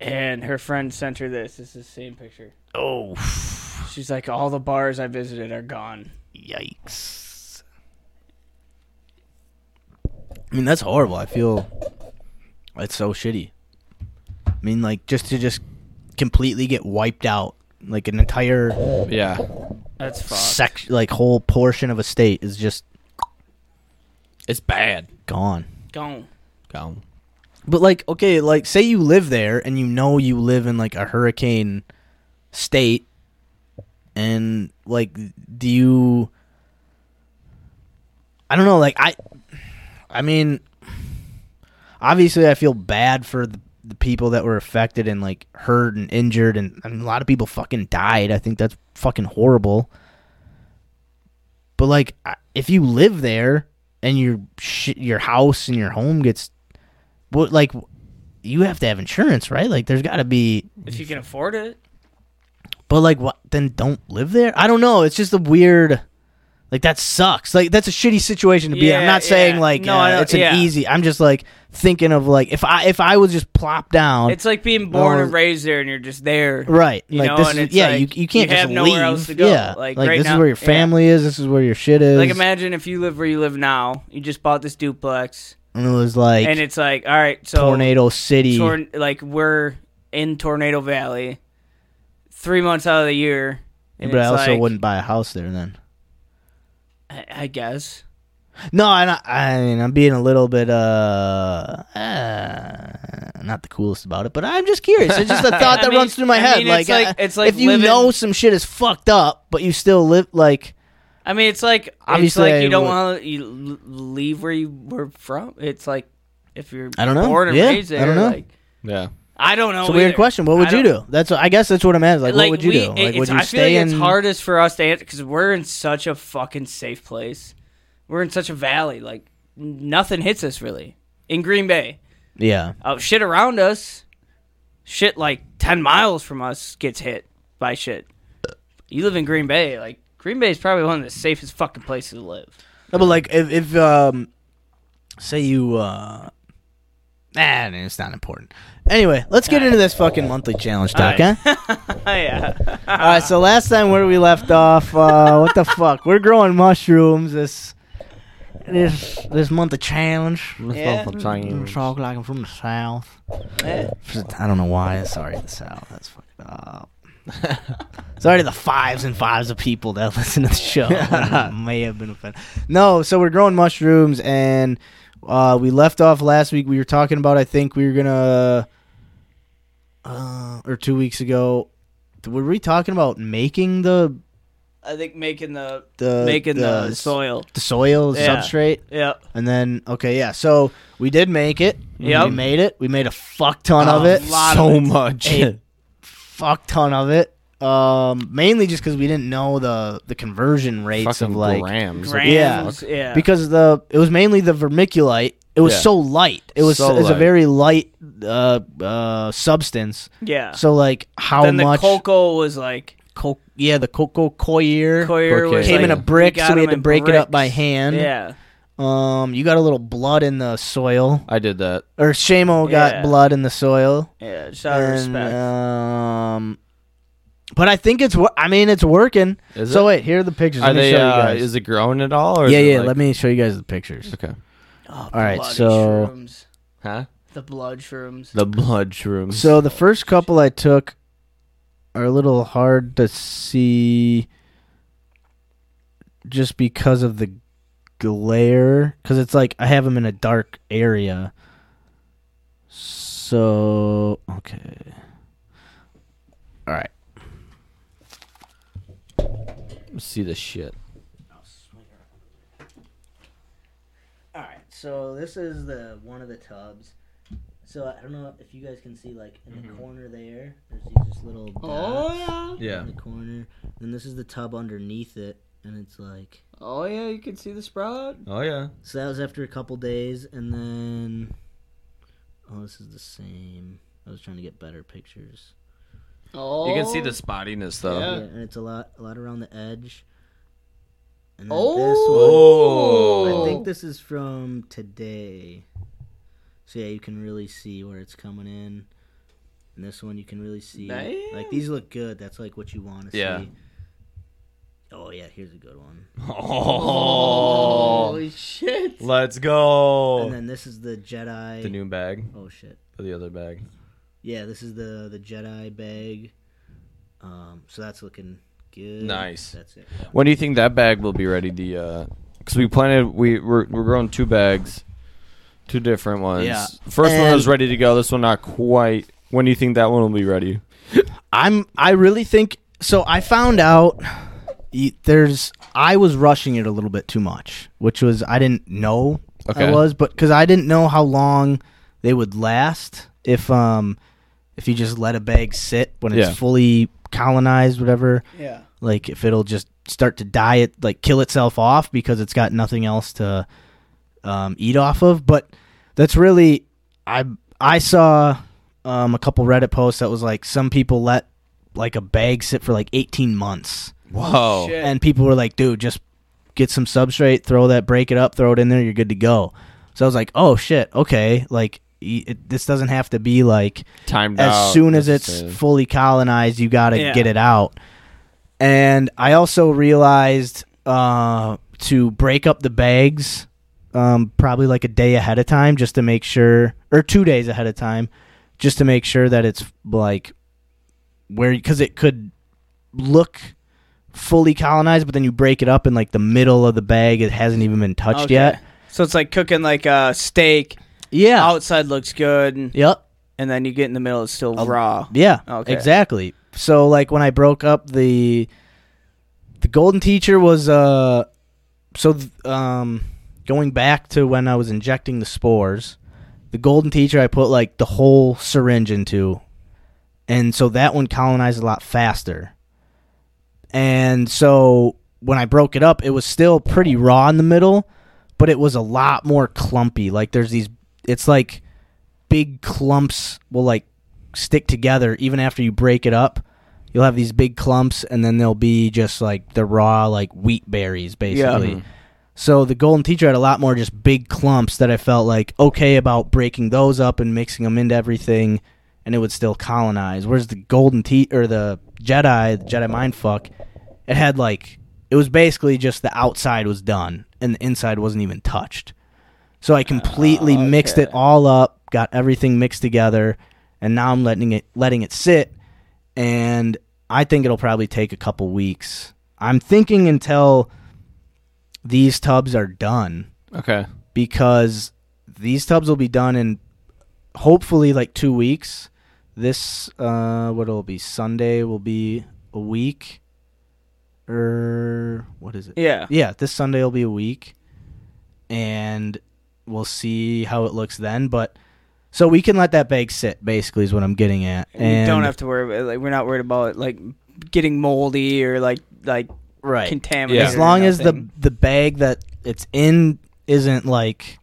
and her friend sent her this. It's the same picture. Oh, She's like, all the bars I visited are gone. yikes. I mean, that's horrible. I feel it's so shitty. I mean, like just to just completely get wiped out, like an entire Yeah. That's fucked. section, like whole portion of a state is just It's bad. gone. Gone. Gone. But like, okay, like say you live there and you know you live in like a hurricane state, and like, do you? I don't know. Like I, I mean, obviously I feel bad for the, the people that were affected and like hurt and injured, and I mean, a lot of people fucking died. I think that's fucking horrible. But like, I- if you live there and your shit, your house and your home gets what like you have to have insurance, right? Like there's got to be If you can afford it. but like what then don't live there? I don't know. It's just a weird like that sucks. Like that's a shitty situation to be in. I'm Yeah, not saying yeah. like No, uh, I know- it's an yeah. easy. I'm just like thinking of like if I if I was just plop down It's like being born No. and raised there, and you're just there. Right, you like know, this and is it's yeah. like, you you can't you just have nowhere leave. else to go. Yeah, Like, like, right this now- is where your yeah. family is. This is where your shit is. Like imagine if you live where you live now. You just bought this duplex, and it was like and it's like, all right, so tornado city. Torn, like we're in Tornado Valley, three months out of the year. and but I it's also like, wouldn't buy a house there then. I, I guess. No, I, not, I mean I'm being a little bit uh, uh not the coolest about it, but I'm just curious. It's just a thought I that mean- runs through my I head. mean, like, it's like- uh, it's like if you living- know some shit is fucked up, but you still live like I mean, it's like Obviously, it's like I you don't would- want to leave where you were from. It's like if you're I don't know. born and Yeah, raised I there. don't know. Like, Yeah. I don't know. it's a weird either. question. What Oh, I would you don't- do? That's what, I guess that's what I'm asking. Like, what would you we- do? it- Like, would it's- you I stay feel like in? It's hardest for us to answer because we're in such a fucking safe place. We're in such a valley. Like nothing hits us really in Green Bay. Yeah, Uh, shit around us, shit like ten miles from us gets hit by shit. You live in Green Bay. Like Green Bay is probably one of the safest fucking places to live. no, but like if if um, say you uh. eh, Nah, nah, it's not important. Anyway, let's get into this fucking monthly challenge talk, Alright. huh? Oh, yeah. All right, so last time where we left off, uh, what the fuck? We're growing mushrooms this this this month of challenge. Yeah. I'm talk like I'm from the south. I don't know why. Sorry, the south. That's fucked up. Sorry to the fives and fives of people that listen to the show. that may have been offended. No, so we're growing mushrooms, and uh, we left off last week. We were talking about. I think we were gonna, uh, or two weeks ago, were we talking about making the I think making the, the making the, s- soil. the soil Yeah. substrate? Yeah. And then okay, yeah. So we did make it. Yeah, Yep. We made it. We made a fuck ton of it. lot so of it. much. A fuck ton of it. Um, mainly just because we didn't know the the conversion rates Fucking of like grams. Grams. Yeah. because the it was mainly the vermiculite. It was Yeah. so light. It was So it was a light. very light uh uh substance. yeah. So like how then the much? cocoa was like co- yeah, the cocoa coir Coir Cocaine. was came like, in a brick, got so we them had to in break it up bricks. by hand. Yeah, Um, you got a little blood in the soil, I did that. or Shamo Yeah. got blood in the soil. yeah. Shout out And, uh, respect. Um, but I think it's. wor- I mean, it's working. Is so it? wait, here are the pictures. Are Let me they? show you Uh, guys. is it growing at all? Or is yeah, it yeah. like- let me show you guys the pictures. Okay. all right, so- Oh, shrooms. Huh? the blood shrooms. The blood shrooms. So the first couple I took are a little hard to see. just because of the glare because it's like I have them in a dark area. So okay, all right. Let's see this shit. All right, so this is the one of the tubs. So I don't know if you guys can see, like in the corner there, there's these just little dots Oh yeah. Yeah. in the corner. Then this is the tub underneath it, and it's like Oh yeah. You can see the sprout. Oh yeah. so that was after a couple days, and then oh, this is the same. I was trying to get better pictures. Oh. You can see the spottiness though. Yeah. Yeah, and it's a lot, a lot around the edge. And then Oh. this one, I think this is from today. So yeah, you can really see where it's coming in. And this one, you can really see. Like these look good. That's like what you want to Yeah. see. Oh yeah, here's a good one. Oh. Holy shit. Let's go. And then this is the Jedi. Oh. the new bag oh shit. or the other bag. Yeah, this is the the Jedi bag. Um, so that's looking good. Nice. That's it. When do you think that bag will be ready? The uh, because we planted we we're, we're growing two bags, two different ones. Yeah. First one And- was ready to go. This one not quite. When do you think that one will be ready? I'm I really think so I found out y- there's I was rushing it a little bit too much, which was I didn't know Okay. I was but cuz I didn't know how long they would last if um if you just let a bag sit when it's Yeah. fully colonized whatever Yeah. like if it'll just start to die it like kill itself off because it's got nothing else to um, eat off of but that's really i i saw um, a couple reddit posts that was like some people let like a bag sit for like 18 months Whoa. Shit. and people were like dude just get some substrate throw that break it up throw it in there you're good to go so i was like oh shit okay like y- it, this doesn't have to be like Timed as out, soon as it's necessarily. fully colonized, you got to Yeah. get it out. And I also realized uh, to break up the bags um, probably like a day ahead of time just to make sure, or two days ahead of time, just to make sure that it's like where, because it could look fully colonized, but then you break it up in like the middle of the bag, it hasn't even been touched Okay. yet. So it's like cooking like a steak. Yeah. Outside looks good, and, Yep. and then you get in the middle, it's still raw. Yeah. Okay. Exactly. So like when I broke up the the golden teacher was uh so th- um going back to when I was injecting the spores, the golden teacher I put like the whole syringe into. And so that one colonized a lot faster. And so when I broke it up, it was still pretty raw in the middle, but it was a lot more clumpy. Like there's these it's like big clumps will like stick together even after you break it up. You'll have these big clumps, and then they'll be just like the raw like wheat berries, basically. So the golden teacher had a lot more just big clumps that I felt like okay about breaking those up and mixing them into everything, and it would still colonize. Whereas the golden te- or the Jedi, the Jedi mindfuck, it had like it was basically just the outside was done and the inside wasn't even touched. So I completely mixed it all up, got everything mixed together, and now I'm letting it letting it sit. And I think it'll probably take a couple weeks. I'm thinking until these tubs are done Okay. because these tubs will be done in hopefully like two weeks. This uh, what will be Sunday will be a week, or what is it? Yeah. yeah, this Sunday will be a week, and we'll see how it looks then. But so we can let that bag sit. Basically, is what I'm getting at. we don't have to worry about like we're not worried about like getting moldy or like like right. contaminated. Yeah. as long or as the nothing. the bag that it's in isn't like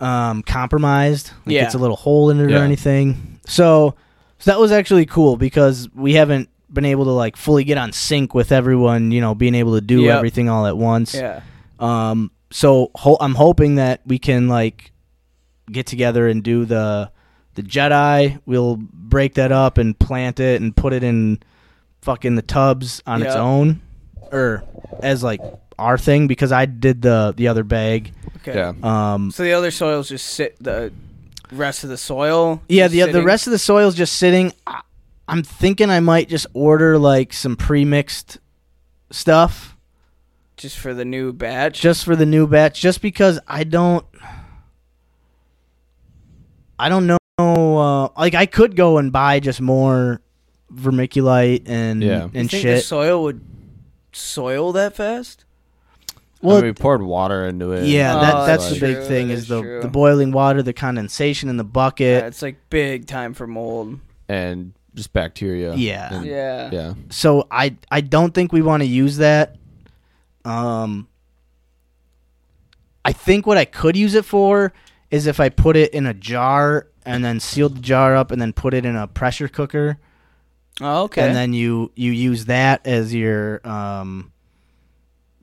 um compromised like Yeah. it's a little hole in it Yeah. or anything so, so that was actually cool because we haven't been able to like fully get on sync with everyone you know being able to do Yep. everything all at once yeah um so ho- i'm hoping that we can like get together and do the the jedi we'll break that up and plant it and put it in fucking the tubs on its Yeah. own or as like our thing because i did the the other bag okay Yeah. um so the other soils just sit the rest of the soil yeah is the the sitting- rest of the soil's just sitting I, i'm thinking i might just order like some pre-mixed stuff just for the new batch. just for the new batch just because I don't I don't know uh, like I could go and buy just more vermiculite and Yeah. you and think the shit. soil would soil that fast? Well, Well, we poured water into it. yeah, Oh, that, that's that's the big true, thing that is is the true. the boiling water, the condensation in the Yeah. bucket. it's like big time for mold. and just bacteria. Yeah. And- Yeah. yeah. So I I don't think we want to use that. Um I think what I could use it for is if I put it in a jar and then seal the jar up and then put it in a pressure cooker. Oh, okay. and then you you use that as your um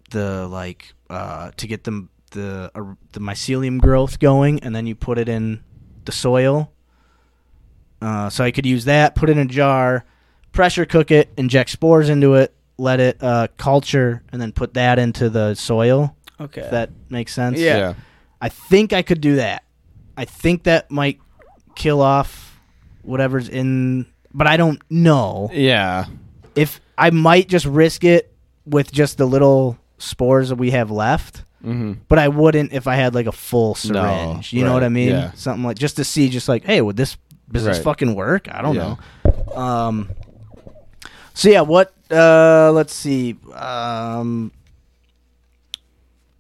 the like uh to get the the uh, the mycelium growth going and then you put it in the soil uh so i could use that put it in a jar pressure cook it inject spores into it let it uh culture and then put that into the soil okay. if that makes sense Yeah. i think i could do that i think that might kill off whatever's in but i don't know Yeah. Yeah. if I might just risk it with just the little spores that we have left, hmm but I wouldn't if I had like a full syringe. you know what right, I mean? yeah. Something like just to see, just like, hey, would this does this Right. fucking work? I don't Yeah. know. Um. So yeah, what? Uh, let's see. Um.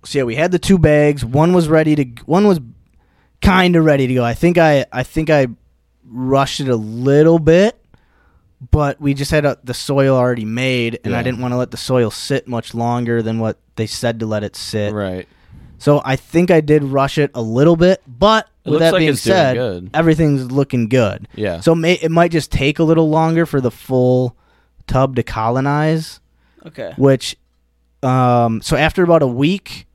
So yeah, we had the two bags. One was ready to. One was kind of ready to go. I think I. I think I rushed it a little bit, but we just had uh the soil already made, and I Yeah. didn't want to let the soil sit much longer than what they said to let it sit. Right. So I think I did rush it a little bit, but It looks with that like being it's doing said, good. everything's looking good. Yeah. So may, it might just take a little longer for the full tub to colonize, okay. which um so after about a week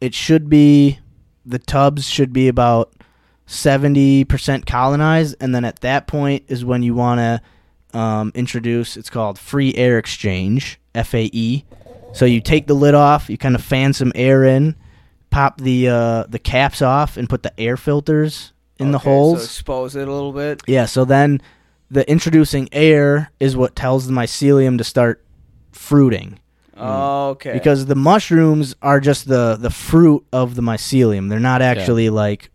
it should be the tubs should be about 70% colonized and then at that point is when you want to um, introduce it's called free air exchange FAE so you take the lid off you kind of fan some air in pop the uh, the caps off and put the air filters in the Okay, so holes expose it a little bit. yeah, so then the introducing air is what tells the mycelium to start fruiting Oh, okay. Mm. because the mushrooms are just the the fruit of the mycelium. They're not actually like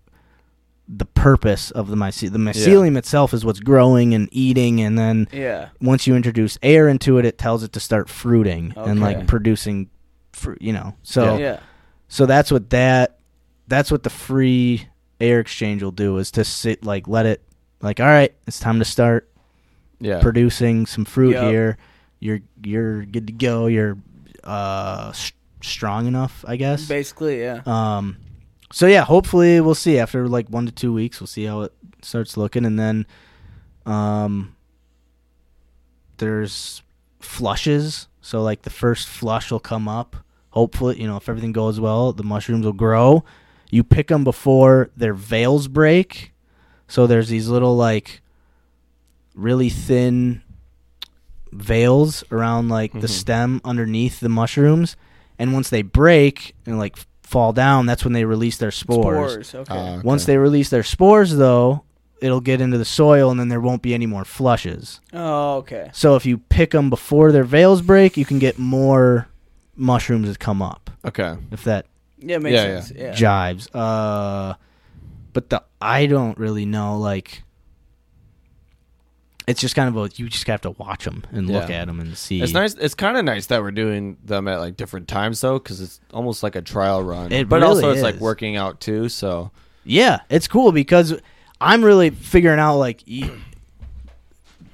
the purpose of the mycelium. The mycelium itself is what's growing and eating and then yeah. once you introduce air into it, it tells it to start fruiting and Okay. like producing fruit, you know. So yeah. so that's what that that's what the free air exchange will do is to sit like let it like all right, it's time to start yeah. producing some fruit Yep. here. You're you're good to go. You're uh s- strong enough, I guess. Basically, yeah. Um so yeah, hopefully we'll see after like 1 to 2 weeks, we'll see how it starts looking and then um there's flushes. So like the first flush will come up. Hopefully, you know, if everything goes well, the mushrooms will grow. You pick them before their veils break. So there's these little like really thin veils around like the stem underneath the mushrooms, and once they break and like f- fall down, that's when they release their spores. Okay. Ah, okay. Once they release their spores, though, it'll get into the soil, and then there won't be any more flushes. oh, okay. So if you pick them before their veils break, you can get more mushrooms that come up. Okay. If that Yeah, makes Yeah, yeah. sense. Yeah. jives. Uh, but the I don't really know. Like, it's just kind of a you just have to watch them and look Yeah. at them and see. It's nice. It's kind of nice that we're doing them at like different times though, because it's almost like a trial run. It but also, really it's like is. working out too. So Yeah, it's cool because I'm really figuring out like y-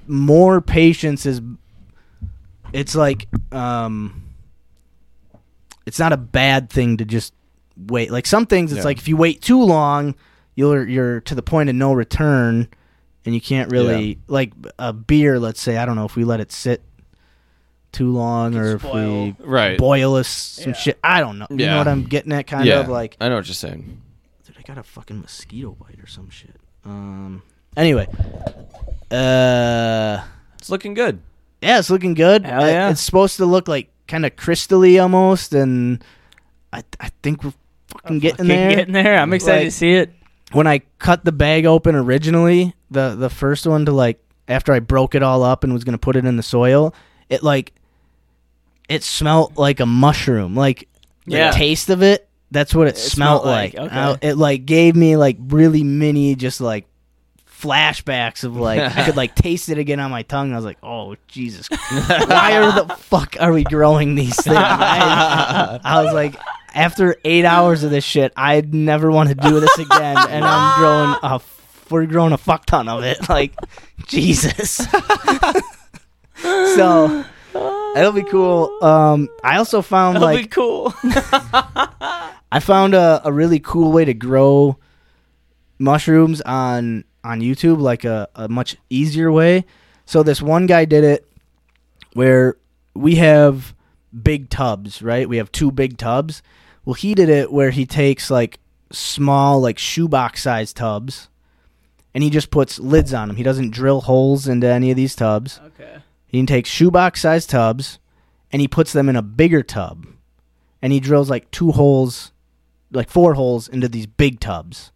more patience is. It's like um, it's not a bad thing to just wait. Like some things, it's Yeah. like if you wait too long, you're you're to the point of no return, and you can't really like a beer. Let's say I don't know if we let it sit too long or if we right. boil us some shit. I don't know. You Yeah. know what I'm getting at? Kind yeah. of like I know what you're saying. Dude, I got a fucking mosquito bite or some shit. Um. Anyway, uh, It's looking good. yeah, it's looking good. Hell I- yeah. It's supposed to look like kind of crystally almost, and I I think we're fucking getting there. Oh, Getting there. I'm excited Like- to see it. when I cut the bag open originally, the the first one to like after I broke it all up and was gonna put it in the soil, it like it smelled like a mushroom. Like Yeah. the taste of it, that's what it, smelled, smelled like, like. okay. I- it like gave me like really mini just like flashbacks of like I could like taste it again on my tongue. I was like, oh Jesus, why are the fuck are we growing these things? I, I was like. After eight hours of this shit, I'd never want to do this again, and I'm growing a, f- we're growing a fuck ton of it. Like, Jesus. so it'll be cool. Um, I also found That'll like be cool. I found a, a really cool way to grow mushrooms on on YouTube, like a, a much easier way. So this one guy did it where we have big tubs, right? We have two big tubs. Well, he did it where he takes like small, like shoebox size tubs, and he just puts lids on them. He doesn't drill holes into any of these tubs. okay. He takes shoebox sized tubs and he puts them in a bigger tub and he drills like two holes, like four holes into these big tubs.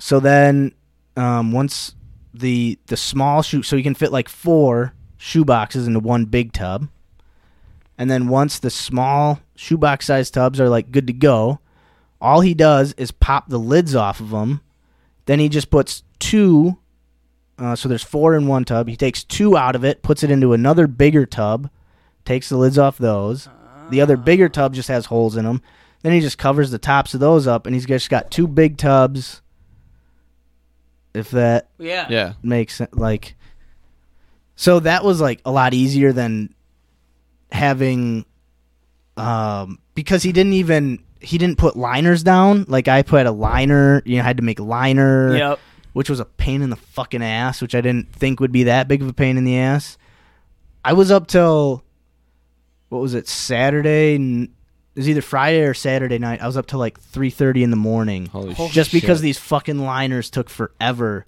So then um, once the the small shoe, so you can fit like four shoeboxes into one big tub. And then once the small shoebox sized tubs are like good to go, all he does is pop the lids off of them. Then he just puts two uh, so there's four in one tub. He takes two out of it, puts it into another bigger tub, takes the lids off those. The other bigger tub just has holes in them. Then he just covers the tops of those up, and he's just got two big tubs. If that Yeah. Yeah. makes sense, like, so that was like a lot easier than having, um, because he didn't even he didn't put liners down. Like I put a liner, you know, I had to make liner Yep. which was a pain in the fucking ass, which I didn't think would be that big of a pain in the ass. I was up till what was it Saturday? n- It was either Friday or Saturday night. I was up till like three thirty in the morning, Holy just because shit. these fucking liners took forever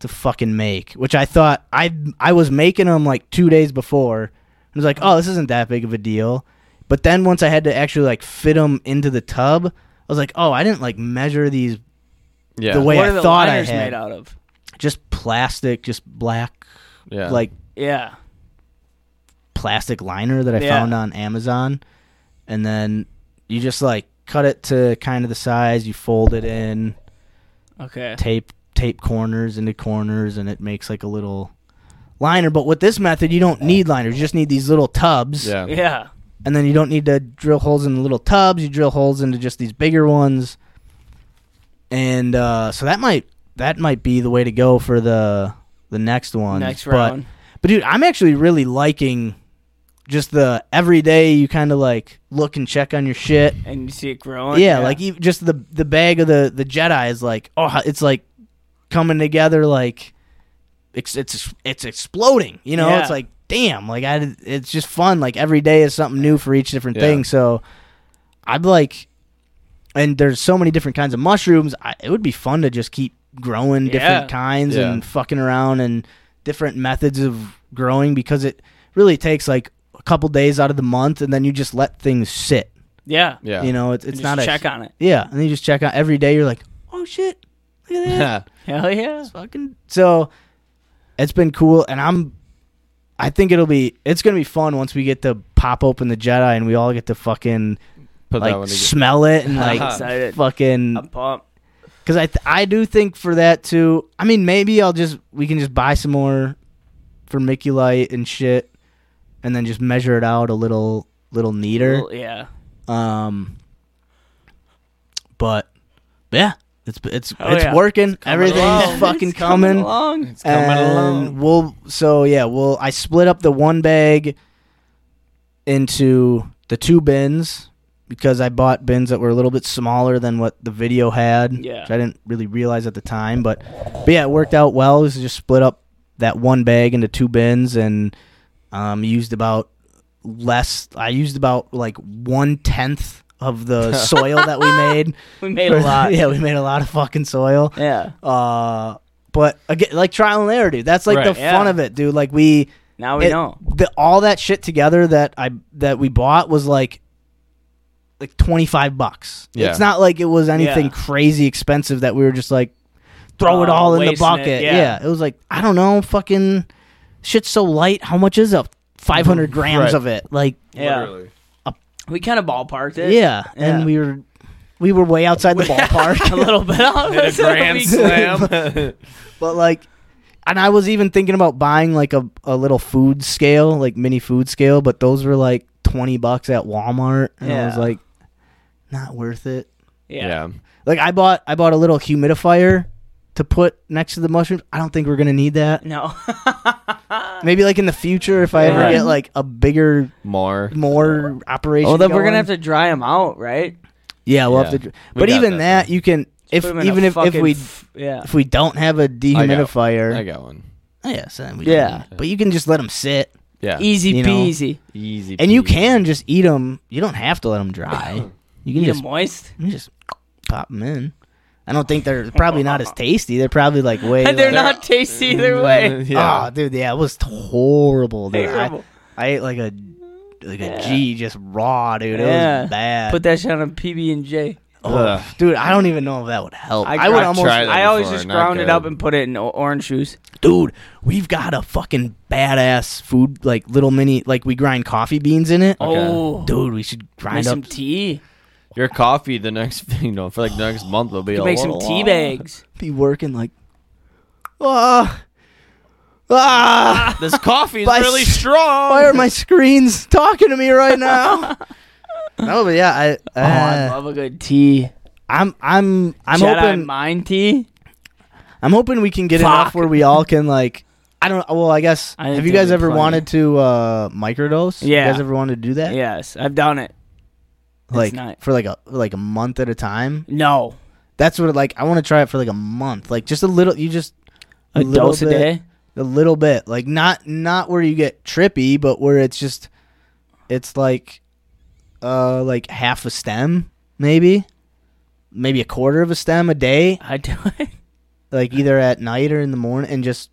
to fucking make. Which I thought I I was making them like two days before. I was like, oh, this isn't that big of a deal. But then once I had to actually like fit them into the tub, I was like, oh, I didn't like measure these Yeah. the way what are I the thought I liners had made out of? just plastic, just black, Yeah. like Yeah. plastic liner that I Yeah. found on Amazon. And then you just like cut it to kind of the size, you fold it in, Okay. tape tape corners into corners, and it makes like a little liner. But with this method, you don't need liners. You just need these little tubs. Yeah. Yeah. And then you don't need to drill holes in the little tubs. You drill holes into just these bigger ones. And uh, so that might that might be the way to go for the the next one. Next round. But dude, I'm actually really liking just the everyday you kind of like look and check on your shit. and you see it growing. Yeah, like even just the the bag of the the Jedi is like oh it's like coming together like it's it's it's exploding. You know, Yeah. it's like damn, like I did- it's just fun. Like every day is something new for each different Yeah. thing. So I'd like, and there's so many different kinds of mushrooms. I, it would be fun to just keep growing Yeah. different kinds Yeah. and fucking around and different methods of growing because it really takes like a couple days out of the month and then you just let things sit. yeah, Yeah. You know, it's, it's Just not a check on it. yeah, and then you just check out every day. You're like, oh shit, look at that. Hell yeah, fucking. So it's been cool, and I'm. I think it'll be. It's gonna be fun once we get to pop open the Jedi and we all get to fucking Put that like one smell it and I'm like excited. I'm fucking. pumped. Because I th- I do think for that too. I mean, maybe I'll just we can just buy some more vermiculite and shit, and then just measure it out a little little neater. Well, yeah, Um, but yeah, it's it's Hell it's yeah. working. Everything's Along. fucking It's coming coming. along. and We'll so yeah, we'll I split up the one bag into the two bins because I bought bins that were a little bit smaller than what the video had. Yeah. Which I didn't really realize at the time, but but yeah, it worked out well. It was just split up that one bag into two bins and um used about less I used about like one tenth of the soil that we made. We made a lot. yeah, we made a lot of fucking soil. yeah. Uh, but again, like trial and error, dude. That's like Right. the fun Yeah. of it, dude. Like we, Now we it- know. the, all that shit together that I that we bought was like like twenty five bucks. Yeah. It's not like it was anything Yeah. crazy expensive that we were just like throw it Oh, all in the wasting it, bucket. yeah. yeah, it was like I don't know, fucking shit's so light. How much is a 500 grams Right. of it. Like, Yeah. Literally. We kind of ballparked it. yeah. Yeah. And we were we were way outside the ballpark. A little bit. Hit a grand slam. But like, and I was even thinking about buying like a, a little food scale, like mini food scale, but those were like 20 bucks at Walmart. And I was Yeah. like, not worth it. Yeah. Like I bought, I bought a little humidifier to put next to the mushrooms. I don't think we're going to need that. No. Uh, Maybe like in the future, if I ever Right. get like a bigger, More. more operation. Oh, then we're going. gonna have to dry them out, right? Yeah, we'll have Yeah. to. But got even that, that, you can if Put 'em in a even if, if fucking we f- yeah. if we don't have a I dehumidifier. got one. Yes, then we Yeah. can- But you can just let them sit. Yeah. Easy You know. peasy. Easy. And you peasy. can just eat them. You don't have to let them dry. You can Eat 'em just moist. you just pop them in. I don't think they're probably not as tasty. They're probably like way. And they're like- not tasty either way. Yeah. Oh, dude, yeah, it was horrible, dude. I, Terrible. I ate like a like a G just raw, dude. It Yeah. was bad. Put that shit on a PB and J. Ugh. dude, I don't even know if that would help. I, would I almost tried that I always before, just not ground it good. up and put it in o- orange juice. dude, we've got a fucking badass food like little mini like we grind coffee beans in it. Okay. Oh, Dude, we should make grind up. some tea. Your coffee the next, you know, for like the next month will be. You a make some little- tea bags. be working like ah ah. This coffee is By really s- strong. Why are my screens talking to me right now? no, but yeah, I Oh, I uh, love a good tea. I'm I'm I'm Jedi hoping mind tea. I'm hoping we can get Fuck. enough where we all can like I don't well I guess I didn't have you think guys it'd ever be funny. wanted to uh microdose? Yeah. You guys ever wanted to do that? Yes, I've done it. Like not- for like a like a month at a time? No, That's what like I want to try it for like a month, like just a little. You just a little dose a bit, day. a little bit, like not not where you get trippy, but where it's just it's like uh like half a stem maybe, maybe a quarter of a stem a day, I do it. like either at night or in the morning, and just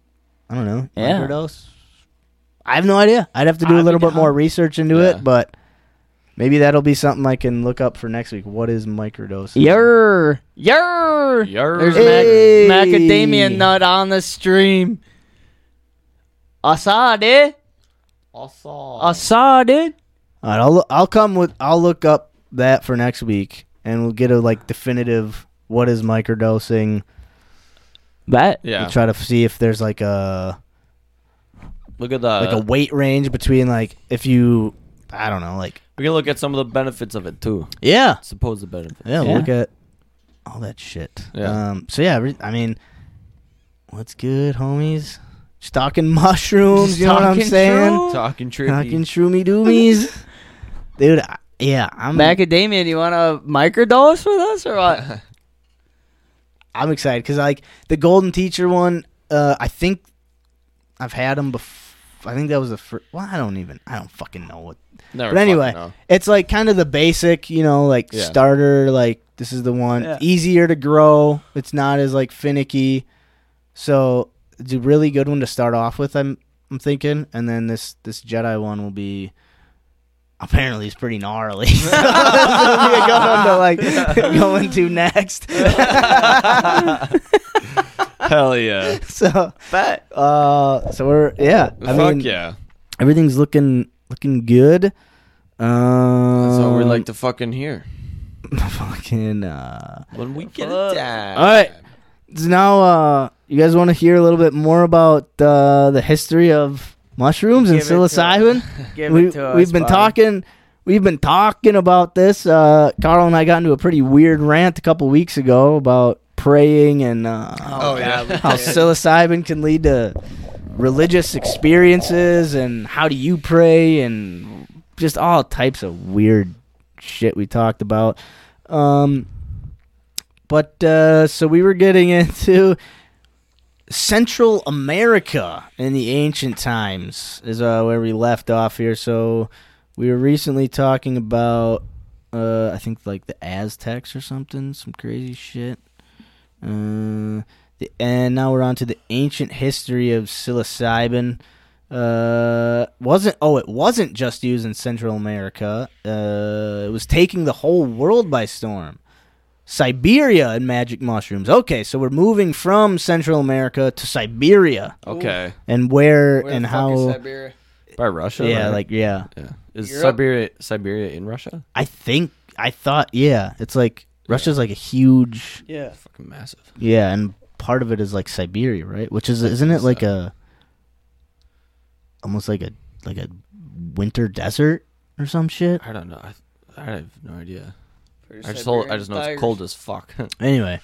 I don't know Yeah. microdose. I have no idea. I'd have to do a I'd be little bit down. more research into Yeah. it, but maybe that'll be something I can look up for next week. What is microdose? Yer, yer. Yer. There's Hey. mac- macadamia nut on the stream. eh? Asade, asade. All right, I'll loo- I'll come with I'll look up that for next week, and we'll get a like definitive what is microdosing. That Yeah. We'll try to f- see if there's like a Look at that. like a weight range between like if you I don't know like we can look at some of the benefits of it too. yeah Supposed benefits. yeah, Yeah. look at all that shit. Yeah. Um. So yeah, re- I mean, what's good, homies? Stalking mushrooms. you know what I'm Stalking saying? shrooms. Talking trippy. Stalking shroomy doomies, dude. I, yeah, I'm macadamia. Do you want a microdose with us or what? I'm excited because like the Golden Teacher one, uh, I think I've had them before. I think that was the first. Well, I don't even. I don't fucking know what. Never But fucking anyway, know. it's like kind of the basic, you know, like Yeah. starter. Like this is the one Yeah. easier to grow. It's not as like finicky. So it's a really good one to start off with. I'm I'm thinking, and then this this Jedi one will be. Apparently, it's pretty gnarly. so this will be a good one to like go into next. Hell yeah. so Bet. uh so we're yeah i Fuck mean yeah. everything's looking looking good um That's what we like to fucking hear. fucking uh When we get Fuck. it down. all right so now uh you guys want to hear a little bit more about uh the history of mushrooms and Give it to us. psilocybin Give we, it to us. we've been buddy. talking we've been talking about this uh carl and i got into a pretty weird rant a couple weeks ago about praying and uh Oh, yeah. how psilocybin can lead to religious experiences and how do you pray and just all types of weird shit we talked about um but uh so we were getting into Central America in the ancient times is uh, where we left off here. So we were recently talking about, uh, I think like the Aztecs or something, some crazy shit. Uh, the, and now we're on to the ancient history of psilocybin. Uh, wasn't oh, it wasn't just used in Central America. Uh, it was taking the whole world by storm. Siberia and magic mushrooms. Okay, so we're moving from Central America to Siberia Okay. and where, and how by Russia. yeah, right? like yeah. yeah. is Europe? Siberia Siberia in Russia? I think I thought yeah. It's like Russia's like a huge Yeah. Fucking massive. yeah, and part of it is like Siberia, right? Which is isn't it like a almost like a like a winter desert or some shit? I don't know. I, I have no idea. I just told, I just know it's cold as fuck. Anyway.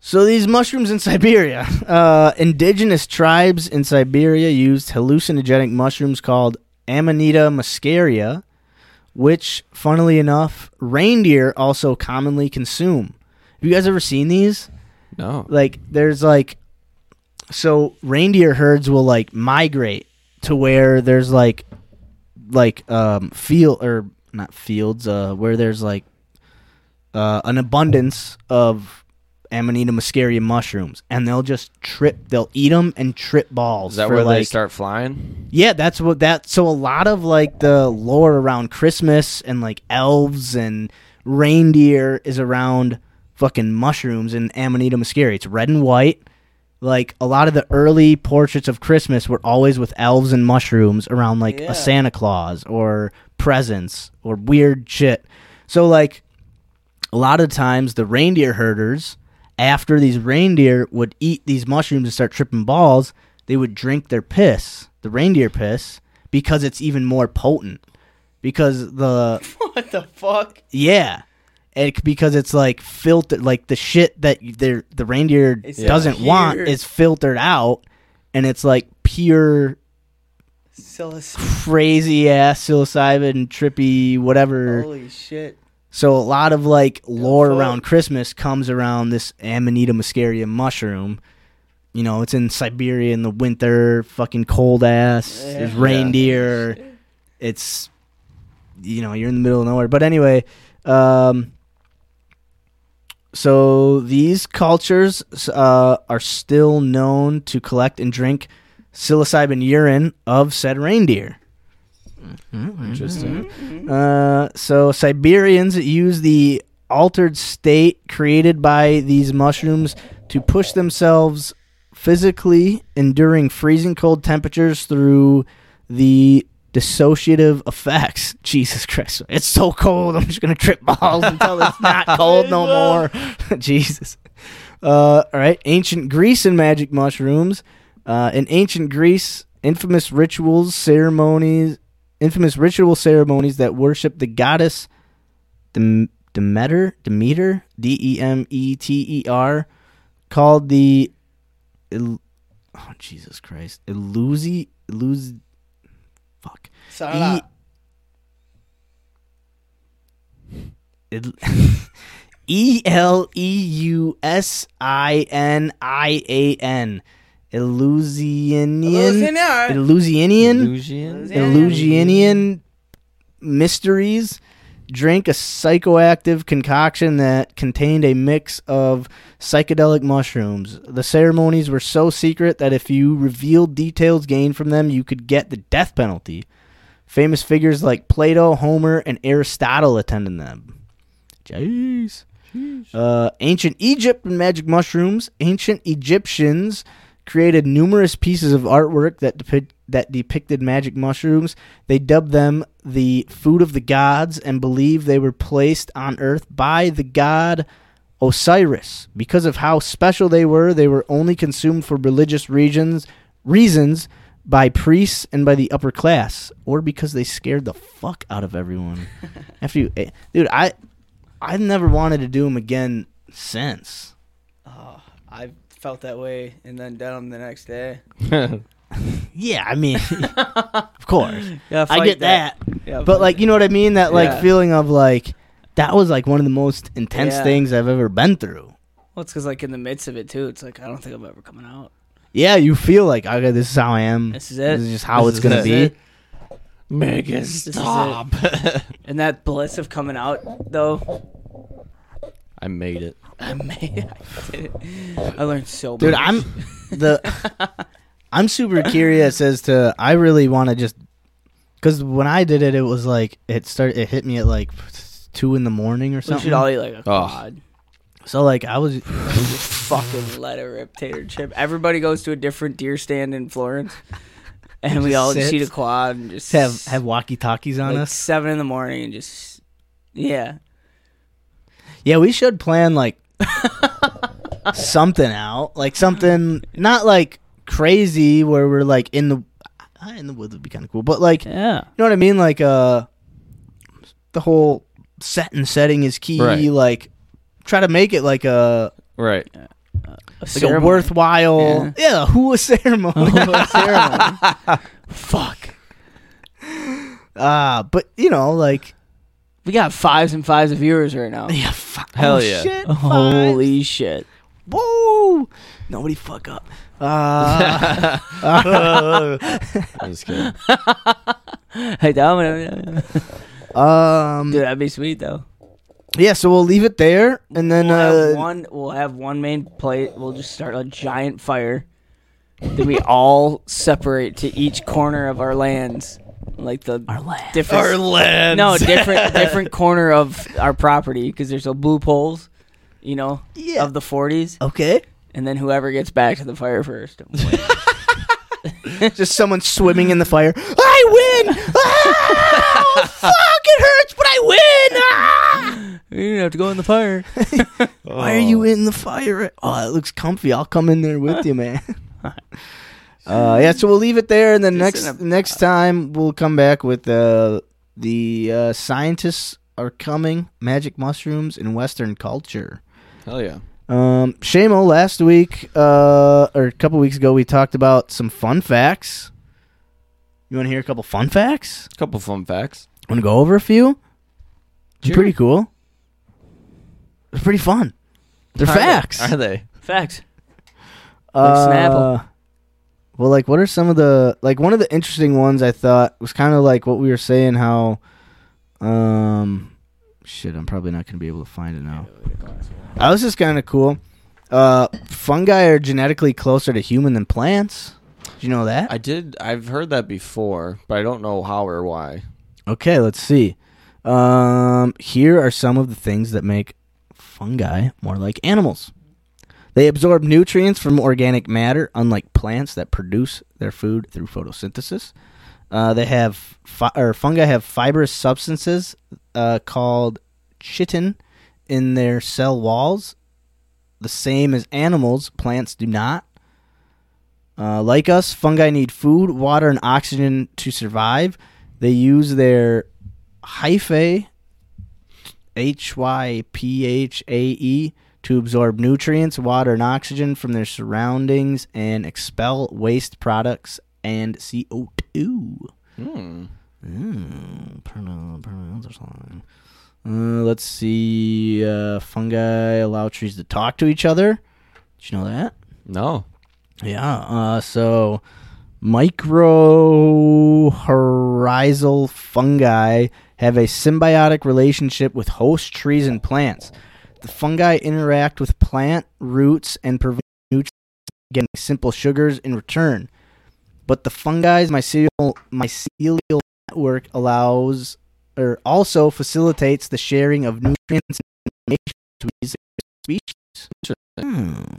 So these mushrooms in Siberia, uh, indigenous tribes in Siberia used hallucinogenic mushrooms called Amanita muscaria, which, funnily enough, reindeer also commonly consume. Have you guys ever seen these? no. like there's like so reindeer herds will like migrate to where there's like like um field or not fields uh where there's like uh an abundance of amanita muscaria mushrooms and they'll just trip they'll eat them and trip balls Is that for, where they like- start flying? yeah, that's what that. So a lot of like the lore around Christmas and like elves and reindeer is around fucking mushrooms and Amanita muscaria. It's red and white. Like a lot of the early portraits of Christmas were always with elves and mushrooms around like Yeah. a Santa Claus or presents or weird shit. So like a lot of times the reindeer herders after these reindeer would eat these mushrooms and start tripping balls they would drink their piss the reindeer piss because it's even more potent because the What the fuck? yeah it, c- because it's like filtered like the shit that the the reindeer It's doesn't pure. want is filtered out and it's like pure Psilocybin. crazy ass psilocybin trippy whatever Holy shit. So a lot of like lore fuck. around Christmas comes around this Amanita muscaria mushroom. You know, it's in Siberia in the winter, fucking cold ass. Yeah. There's reindeer. It's you know, you're in the middle of nowhere. But anyway, um so these cultures uh, are still known to collect and drink psilocybin urine of said reindeer. Mm-hmm. Interesting. Uh, so Siberians use the altered state created by these mushrooms to push themselves physically, enduring freezing cold temperatures through the dissociative effects. Jesus Christ, it's so cold. I'm just gonna trip balls until it's not cold no more. Jesus. Uh, all right, ancient Greece and magic mushrooms. Uh, in ancient Greece, infamous rituals, ceremonies, infamous ritual ceremonies that worship the goddess Dem- Demeter, Demeter, D E M E T E R, called the. El- oh, Jesus Christ. Illusi. Illusi. Fuck. Sarah. E L E U S I N I A N. Illusionian. Hallucinar. Illusionian. Illusion? Illusionian mysteries drank a psychoactive concoction that contained a mix of psychedelic mushrooms. The ceremonies were so secret that if you revealed details gained from them, you could get the death penalty. Famous figures like Plato, Homer, and Aristotle attended them. Jeez. Uh, ancient Egypt and magic mushrooms. Ancient Egyptians created numerous pieces of artwork that depict that depicted magic mushrooms. They dubbed them the food of the gods and believed they were placed on earth by the god Osiris. Because of how special they were, they were only consumed for religious regions reasons by priests and by the upper class, or because they scared the fuck out of everyone. After you, eh, dude, I I've never wanted to do them again since. Oh, I felt that way and then done them the next day. Yeah, I mean, of course, Yeah, I get that. Yeah, But like, you know what I mean? That like Yeah. feeling of like that was like one of the most intense Yeah. things I've ever been through. well, it's because like in the midst of it too, it's like I don't think I'm ever coming out. Yeah, you feel like okay, this is how I am. This is it. This is just how This it's is gonna it. be. Make it is stop. And that bliss of coming out though, I made it. I made. I did it. I learned so much. dude i'm the i'm super curious as to i really want to just because when i did it it was like it started it hit me at like two in the morning or we something should all eat like a Oh. cod. so like i was Fucking let it rip, tater chip. Everybody goes to a different deer stand in Florence. and we Just all sit. just eat a quad and just Have have walkie talkies on like us. seven in the morning and just yeah. Yeah, we should plan like something out, like something not like crazy where we're like in the uh, in the woods would be kind of cool, but like you Yeah. know what I mean, like uh, the whole set and setting is key. Right. Like try to make it like a Right. like a worthwhile yeah, a hula ceremony. ceremony. Fuck. Uh, but you know, like we got fives and fives of viewers right now. yeah, fuck, Hell oh, yeah. shit, fives. Holy shit. Whoa! Nobody fuck up. Uh, I'm just kidding. Hey, that would- um, dude, that'd be sweet though. yeah, so we'll leave it there, and then we'll have uh, one we'll have one main plate. We'll just start a giant fire. Then we all separate to each corner of our lands, like the our land. different lands. no different different corner of our property because there's a blue poles, you know, Yeah. of the 40s, okay, and then whoever gets back to the fire first. just someone swimming in the fire. I win! Ah, fuck! It hurts, but I win! Ah! you didn't have to go in the fire. Why are you in the fire? Oh, it looks comfy. I'll come in there with you, man. Uh, yeah, so we'll leave it there, and then Just next in uh, next time we'll come back with uh, the uh, scientists are coming magic mushrooms in Western culture. Hell yeah. Um, Shamo, last week uh, or a couple weeks ago, we talked about some fun facts. You want to hear a couple fun facts? Couple fun facts. Want to go over a few? They're Sure. Pretty cool. They're pretty fun. They're Are they- facts. Are they? Facts. Snapple. Uh, Well, like, what are some of the like one of the interesting ones I thought was kind of like what we were saying how, um, shit, I'm probably not gonna be able to find it now. I was just kind of cool. Uh, fungi are genetically closer to human than plants. Did you know that? I did. I've heard that before, but I don't know how or why. Okay, let's see. Um, here are some of the things that make fungi more like animals. They absorb nutrients from organic matter, unlike plants that produce their food through photosynthesis. Uh, they have fi- or fungi have fibrous substances uh, called chitin in their cell walls, the same as animals. Plants do not. Uh, like us, fungi need food, water, and oxygen to survive. They use their hyphae, H Y P H A E, to absorb nutrients, water, and oxygen from their surroundings and expel waste products and CO2. Hmm. Mm, pronoun, pronouns are something. Uh, let's see. Uh, fungi allow trees to talk to each other. Did you know that? No. Yeah. Uh, so microhorizal fungi have a symbiotic relationship with host trees and plants. The fungi interact with plant roots and provide nutrients, getting simple sugars in return. But the fungi's mycelial, mycelial network allows or also facilitates the sharing of nutrients and information between these species. Hmm.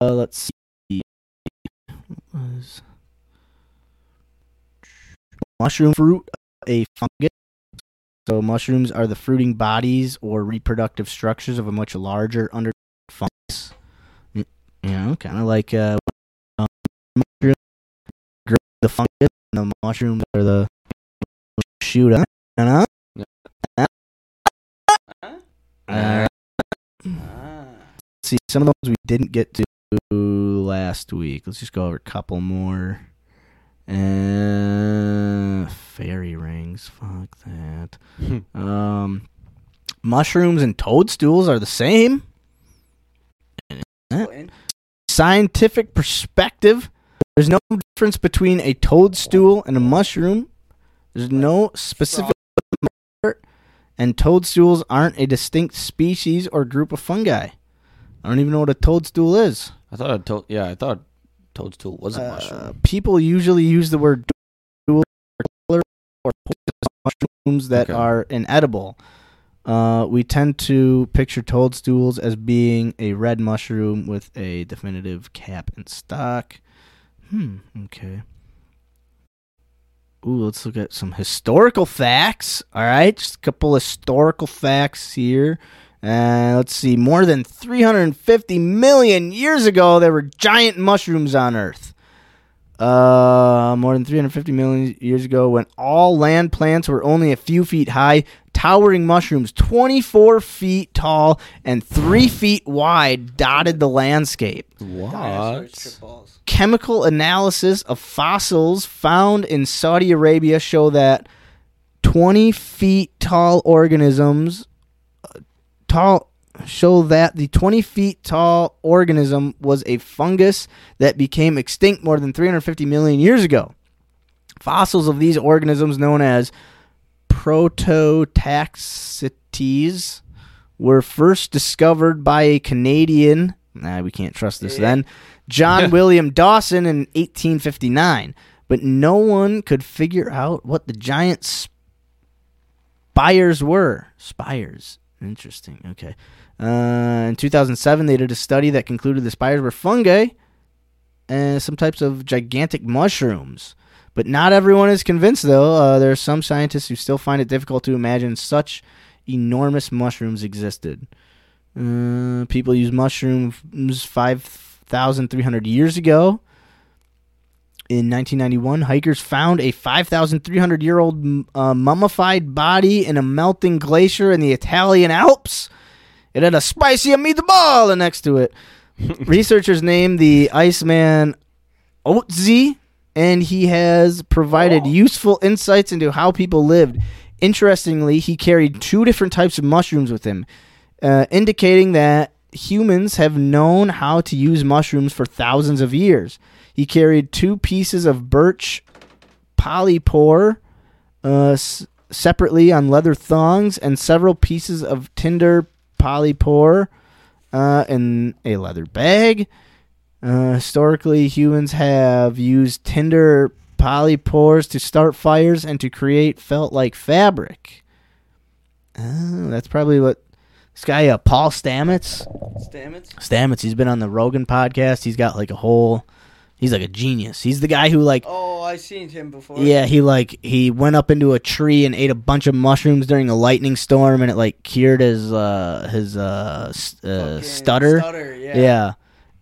Uh, let's see. Was- Mushroom fruit, uh, a fungus. So mushrooms are the fruiting bodies or reproductive structures of a much larger under fungus. Mm, You know, kind of like uh, um, mushroom, grow the fungus, and the mushrooms are the shoot up. Uh, uh, Ah, see some of the ones we didn't get to last week. Let's just go over a couple more. Uh, fairy rings. Fuck that. Hmm. um, mushrooms and toadstools are the same. Scientific perspective. There's no difference between a toadstool and a mushroom. There's no specific and toadstools aren't a distinct species or group of fungi. I don't even know what a toadstool is. I thought I told. Yeah, I thought toadstool was a mushroom. Uh, people usually use the word toadstool or color or poisonous mushrooms that Okay. are inedible. Uh, we tend to picture toadstools as being a red mushroom with a definitive cap and stock. Hmm, okay. Ooh, let's look at some historical facts. All right, just a couple historical facts here. And let's see, more than 350 million years ago, there were giant mushrooms on Earth. Uh, more than 350 million years ago, when all land plants were only a few feet high, towering mushrooms 24 feet tall and 3 feet wide dotted the landscape. What? Chemical analysis of fossils found in Saudi Arabia show that 20 feet tall organisms uh, tall show that the 20 feet tall organism was a fungus that became extinct more than 350 million years ago. Fossils of these organisms, known as prototaxites, were first discovered by a Canadian. Nah, we can't trust this then. John William Dawson in 1859. But no one could figure out what the giant spires were. Spires. Interesting. Okay. Uh, in 2007, they did a study that concluded the spires were fungi and some types of gigantic mushrooms. But not everyone is convinced, though. Uh, there are some scientists who still find it difficult to imagine such enormous mushrooms existed. Uh, people used mushrooms 5,300 years ago. In 1991, hikers found a 5,300 year old m- uh, mummified body in a melting glacier in the Italian Alps. It had a spicy meatball next to it. Researchers named the Iceman Otzi, and he has provided useful insights into how people lived. Interestingly, he carried two different types of mushrooms with him, uh, indicating that humans have known how to use mushrooms for thousands of years. He carried two pieces of birch polypore uh, s- separately on leather thongs and several pieces of tinder polypore uh, in a leather bag. Uh, historically, humans have used tinder polypores to start fires and to create felt like fabric. Oh, that's probably what this guy, uh, Paul Stamets. Stamets? Stamets, he's been on the Rogan podcast. He's got like a whole. He's like a genius. He's the guy who like Oh, I seen him before. yeah, he like he went up into a tree and ate a bunch of mushrooms during a lightning storm, and it like cured his uh his uh, s- uh Fucking stutter. Stutter, yeah. Yeah.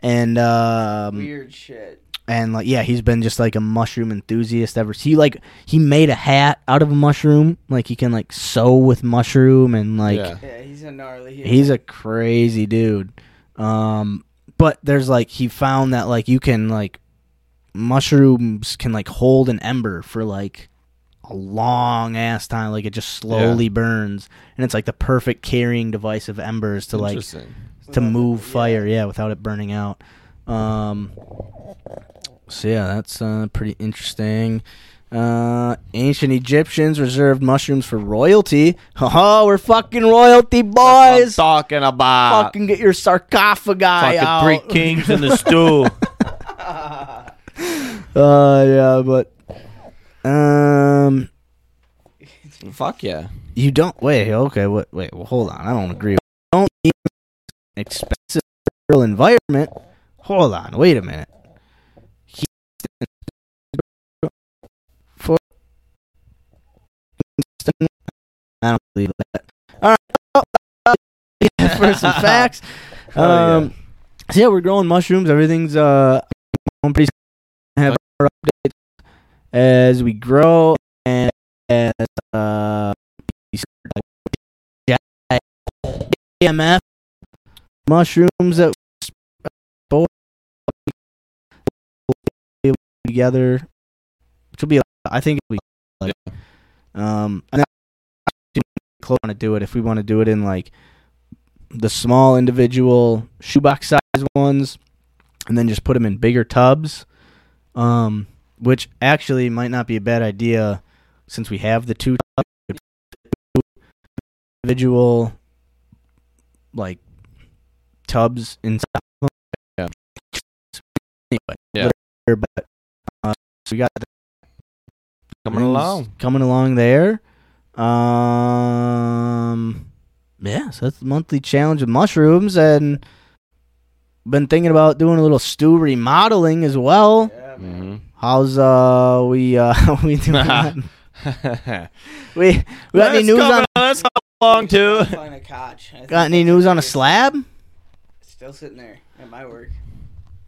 and um Weird shit. and like yeah, he's been just like a mushroom enthusiast ever. He like he made a hat out of a mushroom. Like he can like sew with mushroom and like uh, Yeah. Yeah, he's a gnarly. he's a crazy dude. Um, but there's like he found that like you can like mushrooms can like hold an ember for like a long ass time. Like it just slowly burns, and it's like the perfect carrying device of embers to like Interesting. to move fire, yeah, without it burning out. Um, so yeah, that's uh, pretty interesting. Uh, ancient Egyptians reserved mushrooms for royalty. Oh, we're fucking royalty I'm boys. talking about Fucking get your sarcophagi out. fucking three kings in the stew. Uh, yeah, but um, Fuck yeah. you don't wait. Okay, wait, wait. Well, hold on. I don't agree. Don't need expensive rural environment. Hold on. Wait a minute. For I don't believe that. All right. For some facts. Hell yeah. Um, so yeah, we're growing mushrooms. Everything's uh, I'm pretty soon have our updates as we grow and as uh, we start, like, DMF mushrooms that both together, which will be. I think it'll be like, um, and then close want to do it if we want to do it in like the small individual shoebox size ones and then just put them in bigger tubs um which actually might not be a bad idea since we have the two tubs. individual like tubs inside of them. anyway Yeah. whatever, but uh, so we got the Coming things along. coming along there um yeah, so that's the monthly challenge with mushrooms, and been thinking about doing a little stew remodeling as well. How's uh we uh we doing? that? we we got any news on Mm-hmm. That's long too. Find a cotch. I got think any news on a slab? it's Still sitting there at my work.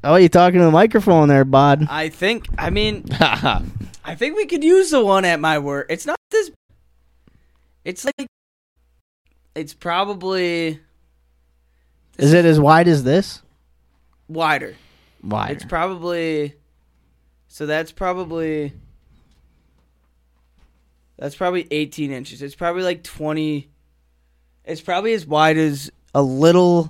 Oh, you talking to the microphone there, Bod? I think. I mean, I think we could use the one at my work. It's not this. It's like. It's probably Is it as wide as this? wider. Wide. It's probably. So that's probably. That's probably 18 inches. It's probably like 20. It's probably as wide as a little.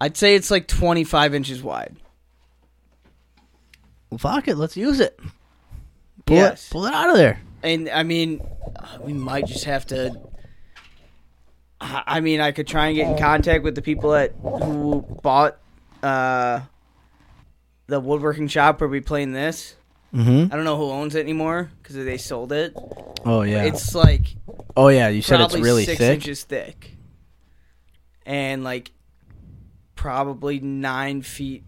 I'd say it's like 25 inches wide. Well, fuck it, let's use it. Pull Yes. it, pull it out of there. And I mean, uh, we might just have to. I I mean, I could try and get in contact with the people that who bought uh, the woodworking shop where we playing this. Mm-hmm. I don't know who owns it anymore because they sold it. Oh yeah. It's like oh yeah. You said it's probably really six thick. inches thick, and like probably nine feet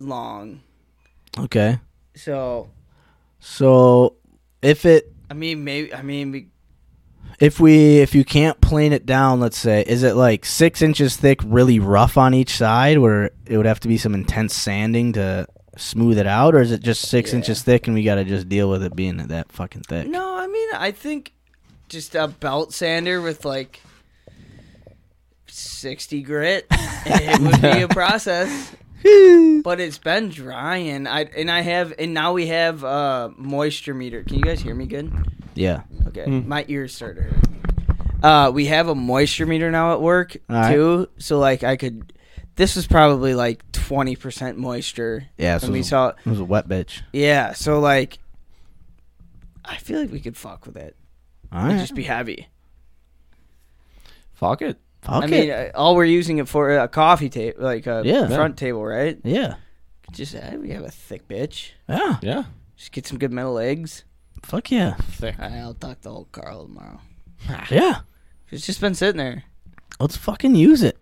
long. Okay. So So if it I mean, maybe I mean we if we if you can't plane it down, let's say, is it like six inches thick, really rough on each side, where it would have to be some intense sanding to smooth it out, or is it just six Yeah. inches thick and we got to just deal with it being that fucking thick? No, I mean, I think just a belt sander with like 60 grit, it would be a process. but it's been drying. I and I have and now we have uh moisture meter. Can you guys hear me good? Yeah. Okay. Hmm. My ears start to hurt. Uh, we have a moisture meter now at work All right. too, so like I could. This was probably like twenty percent moisture. Yeah. So when we it was- saw. it was a wet bitch. Yeah, so like, I feel like we could fuck with it. All It'd right. just be heavy. Fuck it. Fuck I it. mean, uh, all we're using it for uh, a coffee table, like a Yeah. front table, right? yeah. Just uh, we have a thick bitch. Yeah. Yeah. Just get some good metal eggs. Fuck yeah. All right, I'll talk to old Carl tomorrow. Ah. Yeah. It's just been sitting there, Let's fucking use it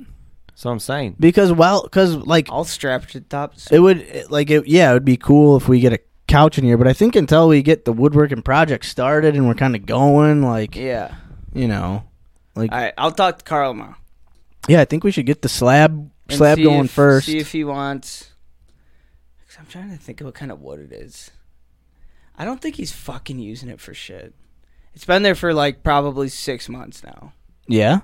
So I'm saying. because well, because like all strapped to the top. So it would it- like it yeah it would be cool if we get a couch in here but i think until we get the woodworking project started and we're kind of going like yeah. you know like All right, I'll talk to Carl tomorrow. yeah i think we should get the slab and slab see going if- first See if he wants. Cause I'm trying to think of what kind of wood it is. I don't think he's fucking using it for shit. It's been there for like probably six months now. yeah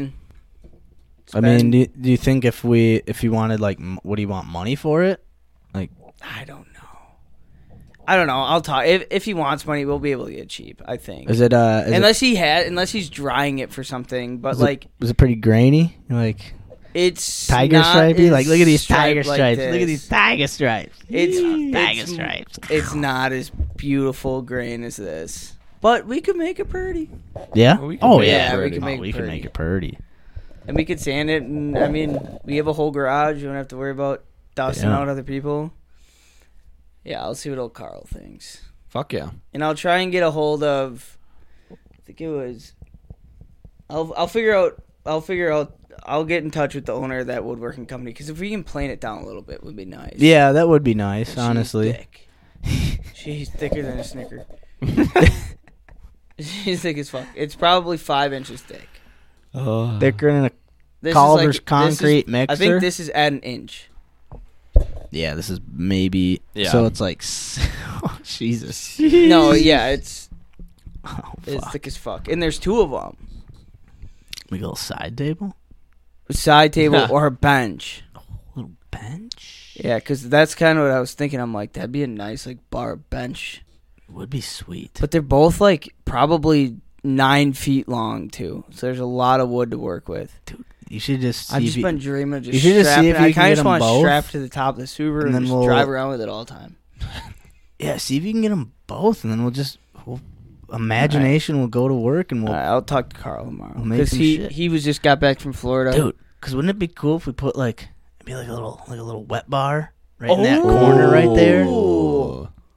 It's i been- mean do, do you think if we if you wanted like m- what do you want money for it I don't know. I don't know. I'll talk if if he wants money, we'll be able to get cheap. I think. is it uh is, unless he had, unless he's drying it for something, but Is it- like it, is it pretty grainy like it's tiger not stripey as like look at these striped tiger like stripes look this. at these tiger stripes It's tiger it's- stripes It's not as beautiful grain as this, but we could make it pretty, yeah We can oh make it yeah Yeah, we we can can, make oh, we can pretty. make it pretty and we could sand it. And I mean, we have a whole garage. You don't have to worry about dusting Yeah. out other people. Yeah, I'll see what old Carl thinks. Fuck yeah. and I'll try and get a hold of. I think it was. I'll I'll figure out I'll figure out I'll get in touch with the owner of that woodworking company because if we can plane it down a little bit, it would be nice. yeah that would be nice She's honestly thick. she's thicker than a snicker. she's thick as fuck. It's probably five inches thick. Uh, thicker than a This Culver's is like, concrete this is, mixer. I think this is at an inch. yeah, this is maybe. Yeah. So it's like, s- oh, Jesus. No, yeah, it's Oh, it's fuck. thick as fuck, and there's two of them. We got a side table, Side table or a bench. little bench. Yeah, because that's kind of what I was thinking. I'm like, that'd be a nice like bar bench, Would be sweet. but they're both like probably nine feet long too. So there's a lot of wood to work with. You should just. I've see just if you- been dreaming of just. you should just see strapping- if you I can kind get of just 'em want to both, strap to the top of the Subaru and, and then just we'll- drive around with it all the time. yeah, see if you can get them both, and then we'll just. We'll, imagination will go to work, and we'll. All right, I'll talk to Carl tomorrow we'll make because some he shit. he was just got back from Florida. Dude, because wouldn't it be cool if we put like maybe like a little like a little wet bar right in that Oh. corner right there?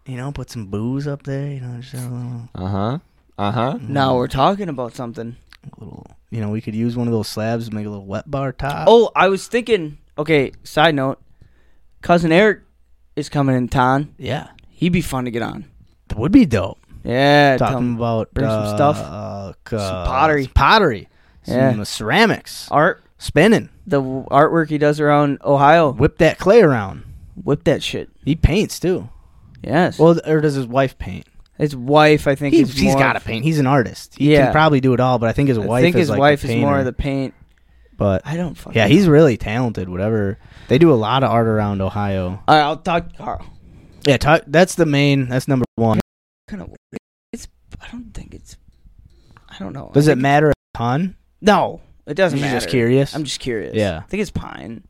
You know, put some booze up there. You know, just have a little. Uh huh. Uh huh. Now we're talking about something. Little, you know, we could use one of those slabs to make a little wet bar top. Oh, I was thinking. Okay, side note. Cousin Eric is coming in town. yeah, He'd be fun to get on. that would be dope. Yeah, tell Talking him. about bring some uh, stuff. uh, Some pottery. pottery, Yeah. some ceramics, art. spinning, The w- artwork he does around Ohio. whip that clay around. Whip that shit. He paints too. Yes. Well, Well, or does his wife paint? his wife, I think, He's, is he's more got to of- paint. He's an artist. He Yeah. can probably do it all, but I think his I wife think is his like the wife is more of painter. the paint. But I don't fucking. yeah, he's really talented. Whatever they do, a lot of art around Ohio. All right, I'll talk to Carl. Yeah, t- that's the main. That's number one. Kind of. It's. I don't think it's. I don't know. Does I it think- matter a ton? No, it doesn't You're matter. just curious. I'm just curious. Yeah. I think it's pine,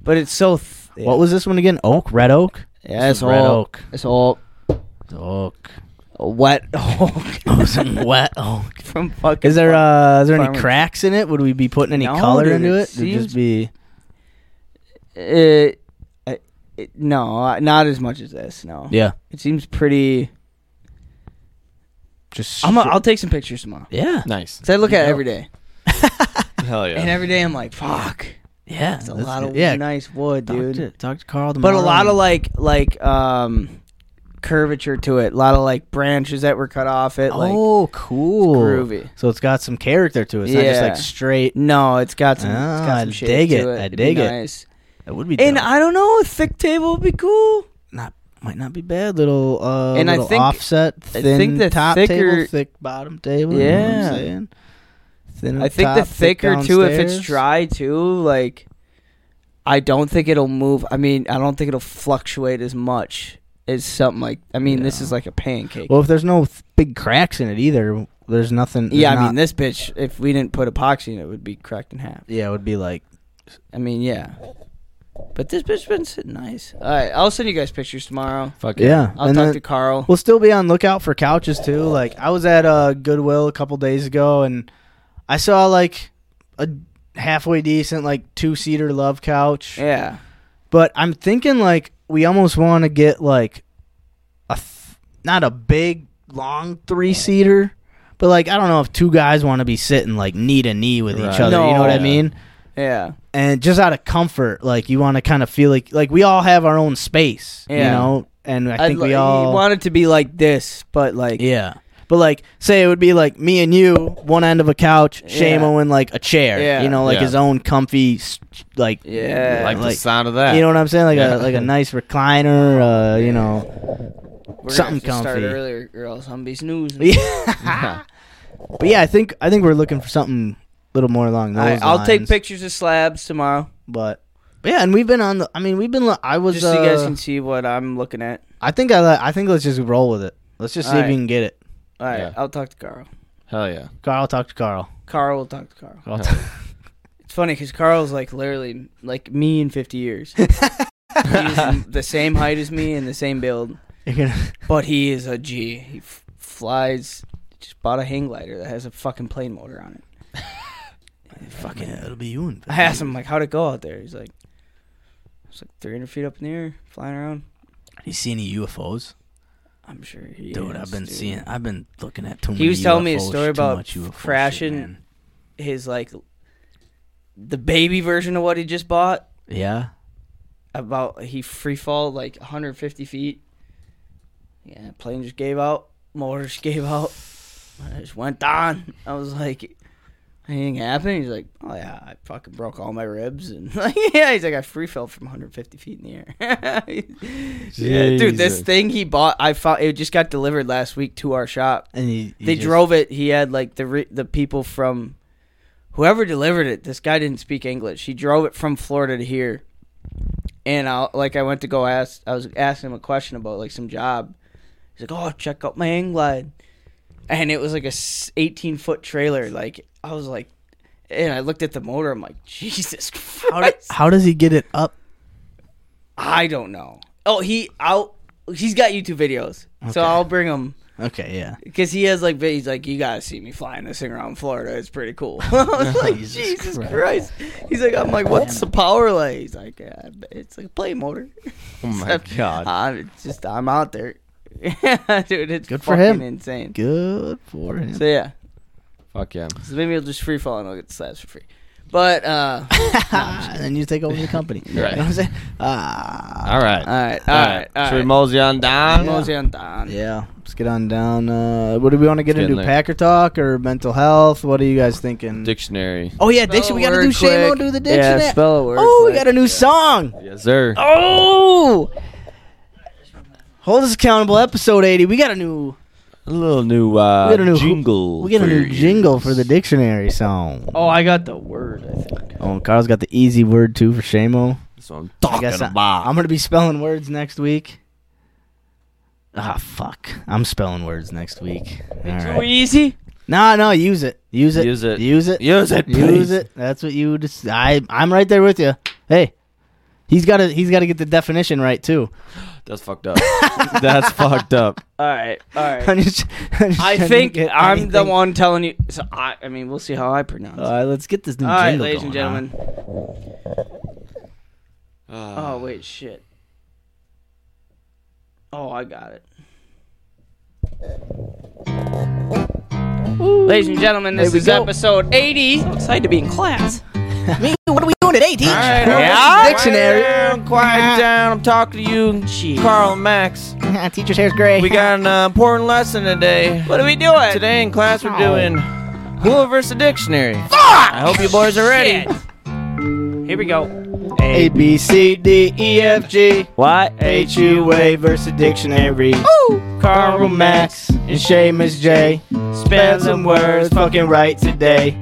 but it's so. Th- What was this one again? Oak, red oak. Yeah, This it's is red all. oak. It's all Oak. wet oak Some wet oak. from fucking. Is there uh is there any Farmers. cracks in it? Would we be putting any No, color dude, into it it? It'd seems- just be It, I- it, no, I- not as much as this. No. yeah, It seems pretty. just I'm. A, stri- I'll take some pictures tomorrow. yeah, Nice. Cause I look at it every day, Hell yeah. and every day I'm like, "Fuck, yeah. it's a that's lot good. of yeah, nice wood, talk dude." To, talk to Carl but tomorrow. a lot of like, like, um, curvature to it. A lot of like branches that were cut off. It like oh, cool, groovy. So it's got some character to it. It's not just Yeah. like straight. No, it's got some. it's Ah, got I some shape dig to it. it. I It'd dig be it. Nice. It would be. And dope. I don't know, a thick table would be cool. not might not be bad. Little uh, And I little think- offset, I thin think the top thicker- table, thick bottom table. you know what I'm Yeah. saying? Thin I up think the top, thick thicker too, if it's downstairs. dry too, like I don't think it'll move. I mean, I don't think it'll fluctuate as much as something like. I mean, this Yeah. is like a pancake. Well, if there's no th- big cracks in it either, there's nothing. yeah, there's I not- mean, this bitch. If we didn't put epoxy in it, it would be cracked in half. yeah, it would be like I mean, yeah. But this bitch been sitting nice. All right, I'll send you guys pictures tomorrow. Fuck yeah. yeah. I'll and talk then to Carl. we'll still be on lookout for couches too. Like I was at uh, Goodwill a couple days ago, and I saw like a halfway decent like two seater love couch. yeah, But I'm thinking like we almost want to get like a th- not a big long three seater, but like I don't know if two guys want to be sitting like knee to knee with each Right. other. you know what I No. mean? yeah, And just out of comfort, like you want to kind of feel like like we all have our own space, you Yeah. know. And I I'd think we li- all want it to be like this, but like yeah. But like, say it would be like me and you, one end of a couch, Shamo Yeah. in like a chair, Yeah. you know, like Yeah. his own comfy, s- like Yeah. Like, the like- sound of that. you know what I'm saying, like Yeah. a like a nice recliner, uh, you know, we're gonna Something have to start comfy. earlier, or else I'm be snoozing. yeah. but yeah, I think I think we're looking for something a little more along those All right, I'll take lines, pictures of slabs tomorrow, but. but yeah, and we've been on the. I mean, we've been. lo- I was. just so you guys uh, can see what I'm looking at. I think I. li- I think let's just roll with it. Let's just see if Alright. we can get it. All right, Yeah. I'll talk to Carl. Hell yeah. Carl, talk to Carl. Carl will talk to Carl. Carl It's funny because Carl's like literally like me in 50 years. He's the same height as me and the same build, You're gonna. but he is a G. He f- flies. Just bought a hang glider that has a fucking plane motor on it. Fucking, it'll be you. And I asked him like, "How'd it go out there?" He's like, "It's like 300 feet up in the air, flying around." You see any UFOs? I'm sure he. Dude, is, I've been dude. seeing. I've been looking at too many. He was telling me a UFOs, story too about much UFO shit, crashing- man. his like the baby version of what he just bought yeah, about he free fall like 150 feet yeah plane just gave out motor just gave out I just went down i was like anything happened he's like oh yeah i fucking broke all my ribs and like yeah he's like i free fell from 150 feet in the air yeah, dude this Jesus. thing he bought i found it just got delivered last week to our shop and he, he they just- drove it. He had like the re- the people from whoever delivered it. This guy didn't speak English. He drove it from Florida to here, and I like I went to go ask. I was asking him a question about like some job. He's like, "Oh, check out my hang glide," and it was like a s- eighteen foot trailer. Like I was like, and I looked at the motor. I'm like, Jesus How, do- Christ! how does he get it up? I don't know. Oh, he out. He's got YouTube videos, so I'll bring him. Okay, yeah. Because he has like, he's like, you gotta see me flying this thing around Florida. It's pretty cool. I was like, Jesus Christ. He's like, I'm like, what's the power like? He's like, yeah, it's like a play motor. uh, Oh my god. Uh, I'm it's just, I'm out there. yeah, dude, it's Good for fucking him. insane. Good for him. So yeah, Fuck yeah. so maybe I'll just free fall and I'll get slabs for free. But uh, and then you take over the company. You know Right. what I'm saying? Ah. All right. all right, all right, all Should we right. mosey on down? Mosey on down. Yeah, let's get on down. Uh, what do we want to get It's into? getting there. Packer talk or mental health? What are you guys thinking? Dictionary. oh yeah, Spell diction. We a got to word do Shamo quick. do the Yeah, dictionary. spell a word oh, we quick. got a new song. Yes, sir. Oh, hold us accountable. Episode eighty. We got a new. A little new uh, We got a new- jingle. We got a for new you. jingle for the dictionary song. Oh, I got the word. I think. Oh, and Carl's got the easy word too for Shamo. That's what I'm I talking guess I, about. I'm gonna be spelling words next week. Ah, fuck. I'm spelling words next week. All Too right. easy. No, no, use it. Use it. Use it. Use it. Use it, Use please. it. That's what you. Just, I I'm right there with you. Hey, he's got to he's got to get the definition right too. That's fucked up. That's fucked up. All right, all right. I'm just- I'm just I trying to think get I'm the anything- one telling you. So I, I mean, we'll see how I pronounce. it. All right, let's get this new All right, jingle ladies and going, huh? gentlemen. oh wait, shit. Oh, I got it. Ladies and gentlemen, this is episode 80. So excited to be in class. What are we doing today, teach? Yeah. Dictionary. Quiet down, quiet down. I'm talking to you, Carl and Max. Teacher's hair's gray. We got an uh, important lesson today. What are we doing? Today in class, we're doing Who versus the Dictionary. Fuck! I hope you boys are ready. Here we go. A B C D E F G What? H U A versus dictionary. Carl Max and Seamus J. Spell some words fucking right today.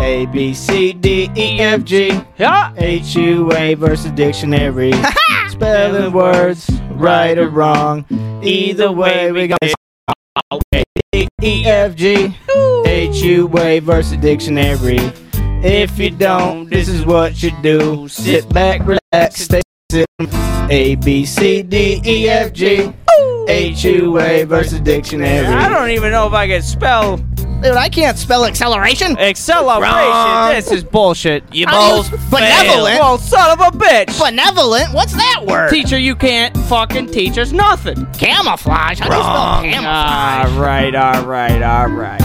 A B C D E F G Yeah. H U A versus dictionary. Spelling words right or wrong. Either way, we got E F G H U A versus dictionary. If you don't, this is what you do. Sit back, relax, stay sitting. A B C D E F G H U A versus dictionary. I don't even know if I can spell dude, I can't spell acceleration. acceleration. This is bullshit. You both benevolent. Well, son of a bitch. Benevolent? What's that word? Teacher, you can't fucking teach us nothing. Camouflage. How do you spell camouflage? All right, all right, all right.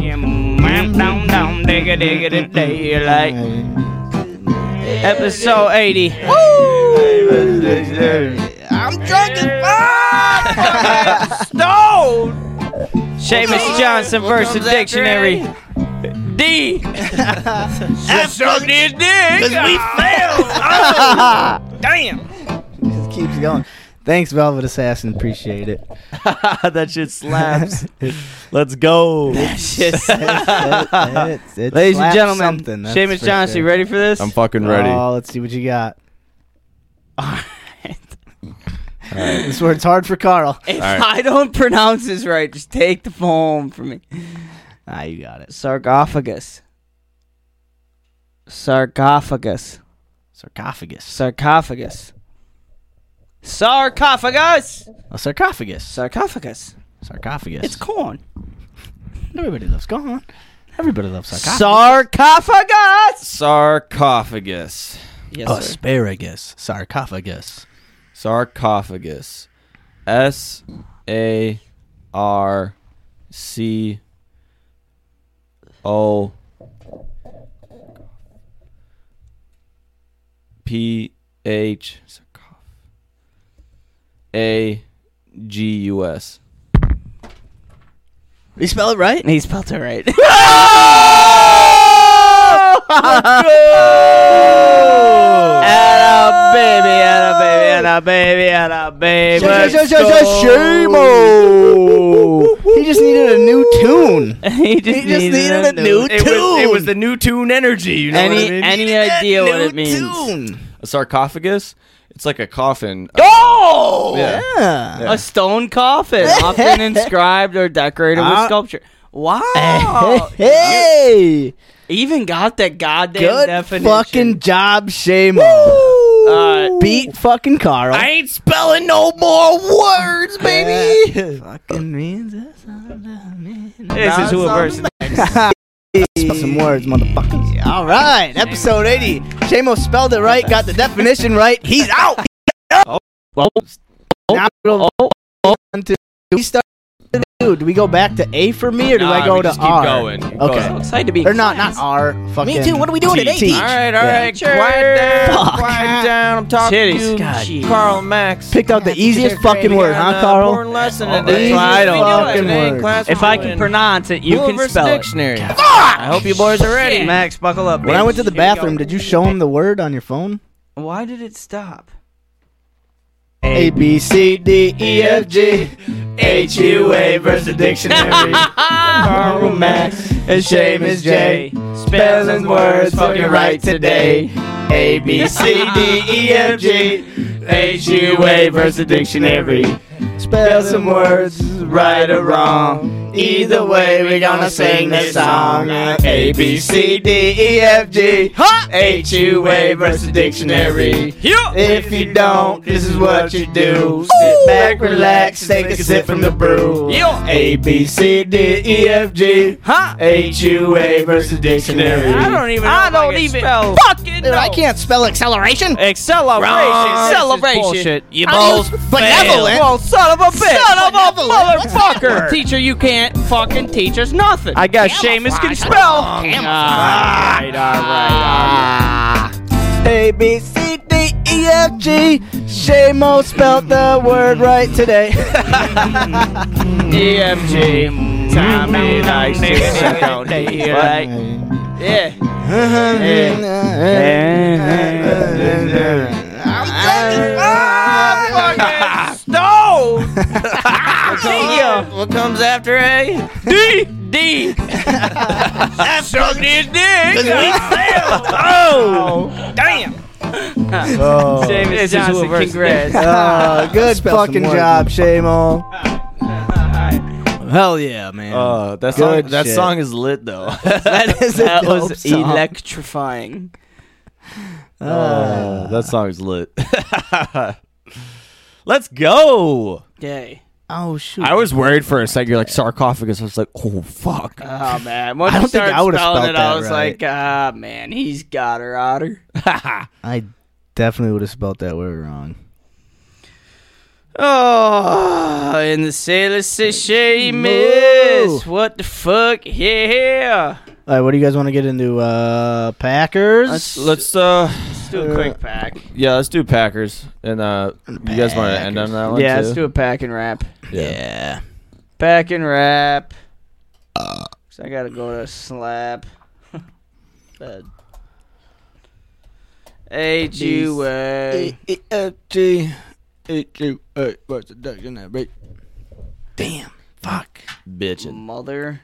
Down, down, digga, digga, the daylight. Episode 80. I'm drunk as Stone! Seamus Johnson versus Dictionary. D. I sucked his dick. we failed. damn. Keeps going. Thanks, Velvet Assassin. Appreciate it. that shit slaps. Let's go. It's- it's Ladies and slapped gentlemen, something, that's Seamus for Johnson, sure. you ready for this? I'm fucking ready. Oh, let's see what you got. This word's hard for Carl. If All right. I don't pronounce this right, just take the phone from me. Ah, you got it. Sarcophagus. Sarcophagus. Sarcophagus. Sarcophagus. Sarcophagus. A sarcophagus. Sarcophagus. Sarcophagus. It's corn. Everybody loves corn. Everybody loves sarcophagus. Sarcophagus. Sarcophagus. Yes, Oh, sir. Asparagus. Sarcophagus. Sarcophagus. S A R C O P H A G U S. You spell it right? He spelled it right. Atta baby, atta baby, atta baby, atta baby. oh. He just needed a new tune. He just, He just needed a new It was, it Tune. was the new tune energy. You know Any what I mean? any idea what it means? Tune. a sarcophagus? It's like a coffin. Uh-huh. Oh, Yeah. Yeah. a stone coffin, often inscribed or decorated with Ah. sculpture. Wow! Hey, Even got that goddamn good definition. fucking job, Shamo. Uh, Beat fucking Carl. ain't spelling no more words, fucking means this is who a person. Spell some words, motherfuckers. All right, episode 80. Shamo spelled it right, got the definition right. He's out. Oh, Now we go on to- we start. Dude, do we go back to A for me or do I go to R? Okay. I'm excited to be. Or not, not R. Fucking Me too. What are we doing T, today? T. All right, all Yeah. right. Quiet down. Fuck. Quiet down. I'm talking to Titties. you, God, jeez. Carl Max. Picked out the easiest fucking word, huh, Carl? Important lesson Oh, today. easiest That's why I fucking don't do it. Today in word. class If we're I can doing pronounce it, you Google can versus spell it. dictionary. I hope you boys are ready. Max, buckle up. When I went to the baby. Here we bathroom, go. did you show him the word on your phone? Why did it stop? A B C D E F G H U A versus the dictionary. Carl Max and Seamus J. Spelling words fucking right today. A B C D E F G H U A versus the dictionary. Spell some words right or wrong. Either way, we're gonna sing this song. A B C D E F G H U A versus the dictionary. If you don't, this is what you do. Sit back, relax, take a sip from the brew. A B C D E F G Huh? H U A versus dictionary. I don't even. I don't even. Spell. Fucking. Dude, I can't spell acceleration. Acceleration. Celebration. Celebration. You I use benevolent. Well, son of a bitch. Son of a What's that motherfucker. word? Teacher, you can't fucking teach us nothing. I guess Seamus can spell. All Camouflage. right, all right. A B C D E F G. Shamo spelled the word right today. E, EMG. Tommy likes to suck on D, right? Yeah. Ah, fucking stone. what comes after A? D. D. Suck his dick. Oh, Damn. oh, Seamus Johnson, congrats. Oh, good fucking job, Shamo. Hell yeah, man. Uh, that song, Good that shit. song is lit though. that is a that dope was song. electrifying. Uh, that song is lit. Let's go. Yay. oh shoot. I was worried for a second. You're like sarcophagus. I was like, oh fuck. Oh man. Once I you don't think started I would've spelling spelt it, I that was right. like, ah man, he's got her otter. I definitely would have spelled that word wrong. Oh and the sailor says Seamus. What the fuck? Yeah. All right, what do you guys want to get into? Uh, Packers. Let's, let's uh Let's do a quick pack. yeah, let's do Packers. And uh you guys want to end on that one? Yeah, let's too? do a pack and wrap. yeah. Pack and wrap. Uh. So I gotta go to slap. Bed. H U A. Damn. Fuck. bitching. Mother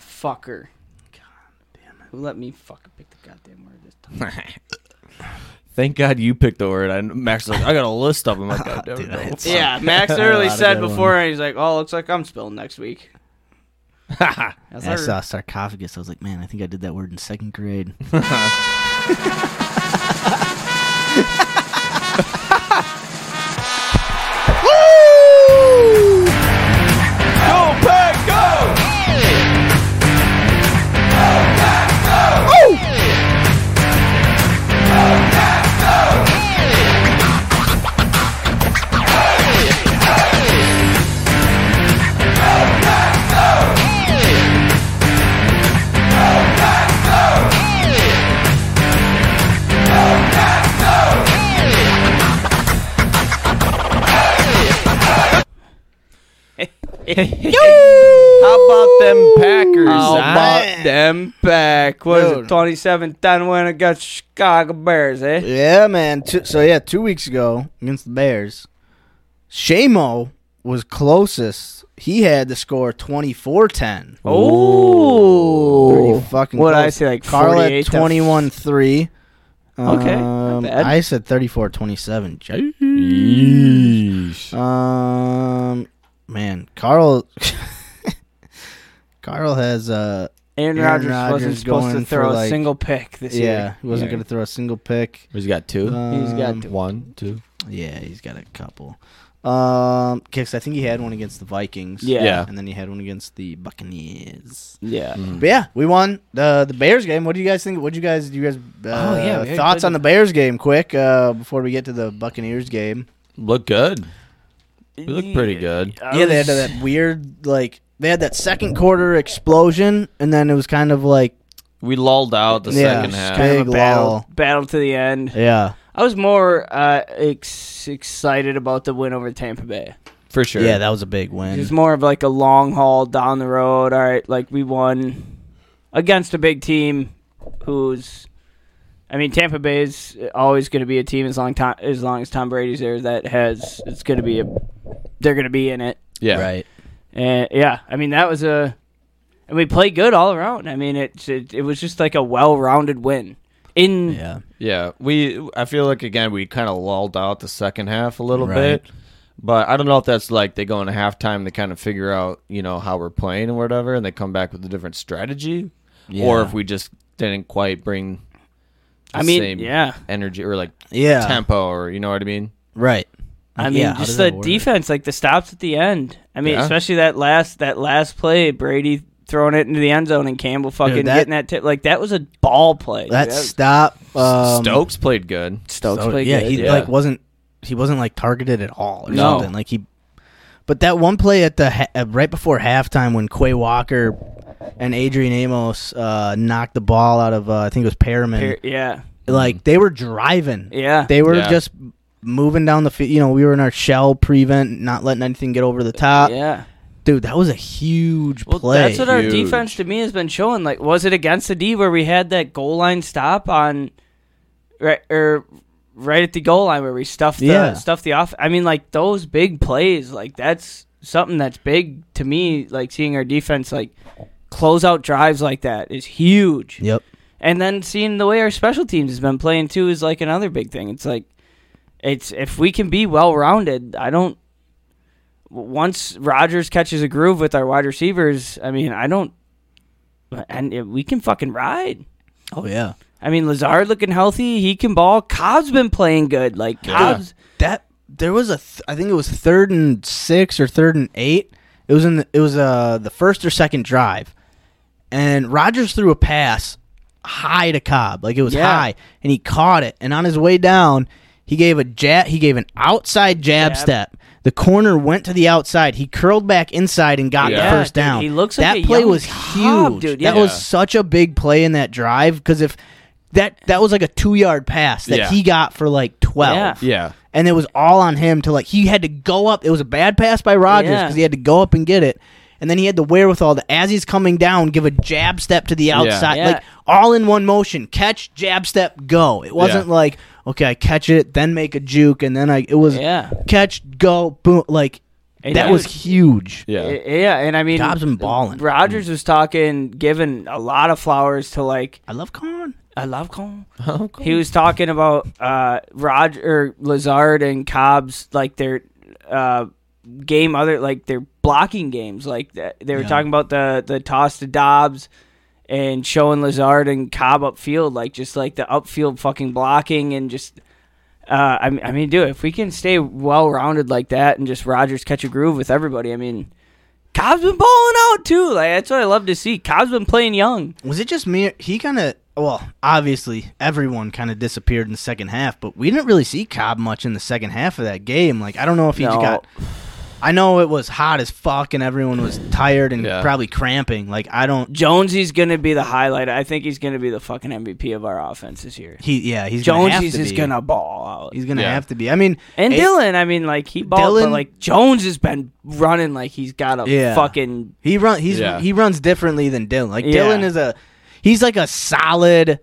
fucker. God damn it. Who let me fucking pick the goddamn word this time? Thank God you picked the word. I Max was like, I got a list of them. I'm like, God damn it. yeah, Max A early lot of said good before, and he's like, oh, looks like I'm spilling next week. I was I like, saw sarcophagus. I was like, man, I think I did that word in second grade. How about them Packers? How huh? about them back? What is Dude. it, 27 10 win against Chicago Bears, eh? Yeah, man. Two, so yeah, two weeks ago against the Bears, Shamo was closest. He had the score 24-10. Oh. Pretty fucking. What'd I close. say, like Carl at 48 to- 21-3. Okay, not Um, bad. I said 34-27. Jeez. Yeesh. Uh, Um, man, Carl. Carl has uh, Aaron Aaron Rodgers Rodgers wasn't supposed going to for, throw a like- single pick this yeah, year. he wasn't Yeah. gonna throw a single pick. He's got two. Um, got two. One, two. Yeah, he's got a couple. Um, because I think he had one against the Vikings. Yeah. Yeah. and then he had one against the Buccaneers. Yeah. But yeah, we won the the Bears game. What do you guys think? What do you guys do? You guys uh, Oh, yeah, we had thoughts good- on the Bears game? Quick uh, before we get to the Buccaneers game. Look good. We look pretty good. yeah, they had that weird like they had that second quarter explosion, and then it was kind of like We lulled out the Yeah. second half. Kinda- Kind of Big a battle, lull. battle to the end. yeah, I was more uh, ex- excited about the win over Tampa Bay. For sure. yeah, that was a big It win. was more of like a long haul down the road. All right, like we won against a big team who's. I mean, Tampa Bay is always going to be a team as long time as long as Tom Brady's there. That has it's going to be a, they're going to be in it. yeah. Right. And yeah, I mean that was a, and we played good all around. I mean it it, it was just like a well rounded win. In Yeah. Yeah, we. I feel like again we kind of lulled out the second half a little Right. bit, but I don't know if that's like they go into halftime they kind of figure out you know how we're playing and whatever, and they come back with a different strategy, or Yeah. if we just didn't quite bring. The I mean, same yeah. energy or like Yeah. tempo or you know what I mean. Right. I Like, mean, yeah, how does just the that work? defense, like the stops at the end. I mean, Yeah. especially that last that last play, Brady throwing it into the end zone and Campbell fucking that- getting that tip. Like that was a ball play. That That- stop. Um, Stokes played good. Stokes So, played yeah, good. he yeah. like wasn't he wasn't like targeted at all or No. something. Like he, but that one play at the ha- uh, right before halftime when Quay Walker and Adrian Amos uh, knocked the ball out of uh, I think it was Perriman. Here- yeah, like they were driving. yeah. They were Yeah. just moving down the field. You know, we were in our shell prevent, not letting anything get over the top. yeah. Dude, that was a huge Well, play. that's what our Huge. defense to me has been showing. Like, was it against the D where we had that goal line stop on, right or right at the goal line where we stuffed the Yeah. stuffed the off? I mean, like those big plays, like that's something that's big to me. Like seeing our defense like close out drives like that is huge. yep. And then seeing the way our special teams has been playing too is like another big thing. It's like it's if we can be well rounded, I don't once Rodgers catches a groove with our wide receivers, I mean, I don't and it- we can fucking ride. Oh yeah. I mean, Lazard looking healthy, he can ball. Cobb's been playing good. Like Cobb's that there was a th- I think it was third and six or third and eight. It was in the, it was uh the first or second drive, and Rogers threw a pass high to Cobb, like it was Yeah. high, and he caught it. And on his way down, he gave a jab. He gave an outside jab, Jab. step. The corner went to the outside. He curled back inside and got Yeah, the first dude, down. he looks that like a play young was Cobb, huge. dude, That yeah. was such a big play in that drive because if that that was like a two yard pass that Yeah. he got for like twelve Yeah. Yeah, and it was all on him to like he had to go up. It was a bad pass by Rogers Yeah. because he had to go up and get it, and then he had the wherewithal to as he's coming down give a jab step to the outside, Yeah. like all in one motion, catch jab step go. It wasn't Yeah. like okay, I catch it, then make a juke, and then I it was Yeah. catch go boom like Hey, that dude. was huge. yeah, Y- Yeah, and I mean, Dobbs been balling. Rodgers was talking, giving a lot of flowers to like I love Con. I love Cole. He was talking about uh, Roger Lazard and Cobb's like their uh, game, other like their blocking games. Like th- they were talking about the the toss to Dobbs and showing Lazard and Cobb upfield, like just like the upfield fucking blocking and just. Uh, I mean, I mean, dude, if we can stay well rounded like that and just Rogers catch a groove with everybody, I mean, Cobb's been balling out too. Like that's what I love to see. Cobb's been playing young. Was it just me? He kind of well, obviously everyone kind of disappeared in the second half, but we didn't really see Cobb much in the second half of that game. Like I don't know if he just No. got. I know it was hot as fuck and everyone was tired and Yeah. probably cramping. Like I don't. Jonesy's going to be the highlight. I think he's going to be the fucking MVP of our offense this year. He yeah he's gonna have Jonesy's to is be. going to ball out. he's gonna Yeah. have to be. I mean and it- Dylan, I mean, like, he balled, Dylan- but, like, Jones has been running like he's got a Yeah. fucking. He run he's Yeah. he runs differently than Dylan. Like Yeah. Dylan is a he's like a solid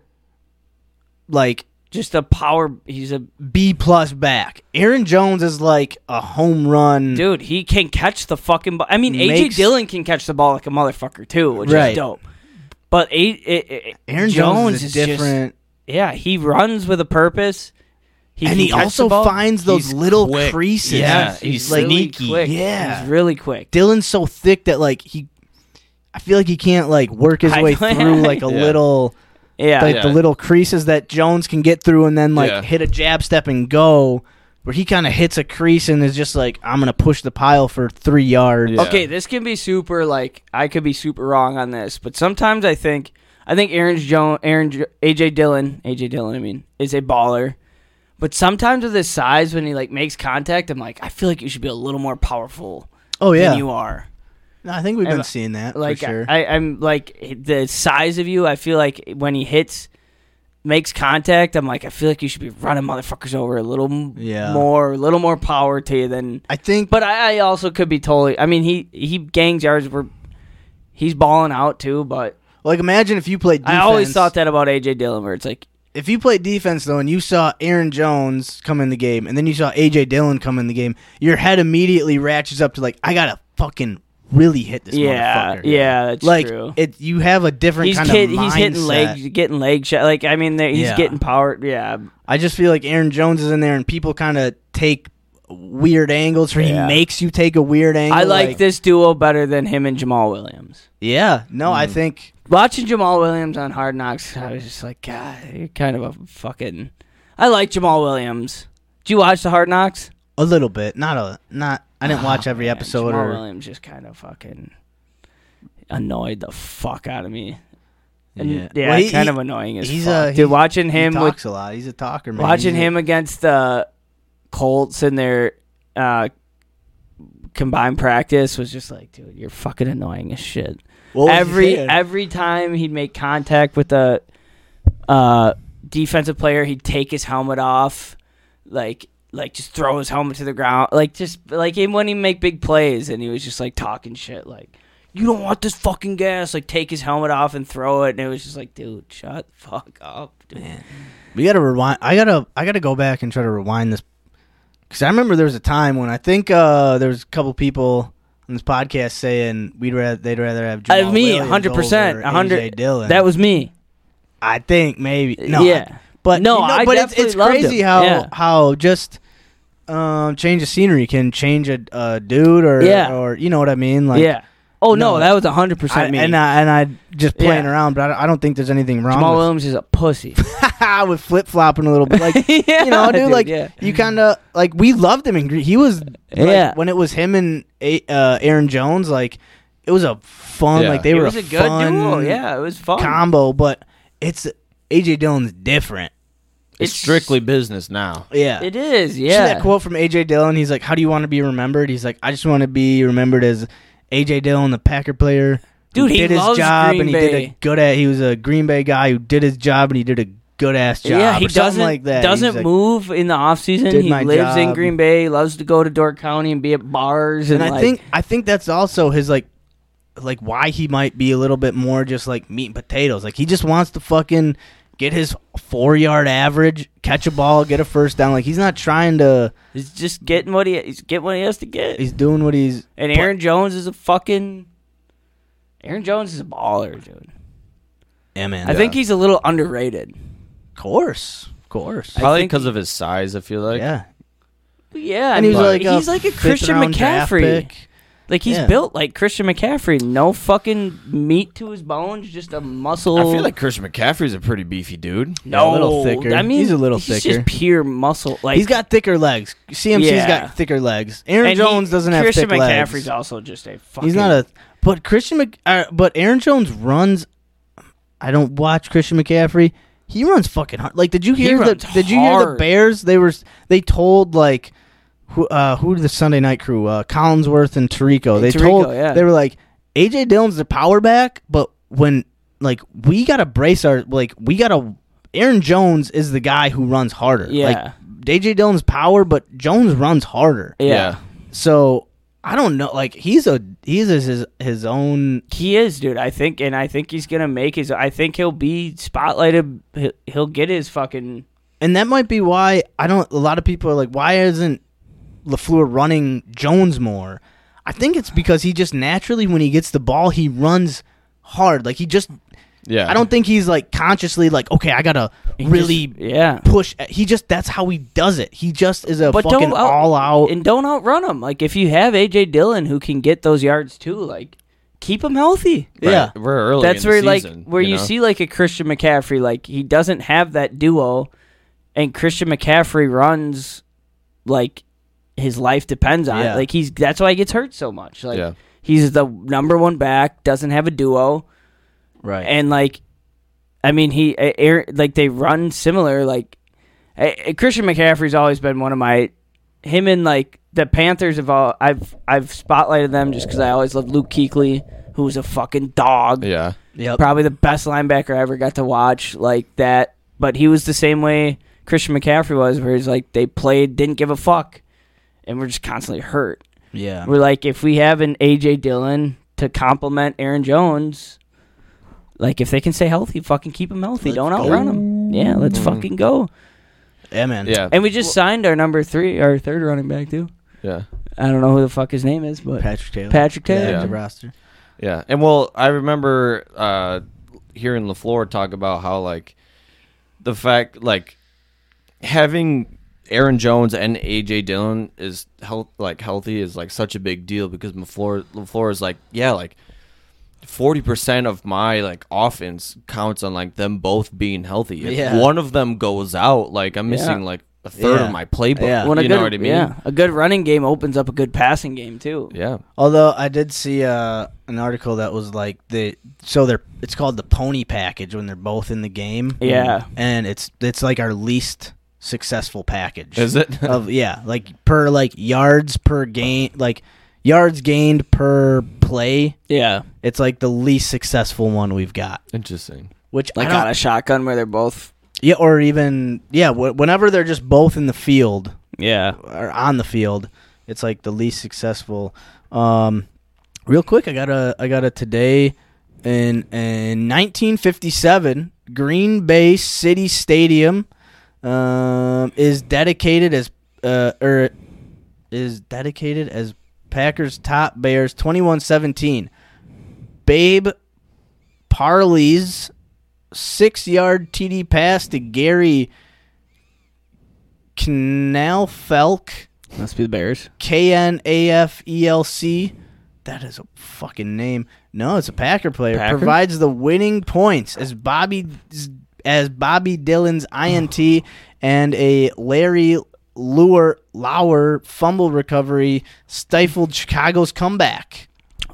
like Just a power. He's a. B plus back. Aaron Jones is like a home run. Dude, he can catch the fucking ball. I mean, Makes- AJ Dillon can catch the ball like a motherfucker, too, which Right. is dope. But a, a- a- Aaron Jones, is, just- different. yeah, he runs with a purpose. He and can he catch the also ball. finds those He's little quick. creases. Yeah, Yeah, he's, he's really sneaky. Quick. Yeah. He's really quick. Dylan's so thick that like he, I feel like he can't like work his I way know. through like a Yeah. little Yeah. like Yeah. the little creases that Jones can get through and then like Yeah. hit a jab step and go. where he kind of hits a crease and is just like, I'm gonna push the pile for three yards. Yeah. Okay, this can be super. Like I could be super wrong on this, but sometimes I think I think Aaron Jones, Aaron Jo- AJ Dillon, AJ Dillon, I mean, is a baller. But sometimes with his size, when he like makes contact, I'm like, I feel like you should be a little more powerful Oh yeah, than you are. No, I think we've And, been seeing that Like for sure. I, I'm like the size of you. I feel like when he hits, makes contact, I'm like, I feel like you should be running motherfuckers over a little m- Yeah. more, a little more power to you than I think, but I, I also could be totally. I mean, he he gangs yards were. He's balling out too, but like, imagine if you played. Defense. I always thought that about AJ Dillon, where it's like, if you played defense though, and you saw Aaron Jones come in the game, and then you saw AJ Dillon come in the game, your head immediately ratchets up to like, I gotta fucking really hit this yeah, motherfucker. yeah, that's like true. it, you have a different He's kind kid, of mindset. he's hitting legs, getting leg shot. Like I mean, there- he's Yeah. getting power. Yeah, I just feel like Aaron Jones is in there, and people kind of take weird angles, or Yeah. he makes you take a weird angle. I like, this duo better than him and Jamal Williams. Yeah, no, Mm. I think Watching Jamal Williams on Hard Knocks, I was just like, God, you're kind of a fucking. I like Jamal Williams. Did you watch the Hard Knocks? a little bit, not a not. I didn't watch every Ah, Oh, Man, episode. Jamal or, Williams just kind of fucking annoyed the fuck out of me. And yeah, Well, he- kind he- of annoying as he's fuck. a- Dude, he- watching He him with, talks a lot. He's a talker, man. watching He's a- him against the Colts in their uh, combined practice was just like, dude, you're fucking annoying as shit. What was he every saying? every time he'd make contact with a uh, defensive player, he'd take his helmet off, like like just throw his helmet to the ground, like just like he wouldn't even make big plays, and he was just like talking shit, like you don't want this fucking gas, like take his helmet off and throw it, and it was just like, dude, shut the fuck up, dude. We gotta rewind. I gotta. I gotta go back and try to rewind this because I remember there was a time when I think uh, there was a couple people on this podcast saying we'd rather they'd rather have Jamal Uh, me, Williams hundred percent, over hundred. AJ Dillon. That was me. I think maybe no. yeah, I- but No, no, you know, I but it's, definitely it's loved crazy him. how Yeah. how just um change of scenery can change a, a dude or Yeah. or you know what I mean like yeah. Oh no, no. that was hundred I, percent me. and I and I just playing Yeah. around but I, don't- I don't think there's anything wrong Jamal with Williams is a pussy. with flip flopping a little bit. Like you know, dude, like yeah. you kind of like we loved him in Gre He was like, Yeah. when it was him and A- uh, Aaron Jones, like it was a fun. Yeah. Like they it were was a good fun duo. Yeah, it was fun. combo, but it's AJ Dillon's different. It's strictly business now. Yeah. It is. See Yeah. that quote from AJ Dillon. He's like, "How do you want to be remembered?" He's like, "I just want to be remembered as AJ Dillon, the Packer player who Dude, he did his loves job Green and he did Bay. a good at. He was a Green Bay guy who did his job and he did a good ass job. yeah, he or something doesn't like that. He's doesn't like- move in the off season. did He my lives in job. Green Bay. Loves to go to Door County and be at bars and, and I like- think I think that's also his like like why he might be a little bit more just like meat and potatoes. Like he just wants to fucking get his four yard average, catch a ball, get a first down. Like he's not trying to. he's just getting what he he's getting what he has to get. He's doing what he's. and Aaron Jones is a fucking Aaron Jones is a baller, dude. Yeah, man. I think he's a little underrated. of course, of course. Probably think because of his size, I feel like. yeah, Yeah, I and he was mean, like he's like a fifth Christian round draft McCaffrey. pick. Like he's Yeah. built like Christian McCaffrey, no fucking meat to his bones, just a muscle. I feel like Christian McCaffrey's a pretty beefy dude. no, a little thicker. I mean, He's a little thicker. just pure muscle. Like He's got thicker legs. CMC's Yeah. got thicker legs. Aaron and he- Jones doesn't have Christian thick McCaffrey's legs. also just a fucking. He's not a. But Christian Mc, uh, but Aaron Jones runs. I don't watch Christian McCaffrey. He runs fucking hard. Like, did you hear the? runs Did you hear the hard. Bears? They were. They told like, who? Uh, who did the Sunday night crew? Uh, Collinsworth and Tarico. They Tirico, told. yeah. They were like, AJ Dillon's the power back, but when like we gotta brace our like we gotta. Aaron Jones is the guy who runs harder. Yeah. Like, AJ Dillon's power, but Jones runs harder. Yeah. So I don't know. Like he's a he's his his, his own. he is, dude. I think, and I think he's gonna make his. I think he'll be spotlighted. He'll, he'll get his fucking. And that might be why I don't. A lot of people are like, why isn't Lafleur running Jones more? I think it's because he just naturally, when he gets the ball, he runs hard. Like he just. Yeah. I don't think he's like consciously like, okay, I gotta really just- yeah. push. He just that's how he does it. He just is a But fucking don't out, all out. and don't outrun him. Like if you have AJ Dillon who can get those yards too, like keep him healthy. Right. yeah. We're early. That's in the where like season, where you, know? see like a Christian McCaffrey, like he doesn't have that duo, and Christian McCaffrey runs like his life depends on Yeah. it. Like he's that's why he gets hurt so much. Like Yeah. he's the number one back, doesn't have a duo, Right. and like I mean he eh, Aaron- like they run similar. Like eh, eh, Christian McCaffrey's always been one of my him and like the Panthers have all I've I've spotlighted them just because I always loved Luke Kuechly, who was a fucking dog yeah. Uh, probably the best linebacker I ever got to watch like that. But he was the same way Christian McCaffrey was, where he's like they played, didn't give a fuck, and we're just constantly hurt. Yeah. We're like if we have an AJ Dillon to complement Aaron Jones, like if they can stay healthy, fucking keep him healthy. Don't outrun him. Yeah, let's fucking go. Yeah, man. Yeah. And we just signed our number three, our third running back too. Yeah. I don't know who the fuck his name is, but Patrick Taylor. Patrick Yeah, Taylor. Yeah. the roster. Yeah, and well, I remember uh, hearing Lafleur talk about how like the fact like having Aaron Jones and AJ Dillon is health like healthy is like such a big deal because Lafleur Lafleur is like yeah like forty percent of my like offense counts on like them both being healthy. If Yeah. one of them goes out, like I'm missing like a third Yeah. of my playbook. Yeah. When a You good, know what I mean? Yeah, a good running game opens up a good passing game too. Yeah. Although I did see uh, an article that was like the so they're it's called the pony package when they're both in the game. Yeah. and it's it's like our least successful package. Is it? of yeah, like per like yards per game, like yards gained per play. Yeah. It's like the least successful one we've got. Interesting. Which like I don't, on a shotgun where they're both yeah, or even yeah, wh- whenever they're just both in the field, yeah are on the field. It's like the least successful. Um, real quick, I got a I got a today in in 1957 Green Bay City Stadium um, is dedicated as uh, or is dedicated as Packers top Bears 21-17. Babe Parley's six yard TD pass to Gary Knalfelk. must be the bears K N A F E L C. That is a fucking name. No, it's a Packer player. Packer? Provides the winning points as Bobby as Bobby Dylan's INT and a Larry Lure Lauer fumble recovery stifled Chicago's comeback.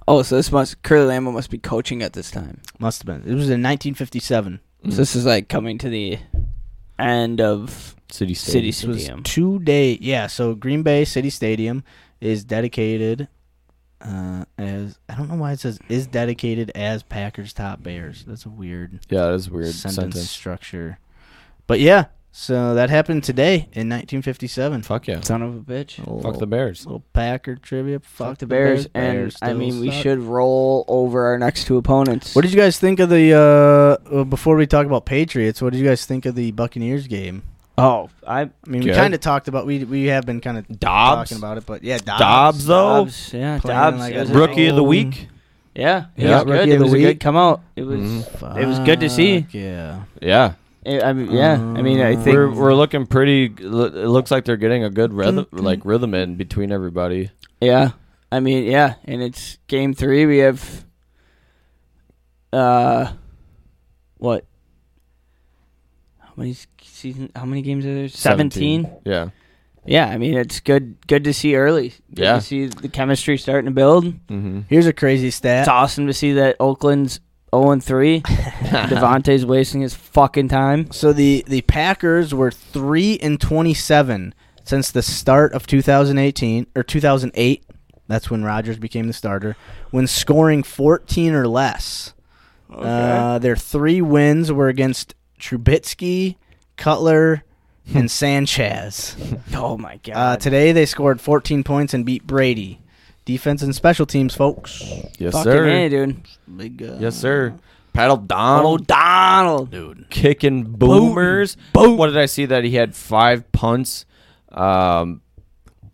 oh so this must curly lambo must be coaching at this time Must have been. It was in 1957. so this is like coming to the end of City Stadium. city This was stadium two day. Yeah, so Green Bay City Stadium is dedicated uh, as I don't know why it says is dedicated as Packers top Bears. That's a weird, Yeah, that is a weird sentence, sentence. structure. But yeah, so that happened today in 1957. Fuck yeah. son of a bitch Fuck the Bears. little Packer trivia. Oh, fuck, the bears, and i still mean we suck. should roll over our next two opponents What did you guys think of the uh, uh, before we talk about Patriots? What did you guys think of the Buccaneers game? oh i I mean, Good. we kind of talked about we we have been kind of Dobbs? talking about it, but yeah, Dobbs. Dobbs though, Dobbs, yeah Playing Dobbs, like it a was rookie of the own- week. yeah it Yeah, was good rookie it of the was a week. good come out it was It was good to see. Fuck, Yeah. Mm-hmm. Yeah, it- i mean yeah i mean i think Um, we're we're looking pretty. It looks like they're getting a good rhythm, like rhythm in between everybody. Yeah. I mean, yeah, and it's game three. We have uh what? How many s- season how many games are there? Seventeen? Yeah, Yeah, I mean it's good good to see early. Good Yeah. to see the chemistry starting to build. mm-hmm. Here's a crazy stat. It's awesome to see that Oakland's 0 and 3. Devontae's wasting his fucking time. So the the Packers were three and twenty seven since the start of 2018 or 2008. That's when Rodgers became the starter. When scoring 14 or less, uh, their three wins were against Trubisky, Cutler, Hmm. and Sanchez. Oh my god. Uh, today they scored 14 points and beat Brady. Defense and special teams, folks. yes fucking sir, A, dude. Big, uh, yes sir. Paddle Donald O'Donnell. dude. kicking boomers. What did I see that he had five punts, um,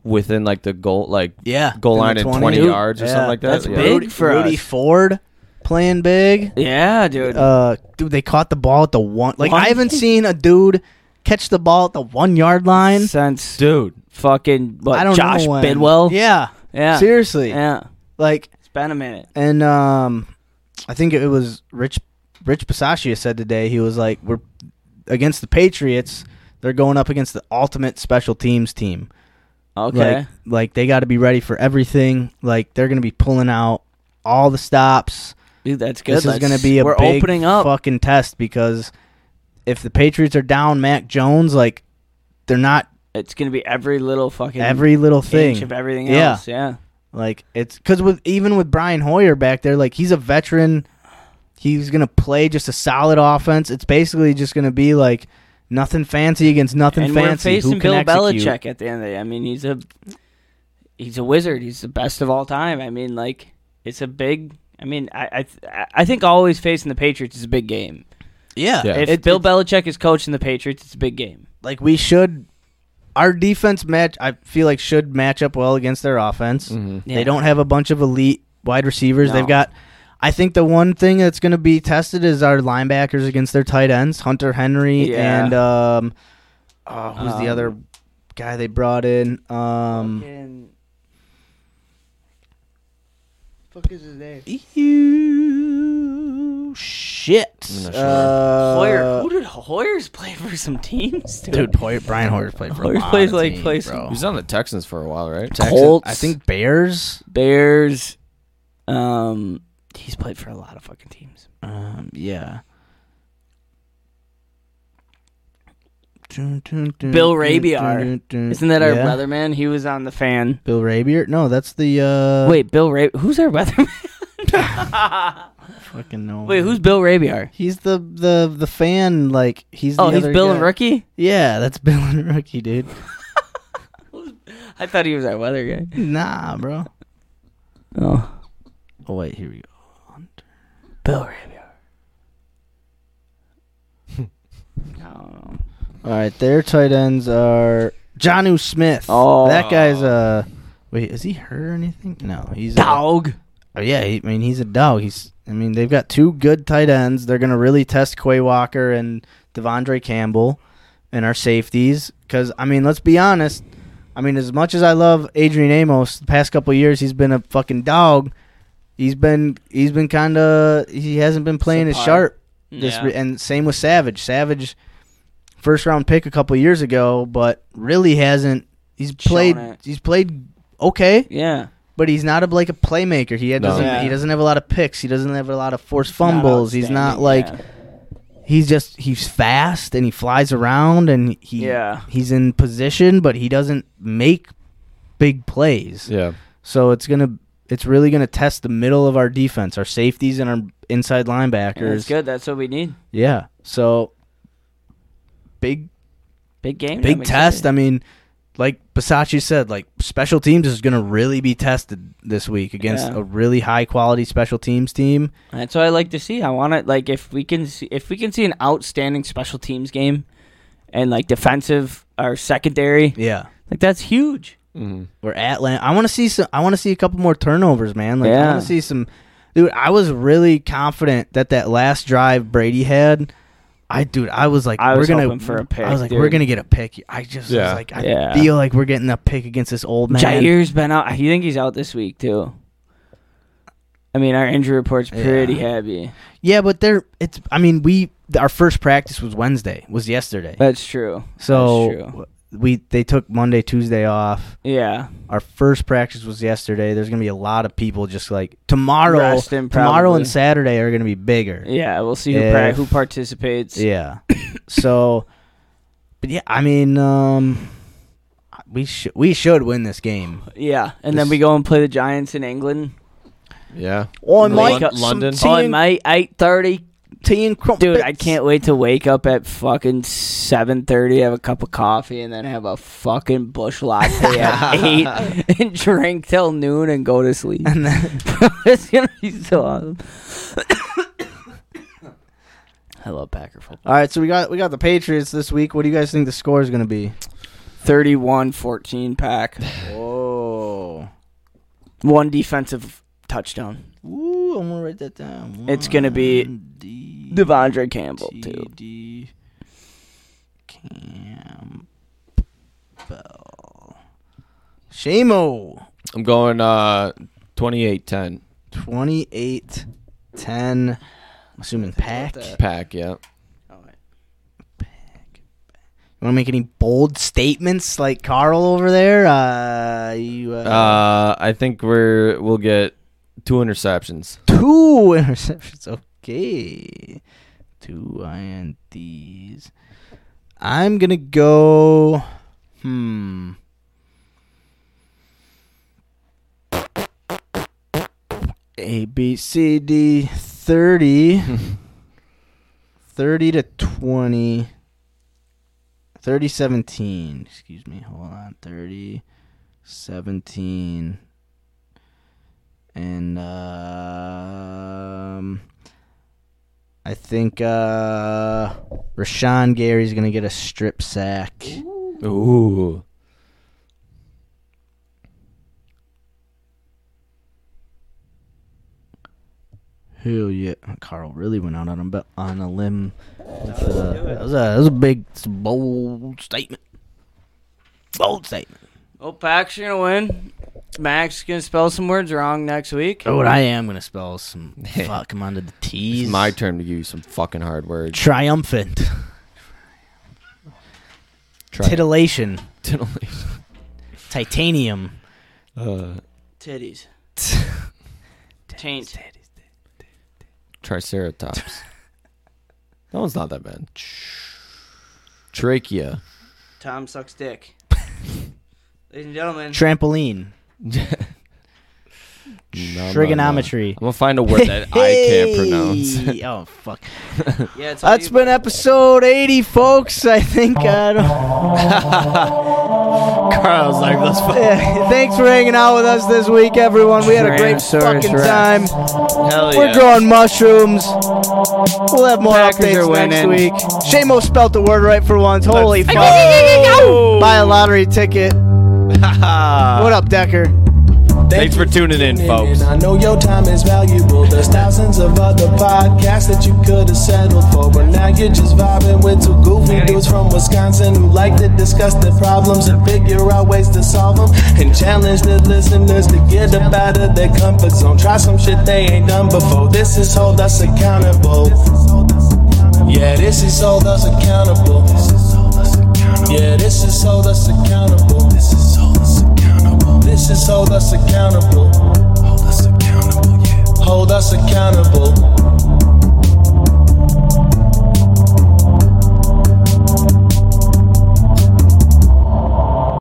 within like the goal, like Yeah, goal in the line and 20. twenty Dude, yards or something like that. that's yeah. big. Rudy, for Rudy us. Ford playing big. Yeah, dude. Uh, dude, they caught the ball at the one. Like One- I haven't seen a dude catch the ball at the one yard line. Since dude. fucking what, I don't Josh know when. Bidwell. Yeah, Yeah. seriously. Yeah. Like It's been a minute. and um, I think it was Rich Rich Pisaccia said today. He was like, "We're against the Patriots. They're going up against the ultimate special teams team." Okay. Like, like they got to be ready for everything. Like they're gonna be pulling out all the stops. Dude, that's good. This is That's- gonna be a we're big opening up. fucking test because if the Patriots are down Mac Jones, like they're not It's gonna be every little fucking every little inch thing. of everything Yeah. else. Yeah. Like it's because with even with Brian Hoyer back there, like he's a veteran. He's gonna play just a solid offense. It's basically just gonna be like nothing fancy against nothing and fancy. we're Who facing can Bill execute? Belichick at the end of the day. I mean, he's a he's a wizard. He's the best of all time. I mean, like it's a big. I mean, I I, th- I think always facing the Patriots is a big game. Yeah, Yeah. If It- Bill Belichick is coaching the Patriots, it's a big game. like we should. Our defense match, I feel like, should match up well against their offense. Mm-hmm. Yeah. They don't have a bunch of elite wide receivers. No. They've got. I think the one thing that's going to be tested is our linebackers against their tight ends, Hunter Henry Yeah. and um, oh, who's the Um, other guy they brought in? Um, Fucking- Ew, shit. I'm not sure. Uh, Hoyer. Who did Hoyer's play for some teams? dude, Hoyer, Brian Hoyer's played for Hoyer a lot plays of like- teams, plays- bro. He was on the Texans for a while, right? Texans. I think Bears. Bears. Um, he's played for a lot of fucking teams. Um, yeah. Bill Bill Rabiar. Mm, Isn't that our weatherman? He was on the fan. Bill Rabier? No, that's the uh, Wait, Bill Ray. Who's our weatherman? Fucking no. Wait, who's Bill Rabiar? He's the the the fan. Like he's. The Oh, he's other Bill guy. and Rookie. Yeah, that's Bill and Rookie, dude. I thought he was our weather guy. nah, bro. Oh, Oh wait, here we go. Bill Rabiar. no. All right, their tight ends are Johnu Smith. Oh. that guy's Uh, wait, is he hurt or anything? No, he's uh, Dog. Oh, yeah, he, I mean he's a dog. He's I mean they've got two good tight ends. They're gonna really test Quay Walker and Devondre Campbell and our safeties because I mean let's be honest. I mean as much as I love Adrian Amos, the past couple of years he's been a fucking dog. He's been he's been kind of he hasn't been playing as Subpar. sharp. This re- and same with Savage. Savage first round pick a couple of years ago, but really hasn't. He's played. it. He's played okay yeah. but he's not a, like a playmaker. He doesn't. Yeah. He doesn't have a lot of picks. He doesn't have a lot of forced fumbles. he's not like. outstanding, He's just he's fast and he flies around and he Yeah. he's in position, but he doesn't make big plays. Yeah. So it's gonna it's really gonna test the middle of our defense, our safeties and our inside linebackers. yeah. Yeah, That's good. That's what we need. Yeah. So big Big game. big I'm test. excited. I mean, like Basachi said, like special teams is going to really be tested this week against Yeah. a really high quality special teams team. That's what I like to see. I want to like if we can see if we can see an outstanding special teams game, and like defensive or secondary, Yeah, like that's huge. we're at Lan- I want to see some. I want to see a couple more turnovers, man. Like I Yeah. want to see some. Dude, I was really confident that that last drive Brady had. I dude, I was like, I was we're gonna hoping for a pick, I was like, dude. we're gonna get a pick. I just Yeah. was like, I Yeah. feel like we're getting a pick against this old man. Jair's been out. You think he's out this week too? I mean, our injury report's pretty Yeah. heavy. Yeah, but they're it's. I mean, we our first practice was Wednesday, was yesterday. That's true. So That's true. w- we they took Monday, Tuesday off. Yeah, Our first practice was yesterday. There's gonna be a lot of people just like tomorrow. Resting, tomorrow probably. and Saturday are gonna be bigger. yeah. We'll see who If- pra- who participates. Yeah. so, but yeah, I mean, um, we should we should win this game. Yeah, and then we go and play the Giants in England. Yeah. On Lon- Mike, some London. On my eight thirty tea and Dude, I can't wait to wake up at fucking seven thirty, have a cup of coffee, and then have a fucking bush latte at eight, and drink till noon and go to sleep. And then, it's gonna be so awesome. I love Packer football. all right, so we got we got the Patriots this week. What do you guys think the score is gonna be? 31-14 pack, Oh, one defensive touchdown. Ooh, I'm gonna write that down. It's gonna be D- Devondre Campbell too. TD Campbell. Shamo. I'm going uh 28-10 28 10. Assuming pack. pack, yeah. want to make any bold statements like Carl over there? Uh, you uh, Uh, I think we're we'll get two interceptions. two interceptions. Okay, two ints. I'm gonna go. Hmm. A B C D 30 30 to 20 30 17 excuse me hold on 30 17 and um I think uh Rashawn Gary's going to get a strip sack. Ooh. Hell yeah. Carl really went out on a, bu- on a limb. With, uh, that, was a, that was a big, it's a bold statement. Bold statement. Oh, Pack's gonna win. Max gonna spell some words wrong next week. Oh, and I am going to spell some fuck him onto the T's. It's my turn to use some fucking hard words. triumphant. Try it. Titillation. Titillation. Titanium. Uh, Titties. Taint. triceratops. that one's not that bad. Trachea. Tom sucks dick. Ladies and gentlemen. Trampoline. Trigonometry. I'm gonna find a word that I can't pronounce. Hey! oh fuck! yeah, it's all That's you, been episode eighty, folks. I think I don't. Carl's like, let's Yeah, Thanks for hanging out with us this week, everyone. We had a great Tyrannosaurus fucking Rex. time. hell We're growing mushrooms. We'll have more Packers updates are next week. winning. Shamo spelt the word right for once. Holy fuck! Buy a lottery ticket. what up, Decker? Thanks for tuning in, folks. And I know your time is valuable. There's thousands of other podcasts that you could have settled for, but now you're just vibing with two goofy dudes from Wisconsin who like to discuss their problems and figure out ways to solve them and challenge the listeners to get up out of their comfort zone. Try some shit they ain't done before. This is hold us accountable. Yeah, this is hold us accountable. Yeah, this is hold us accountable. This is hold us accountable.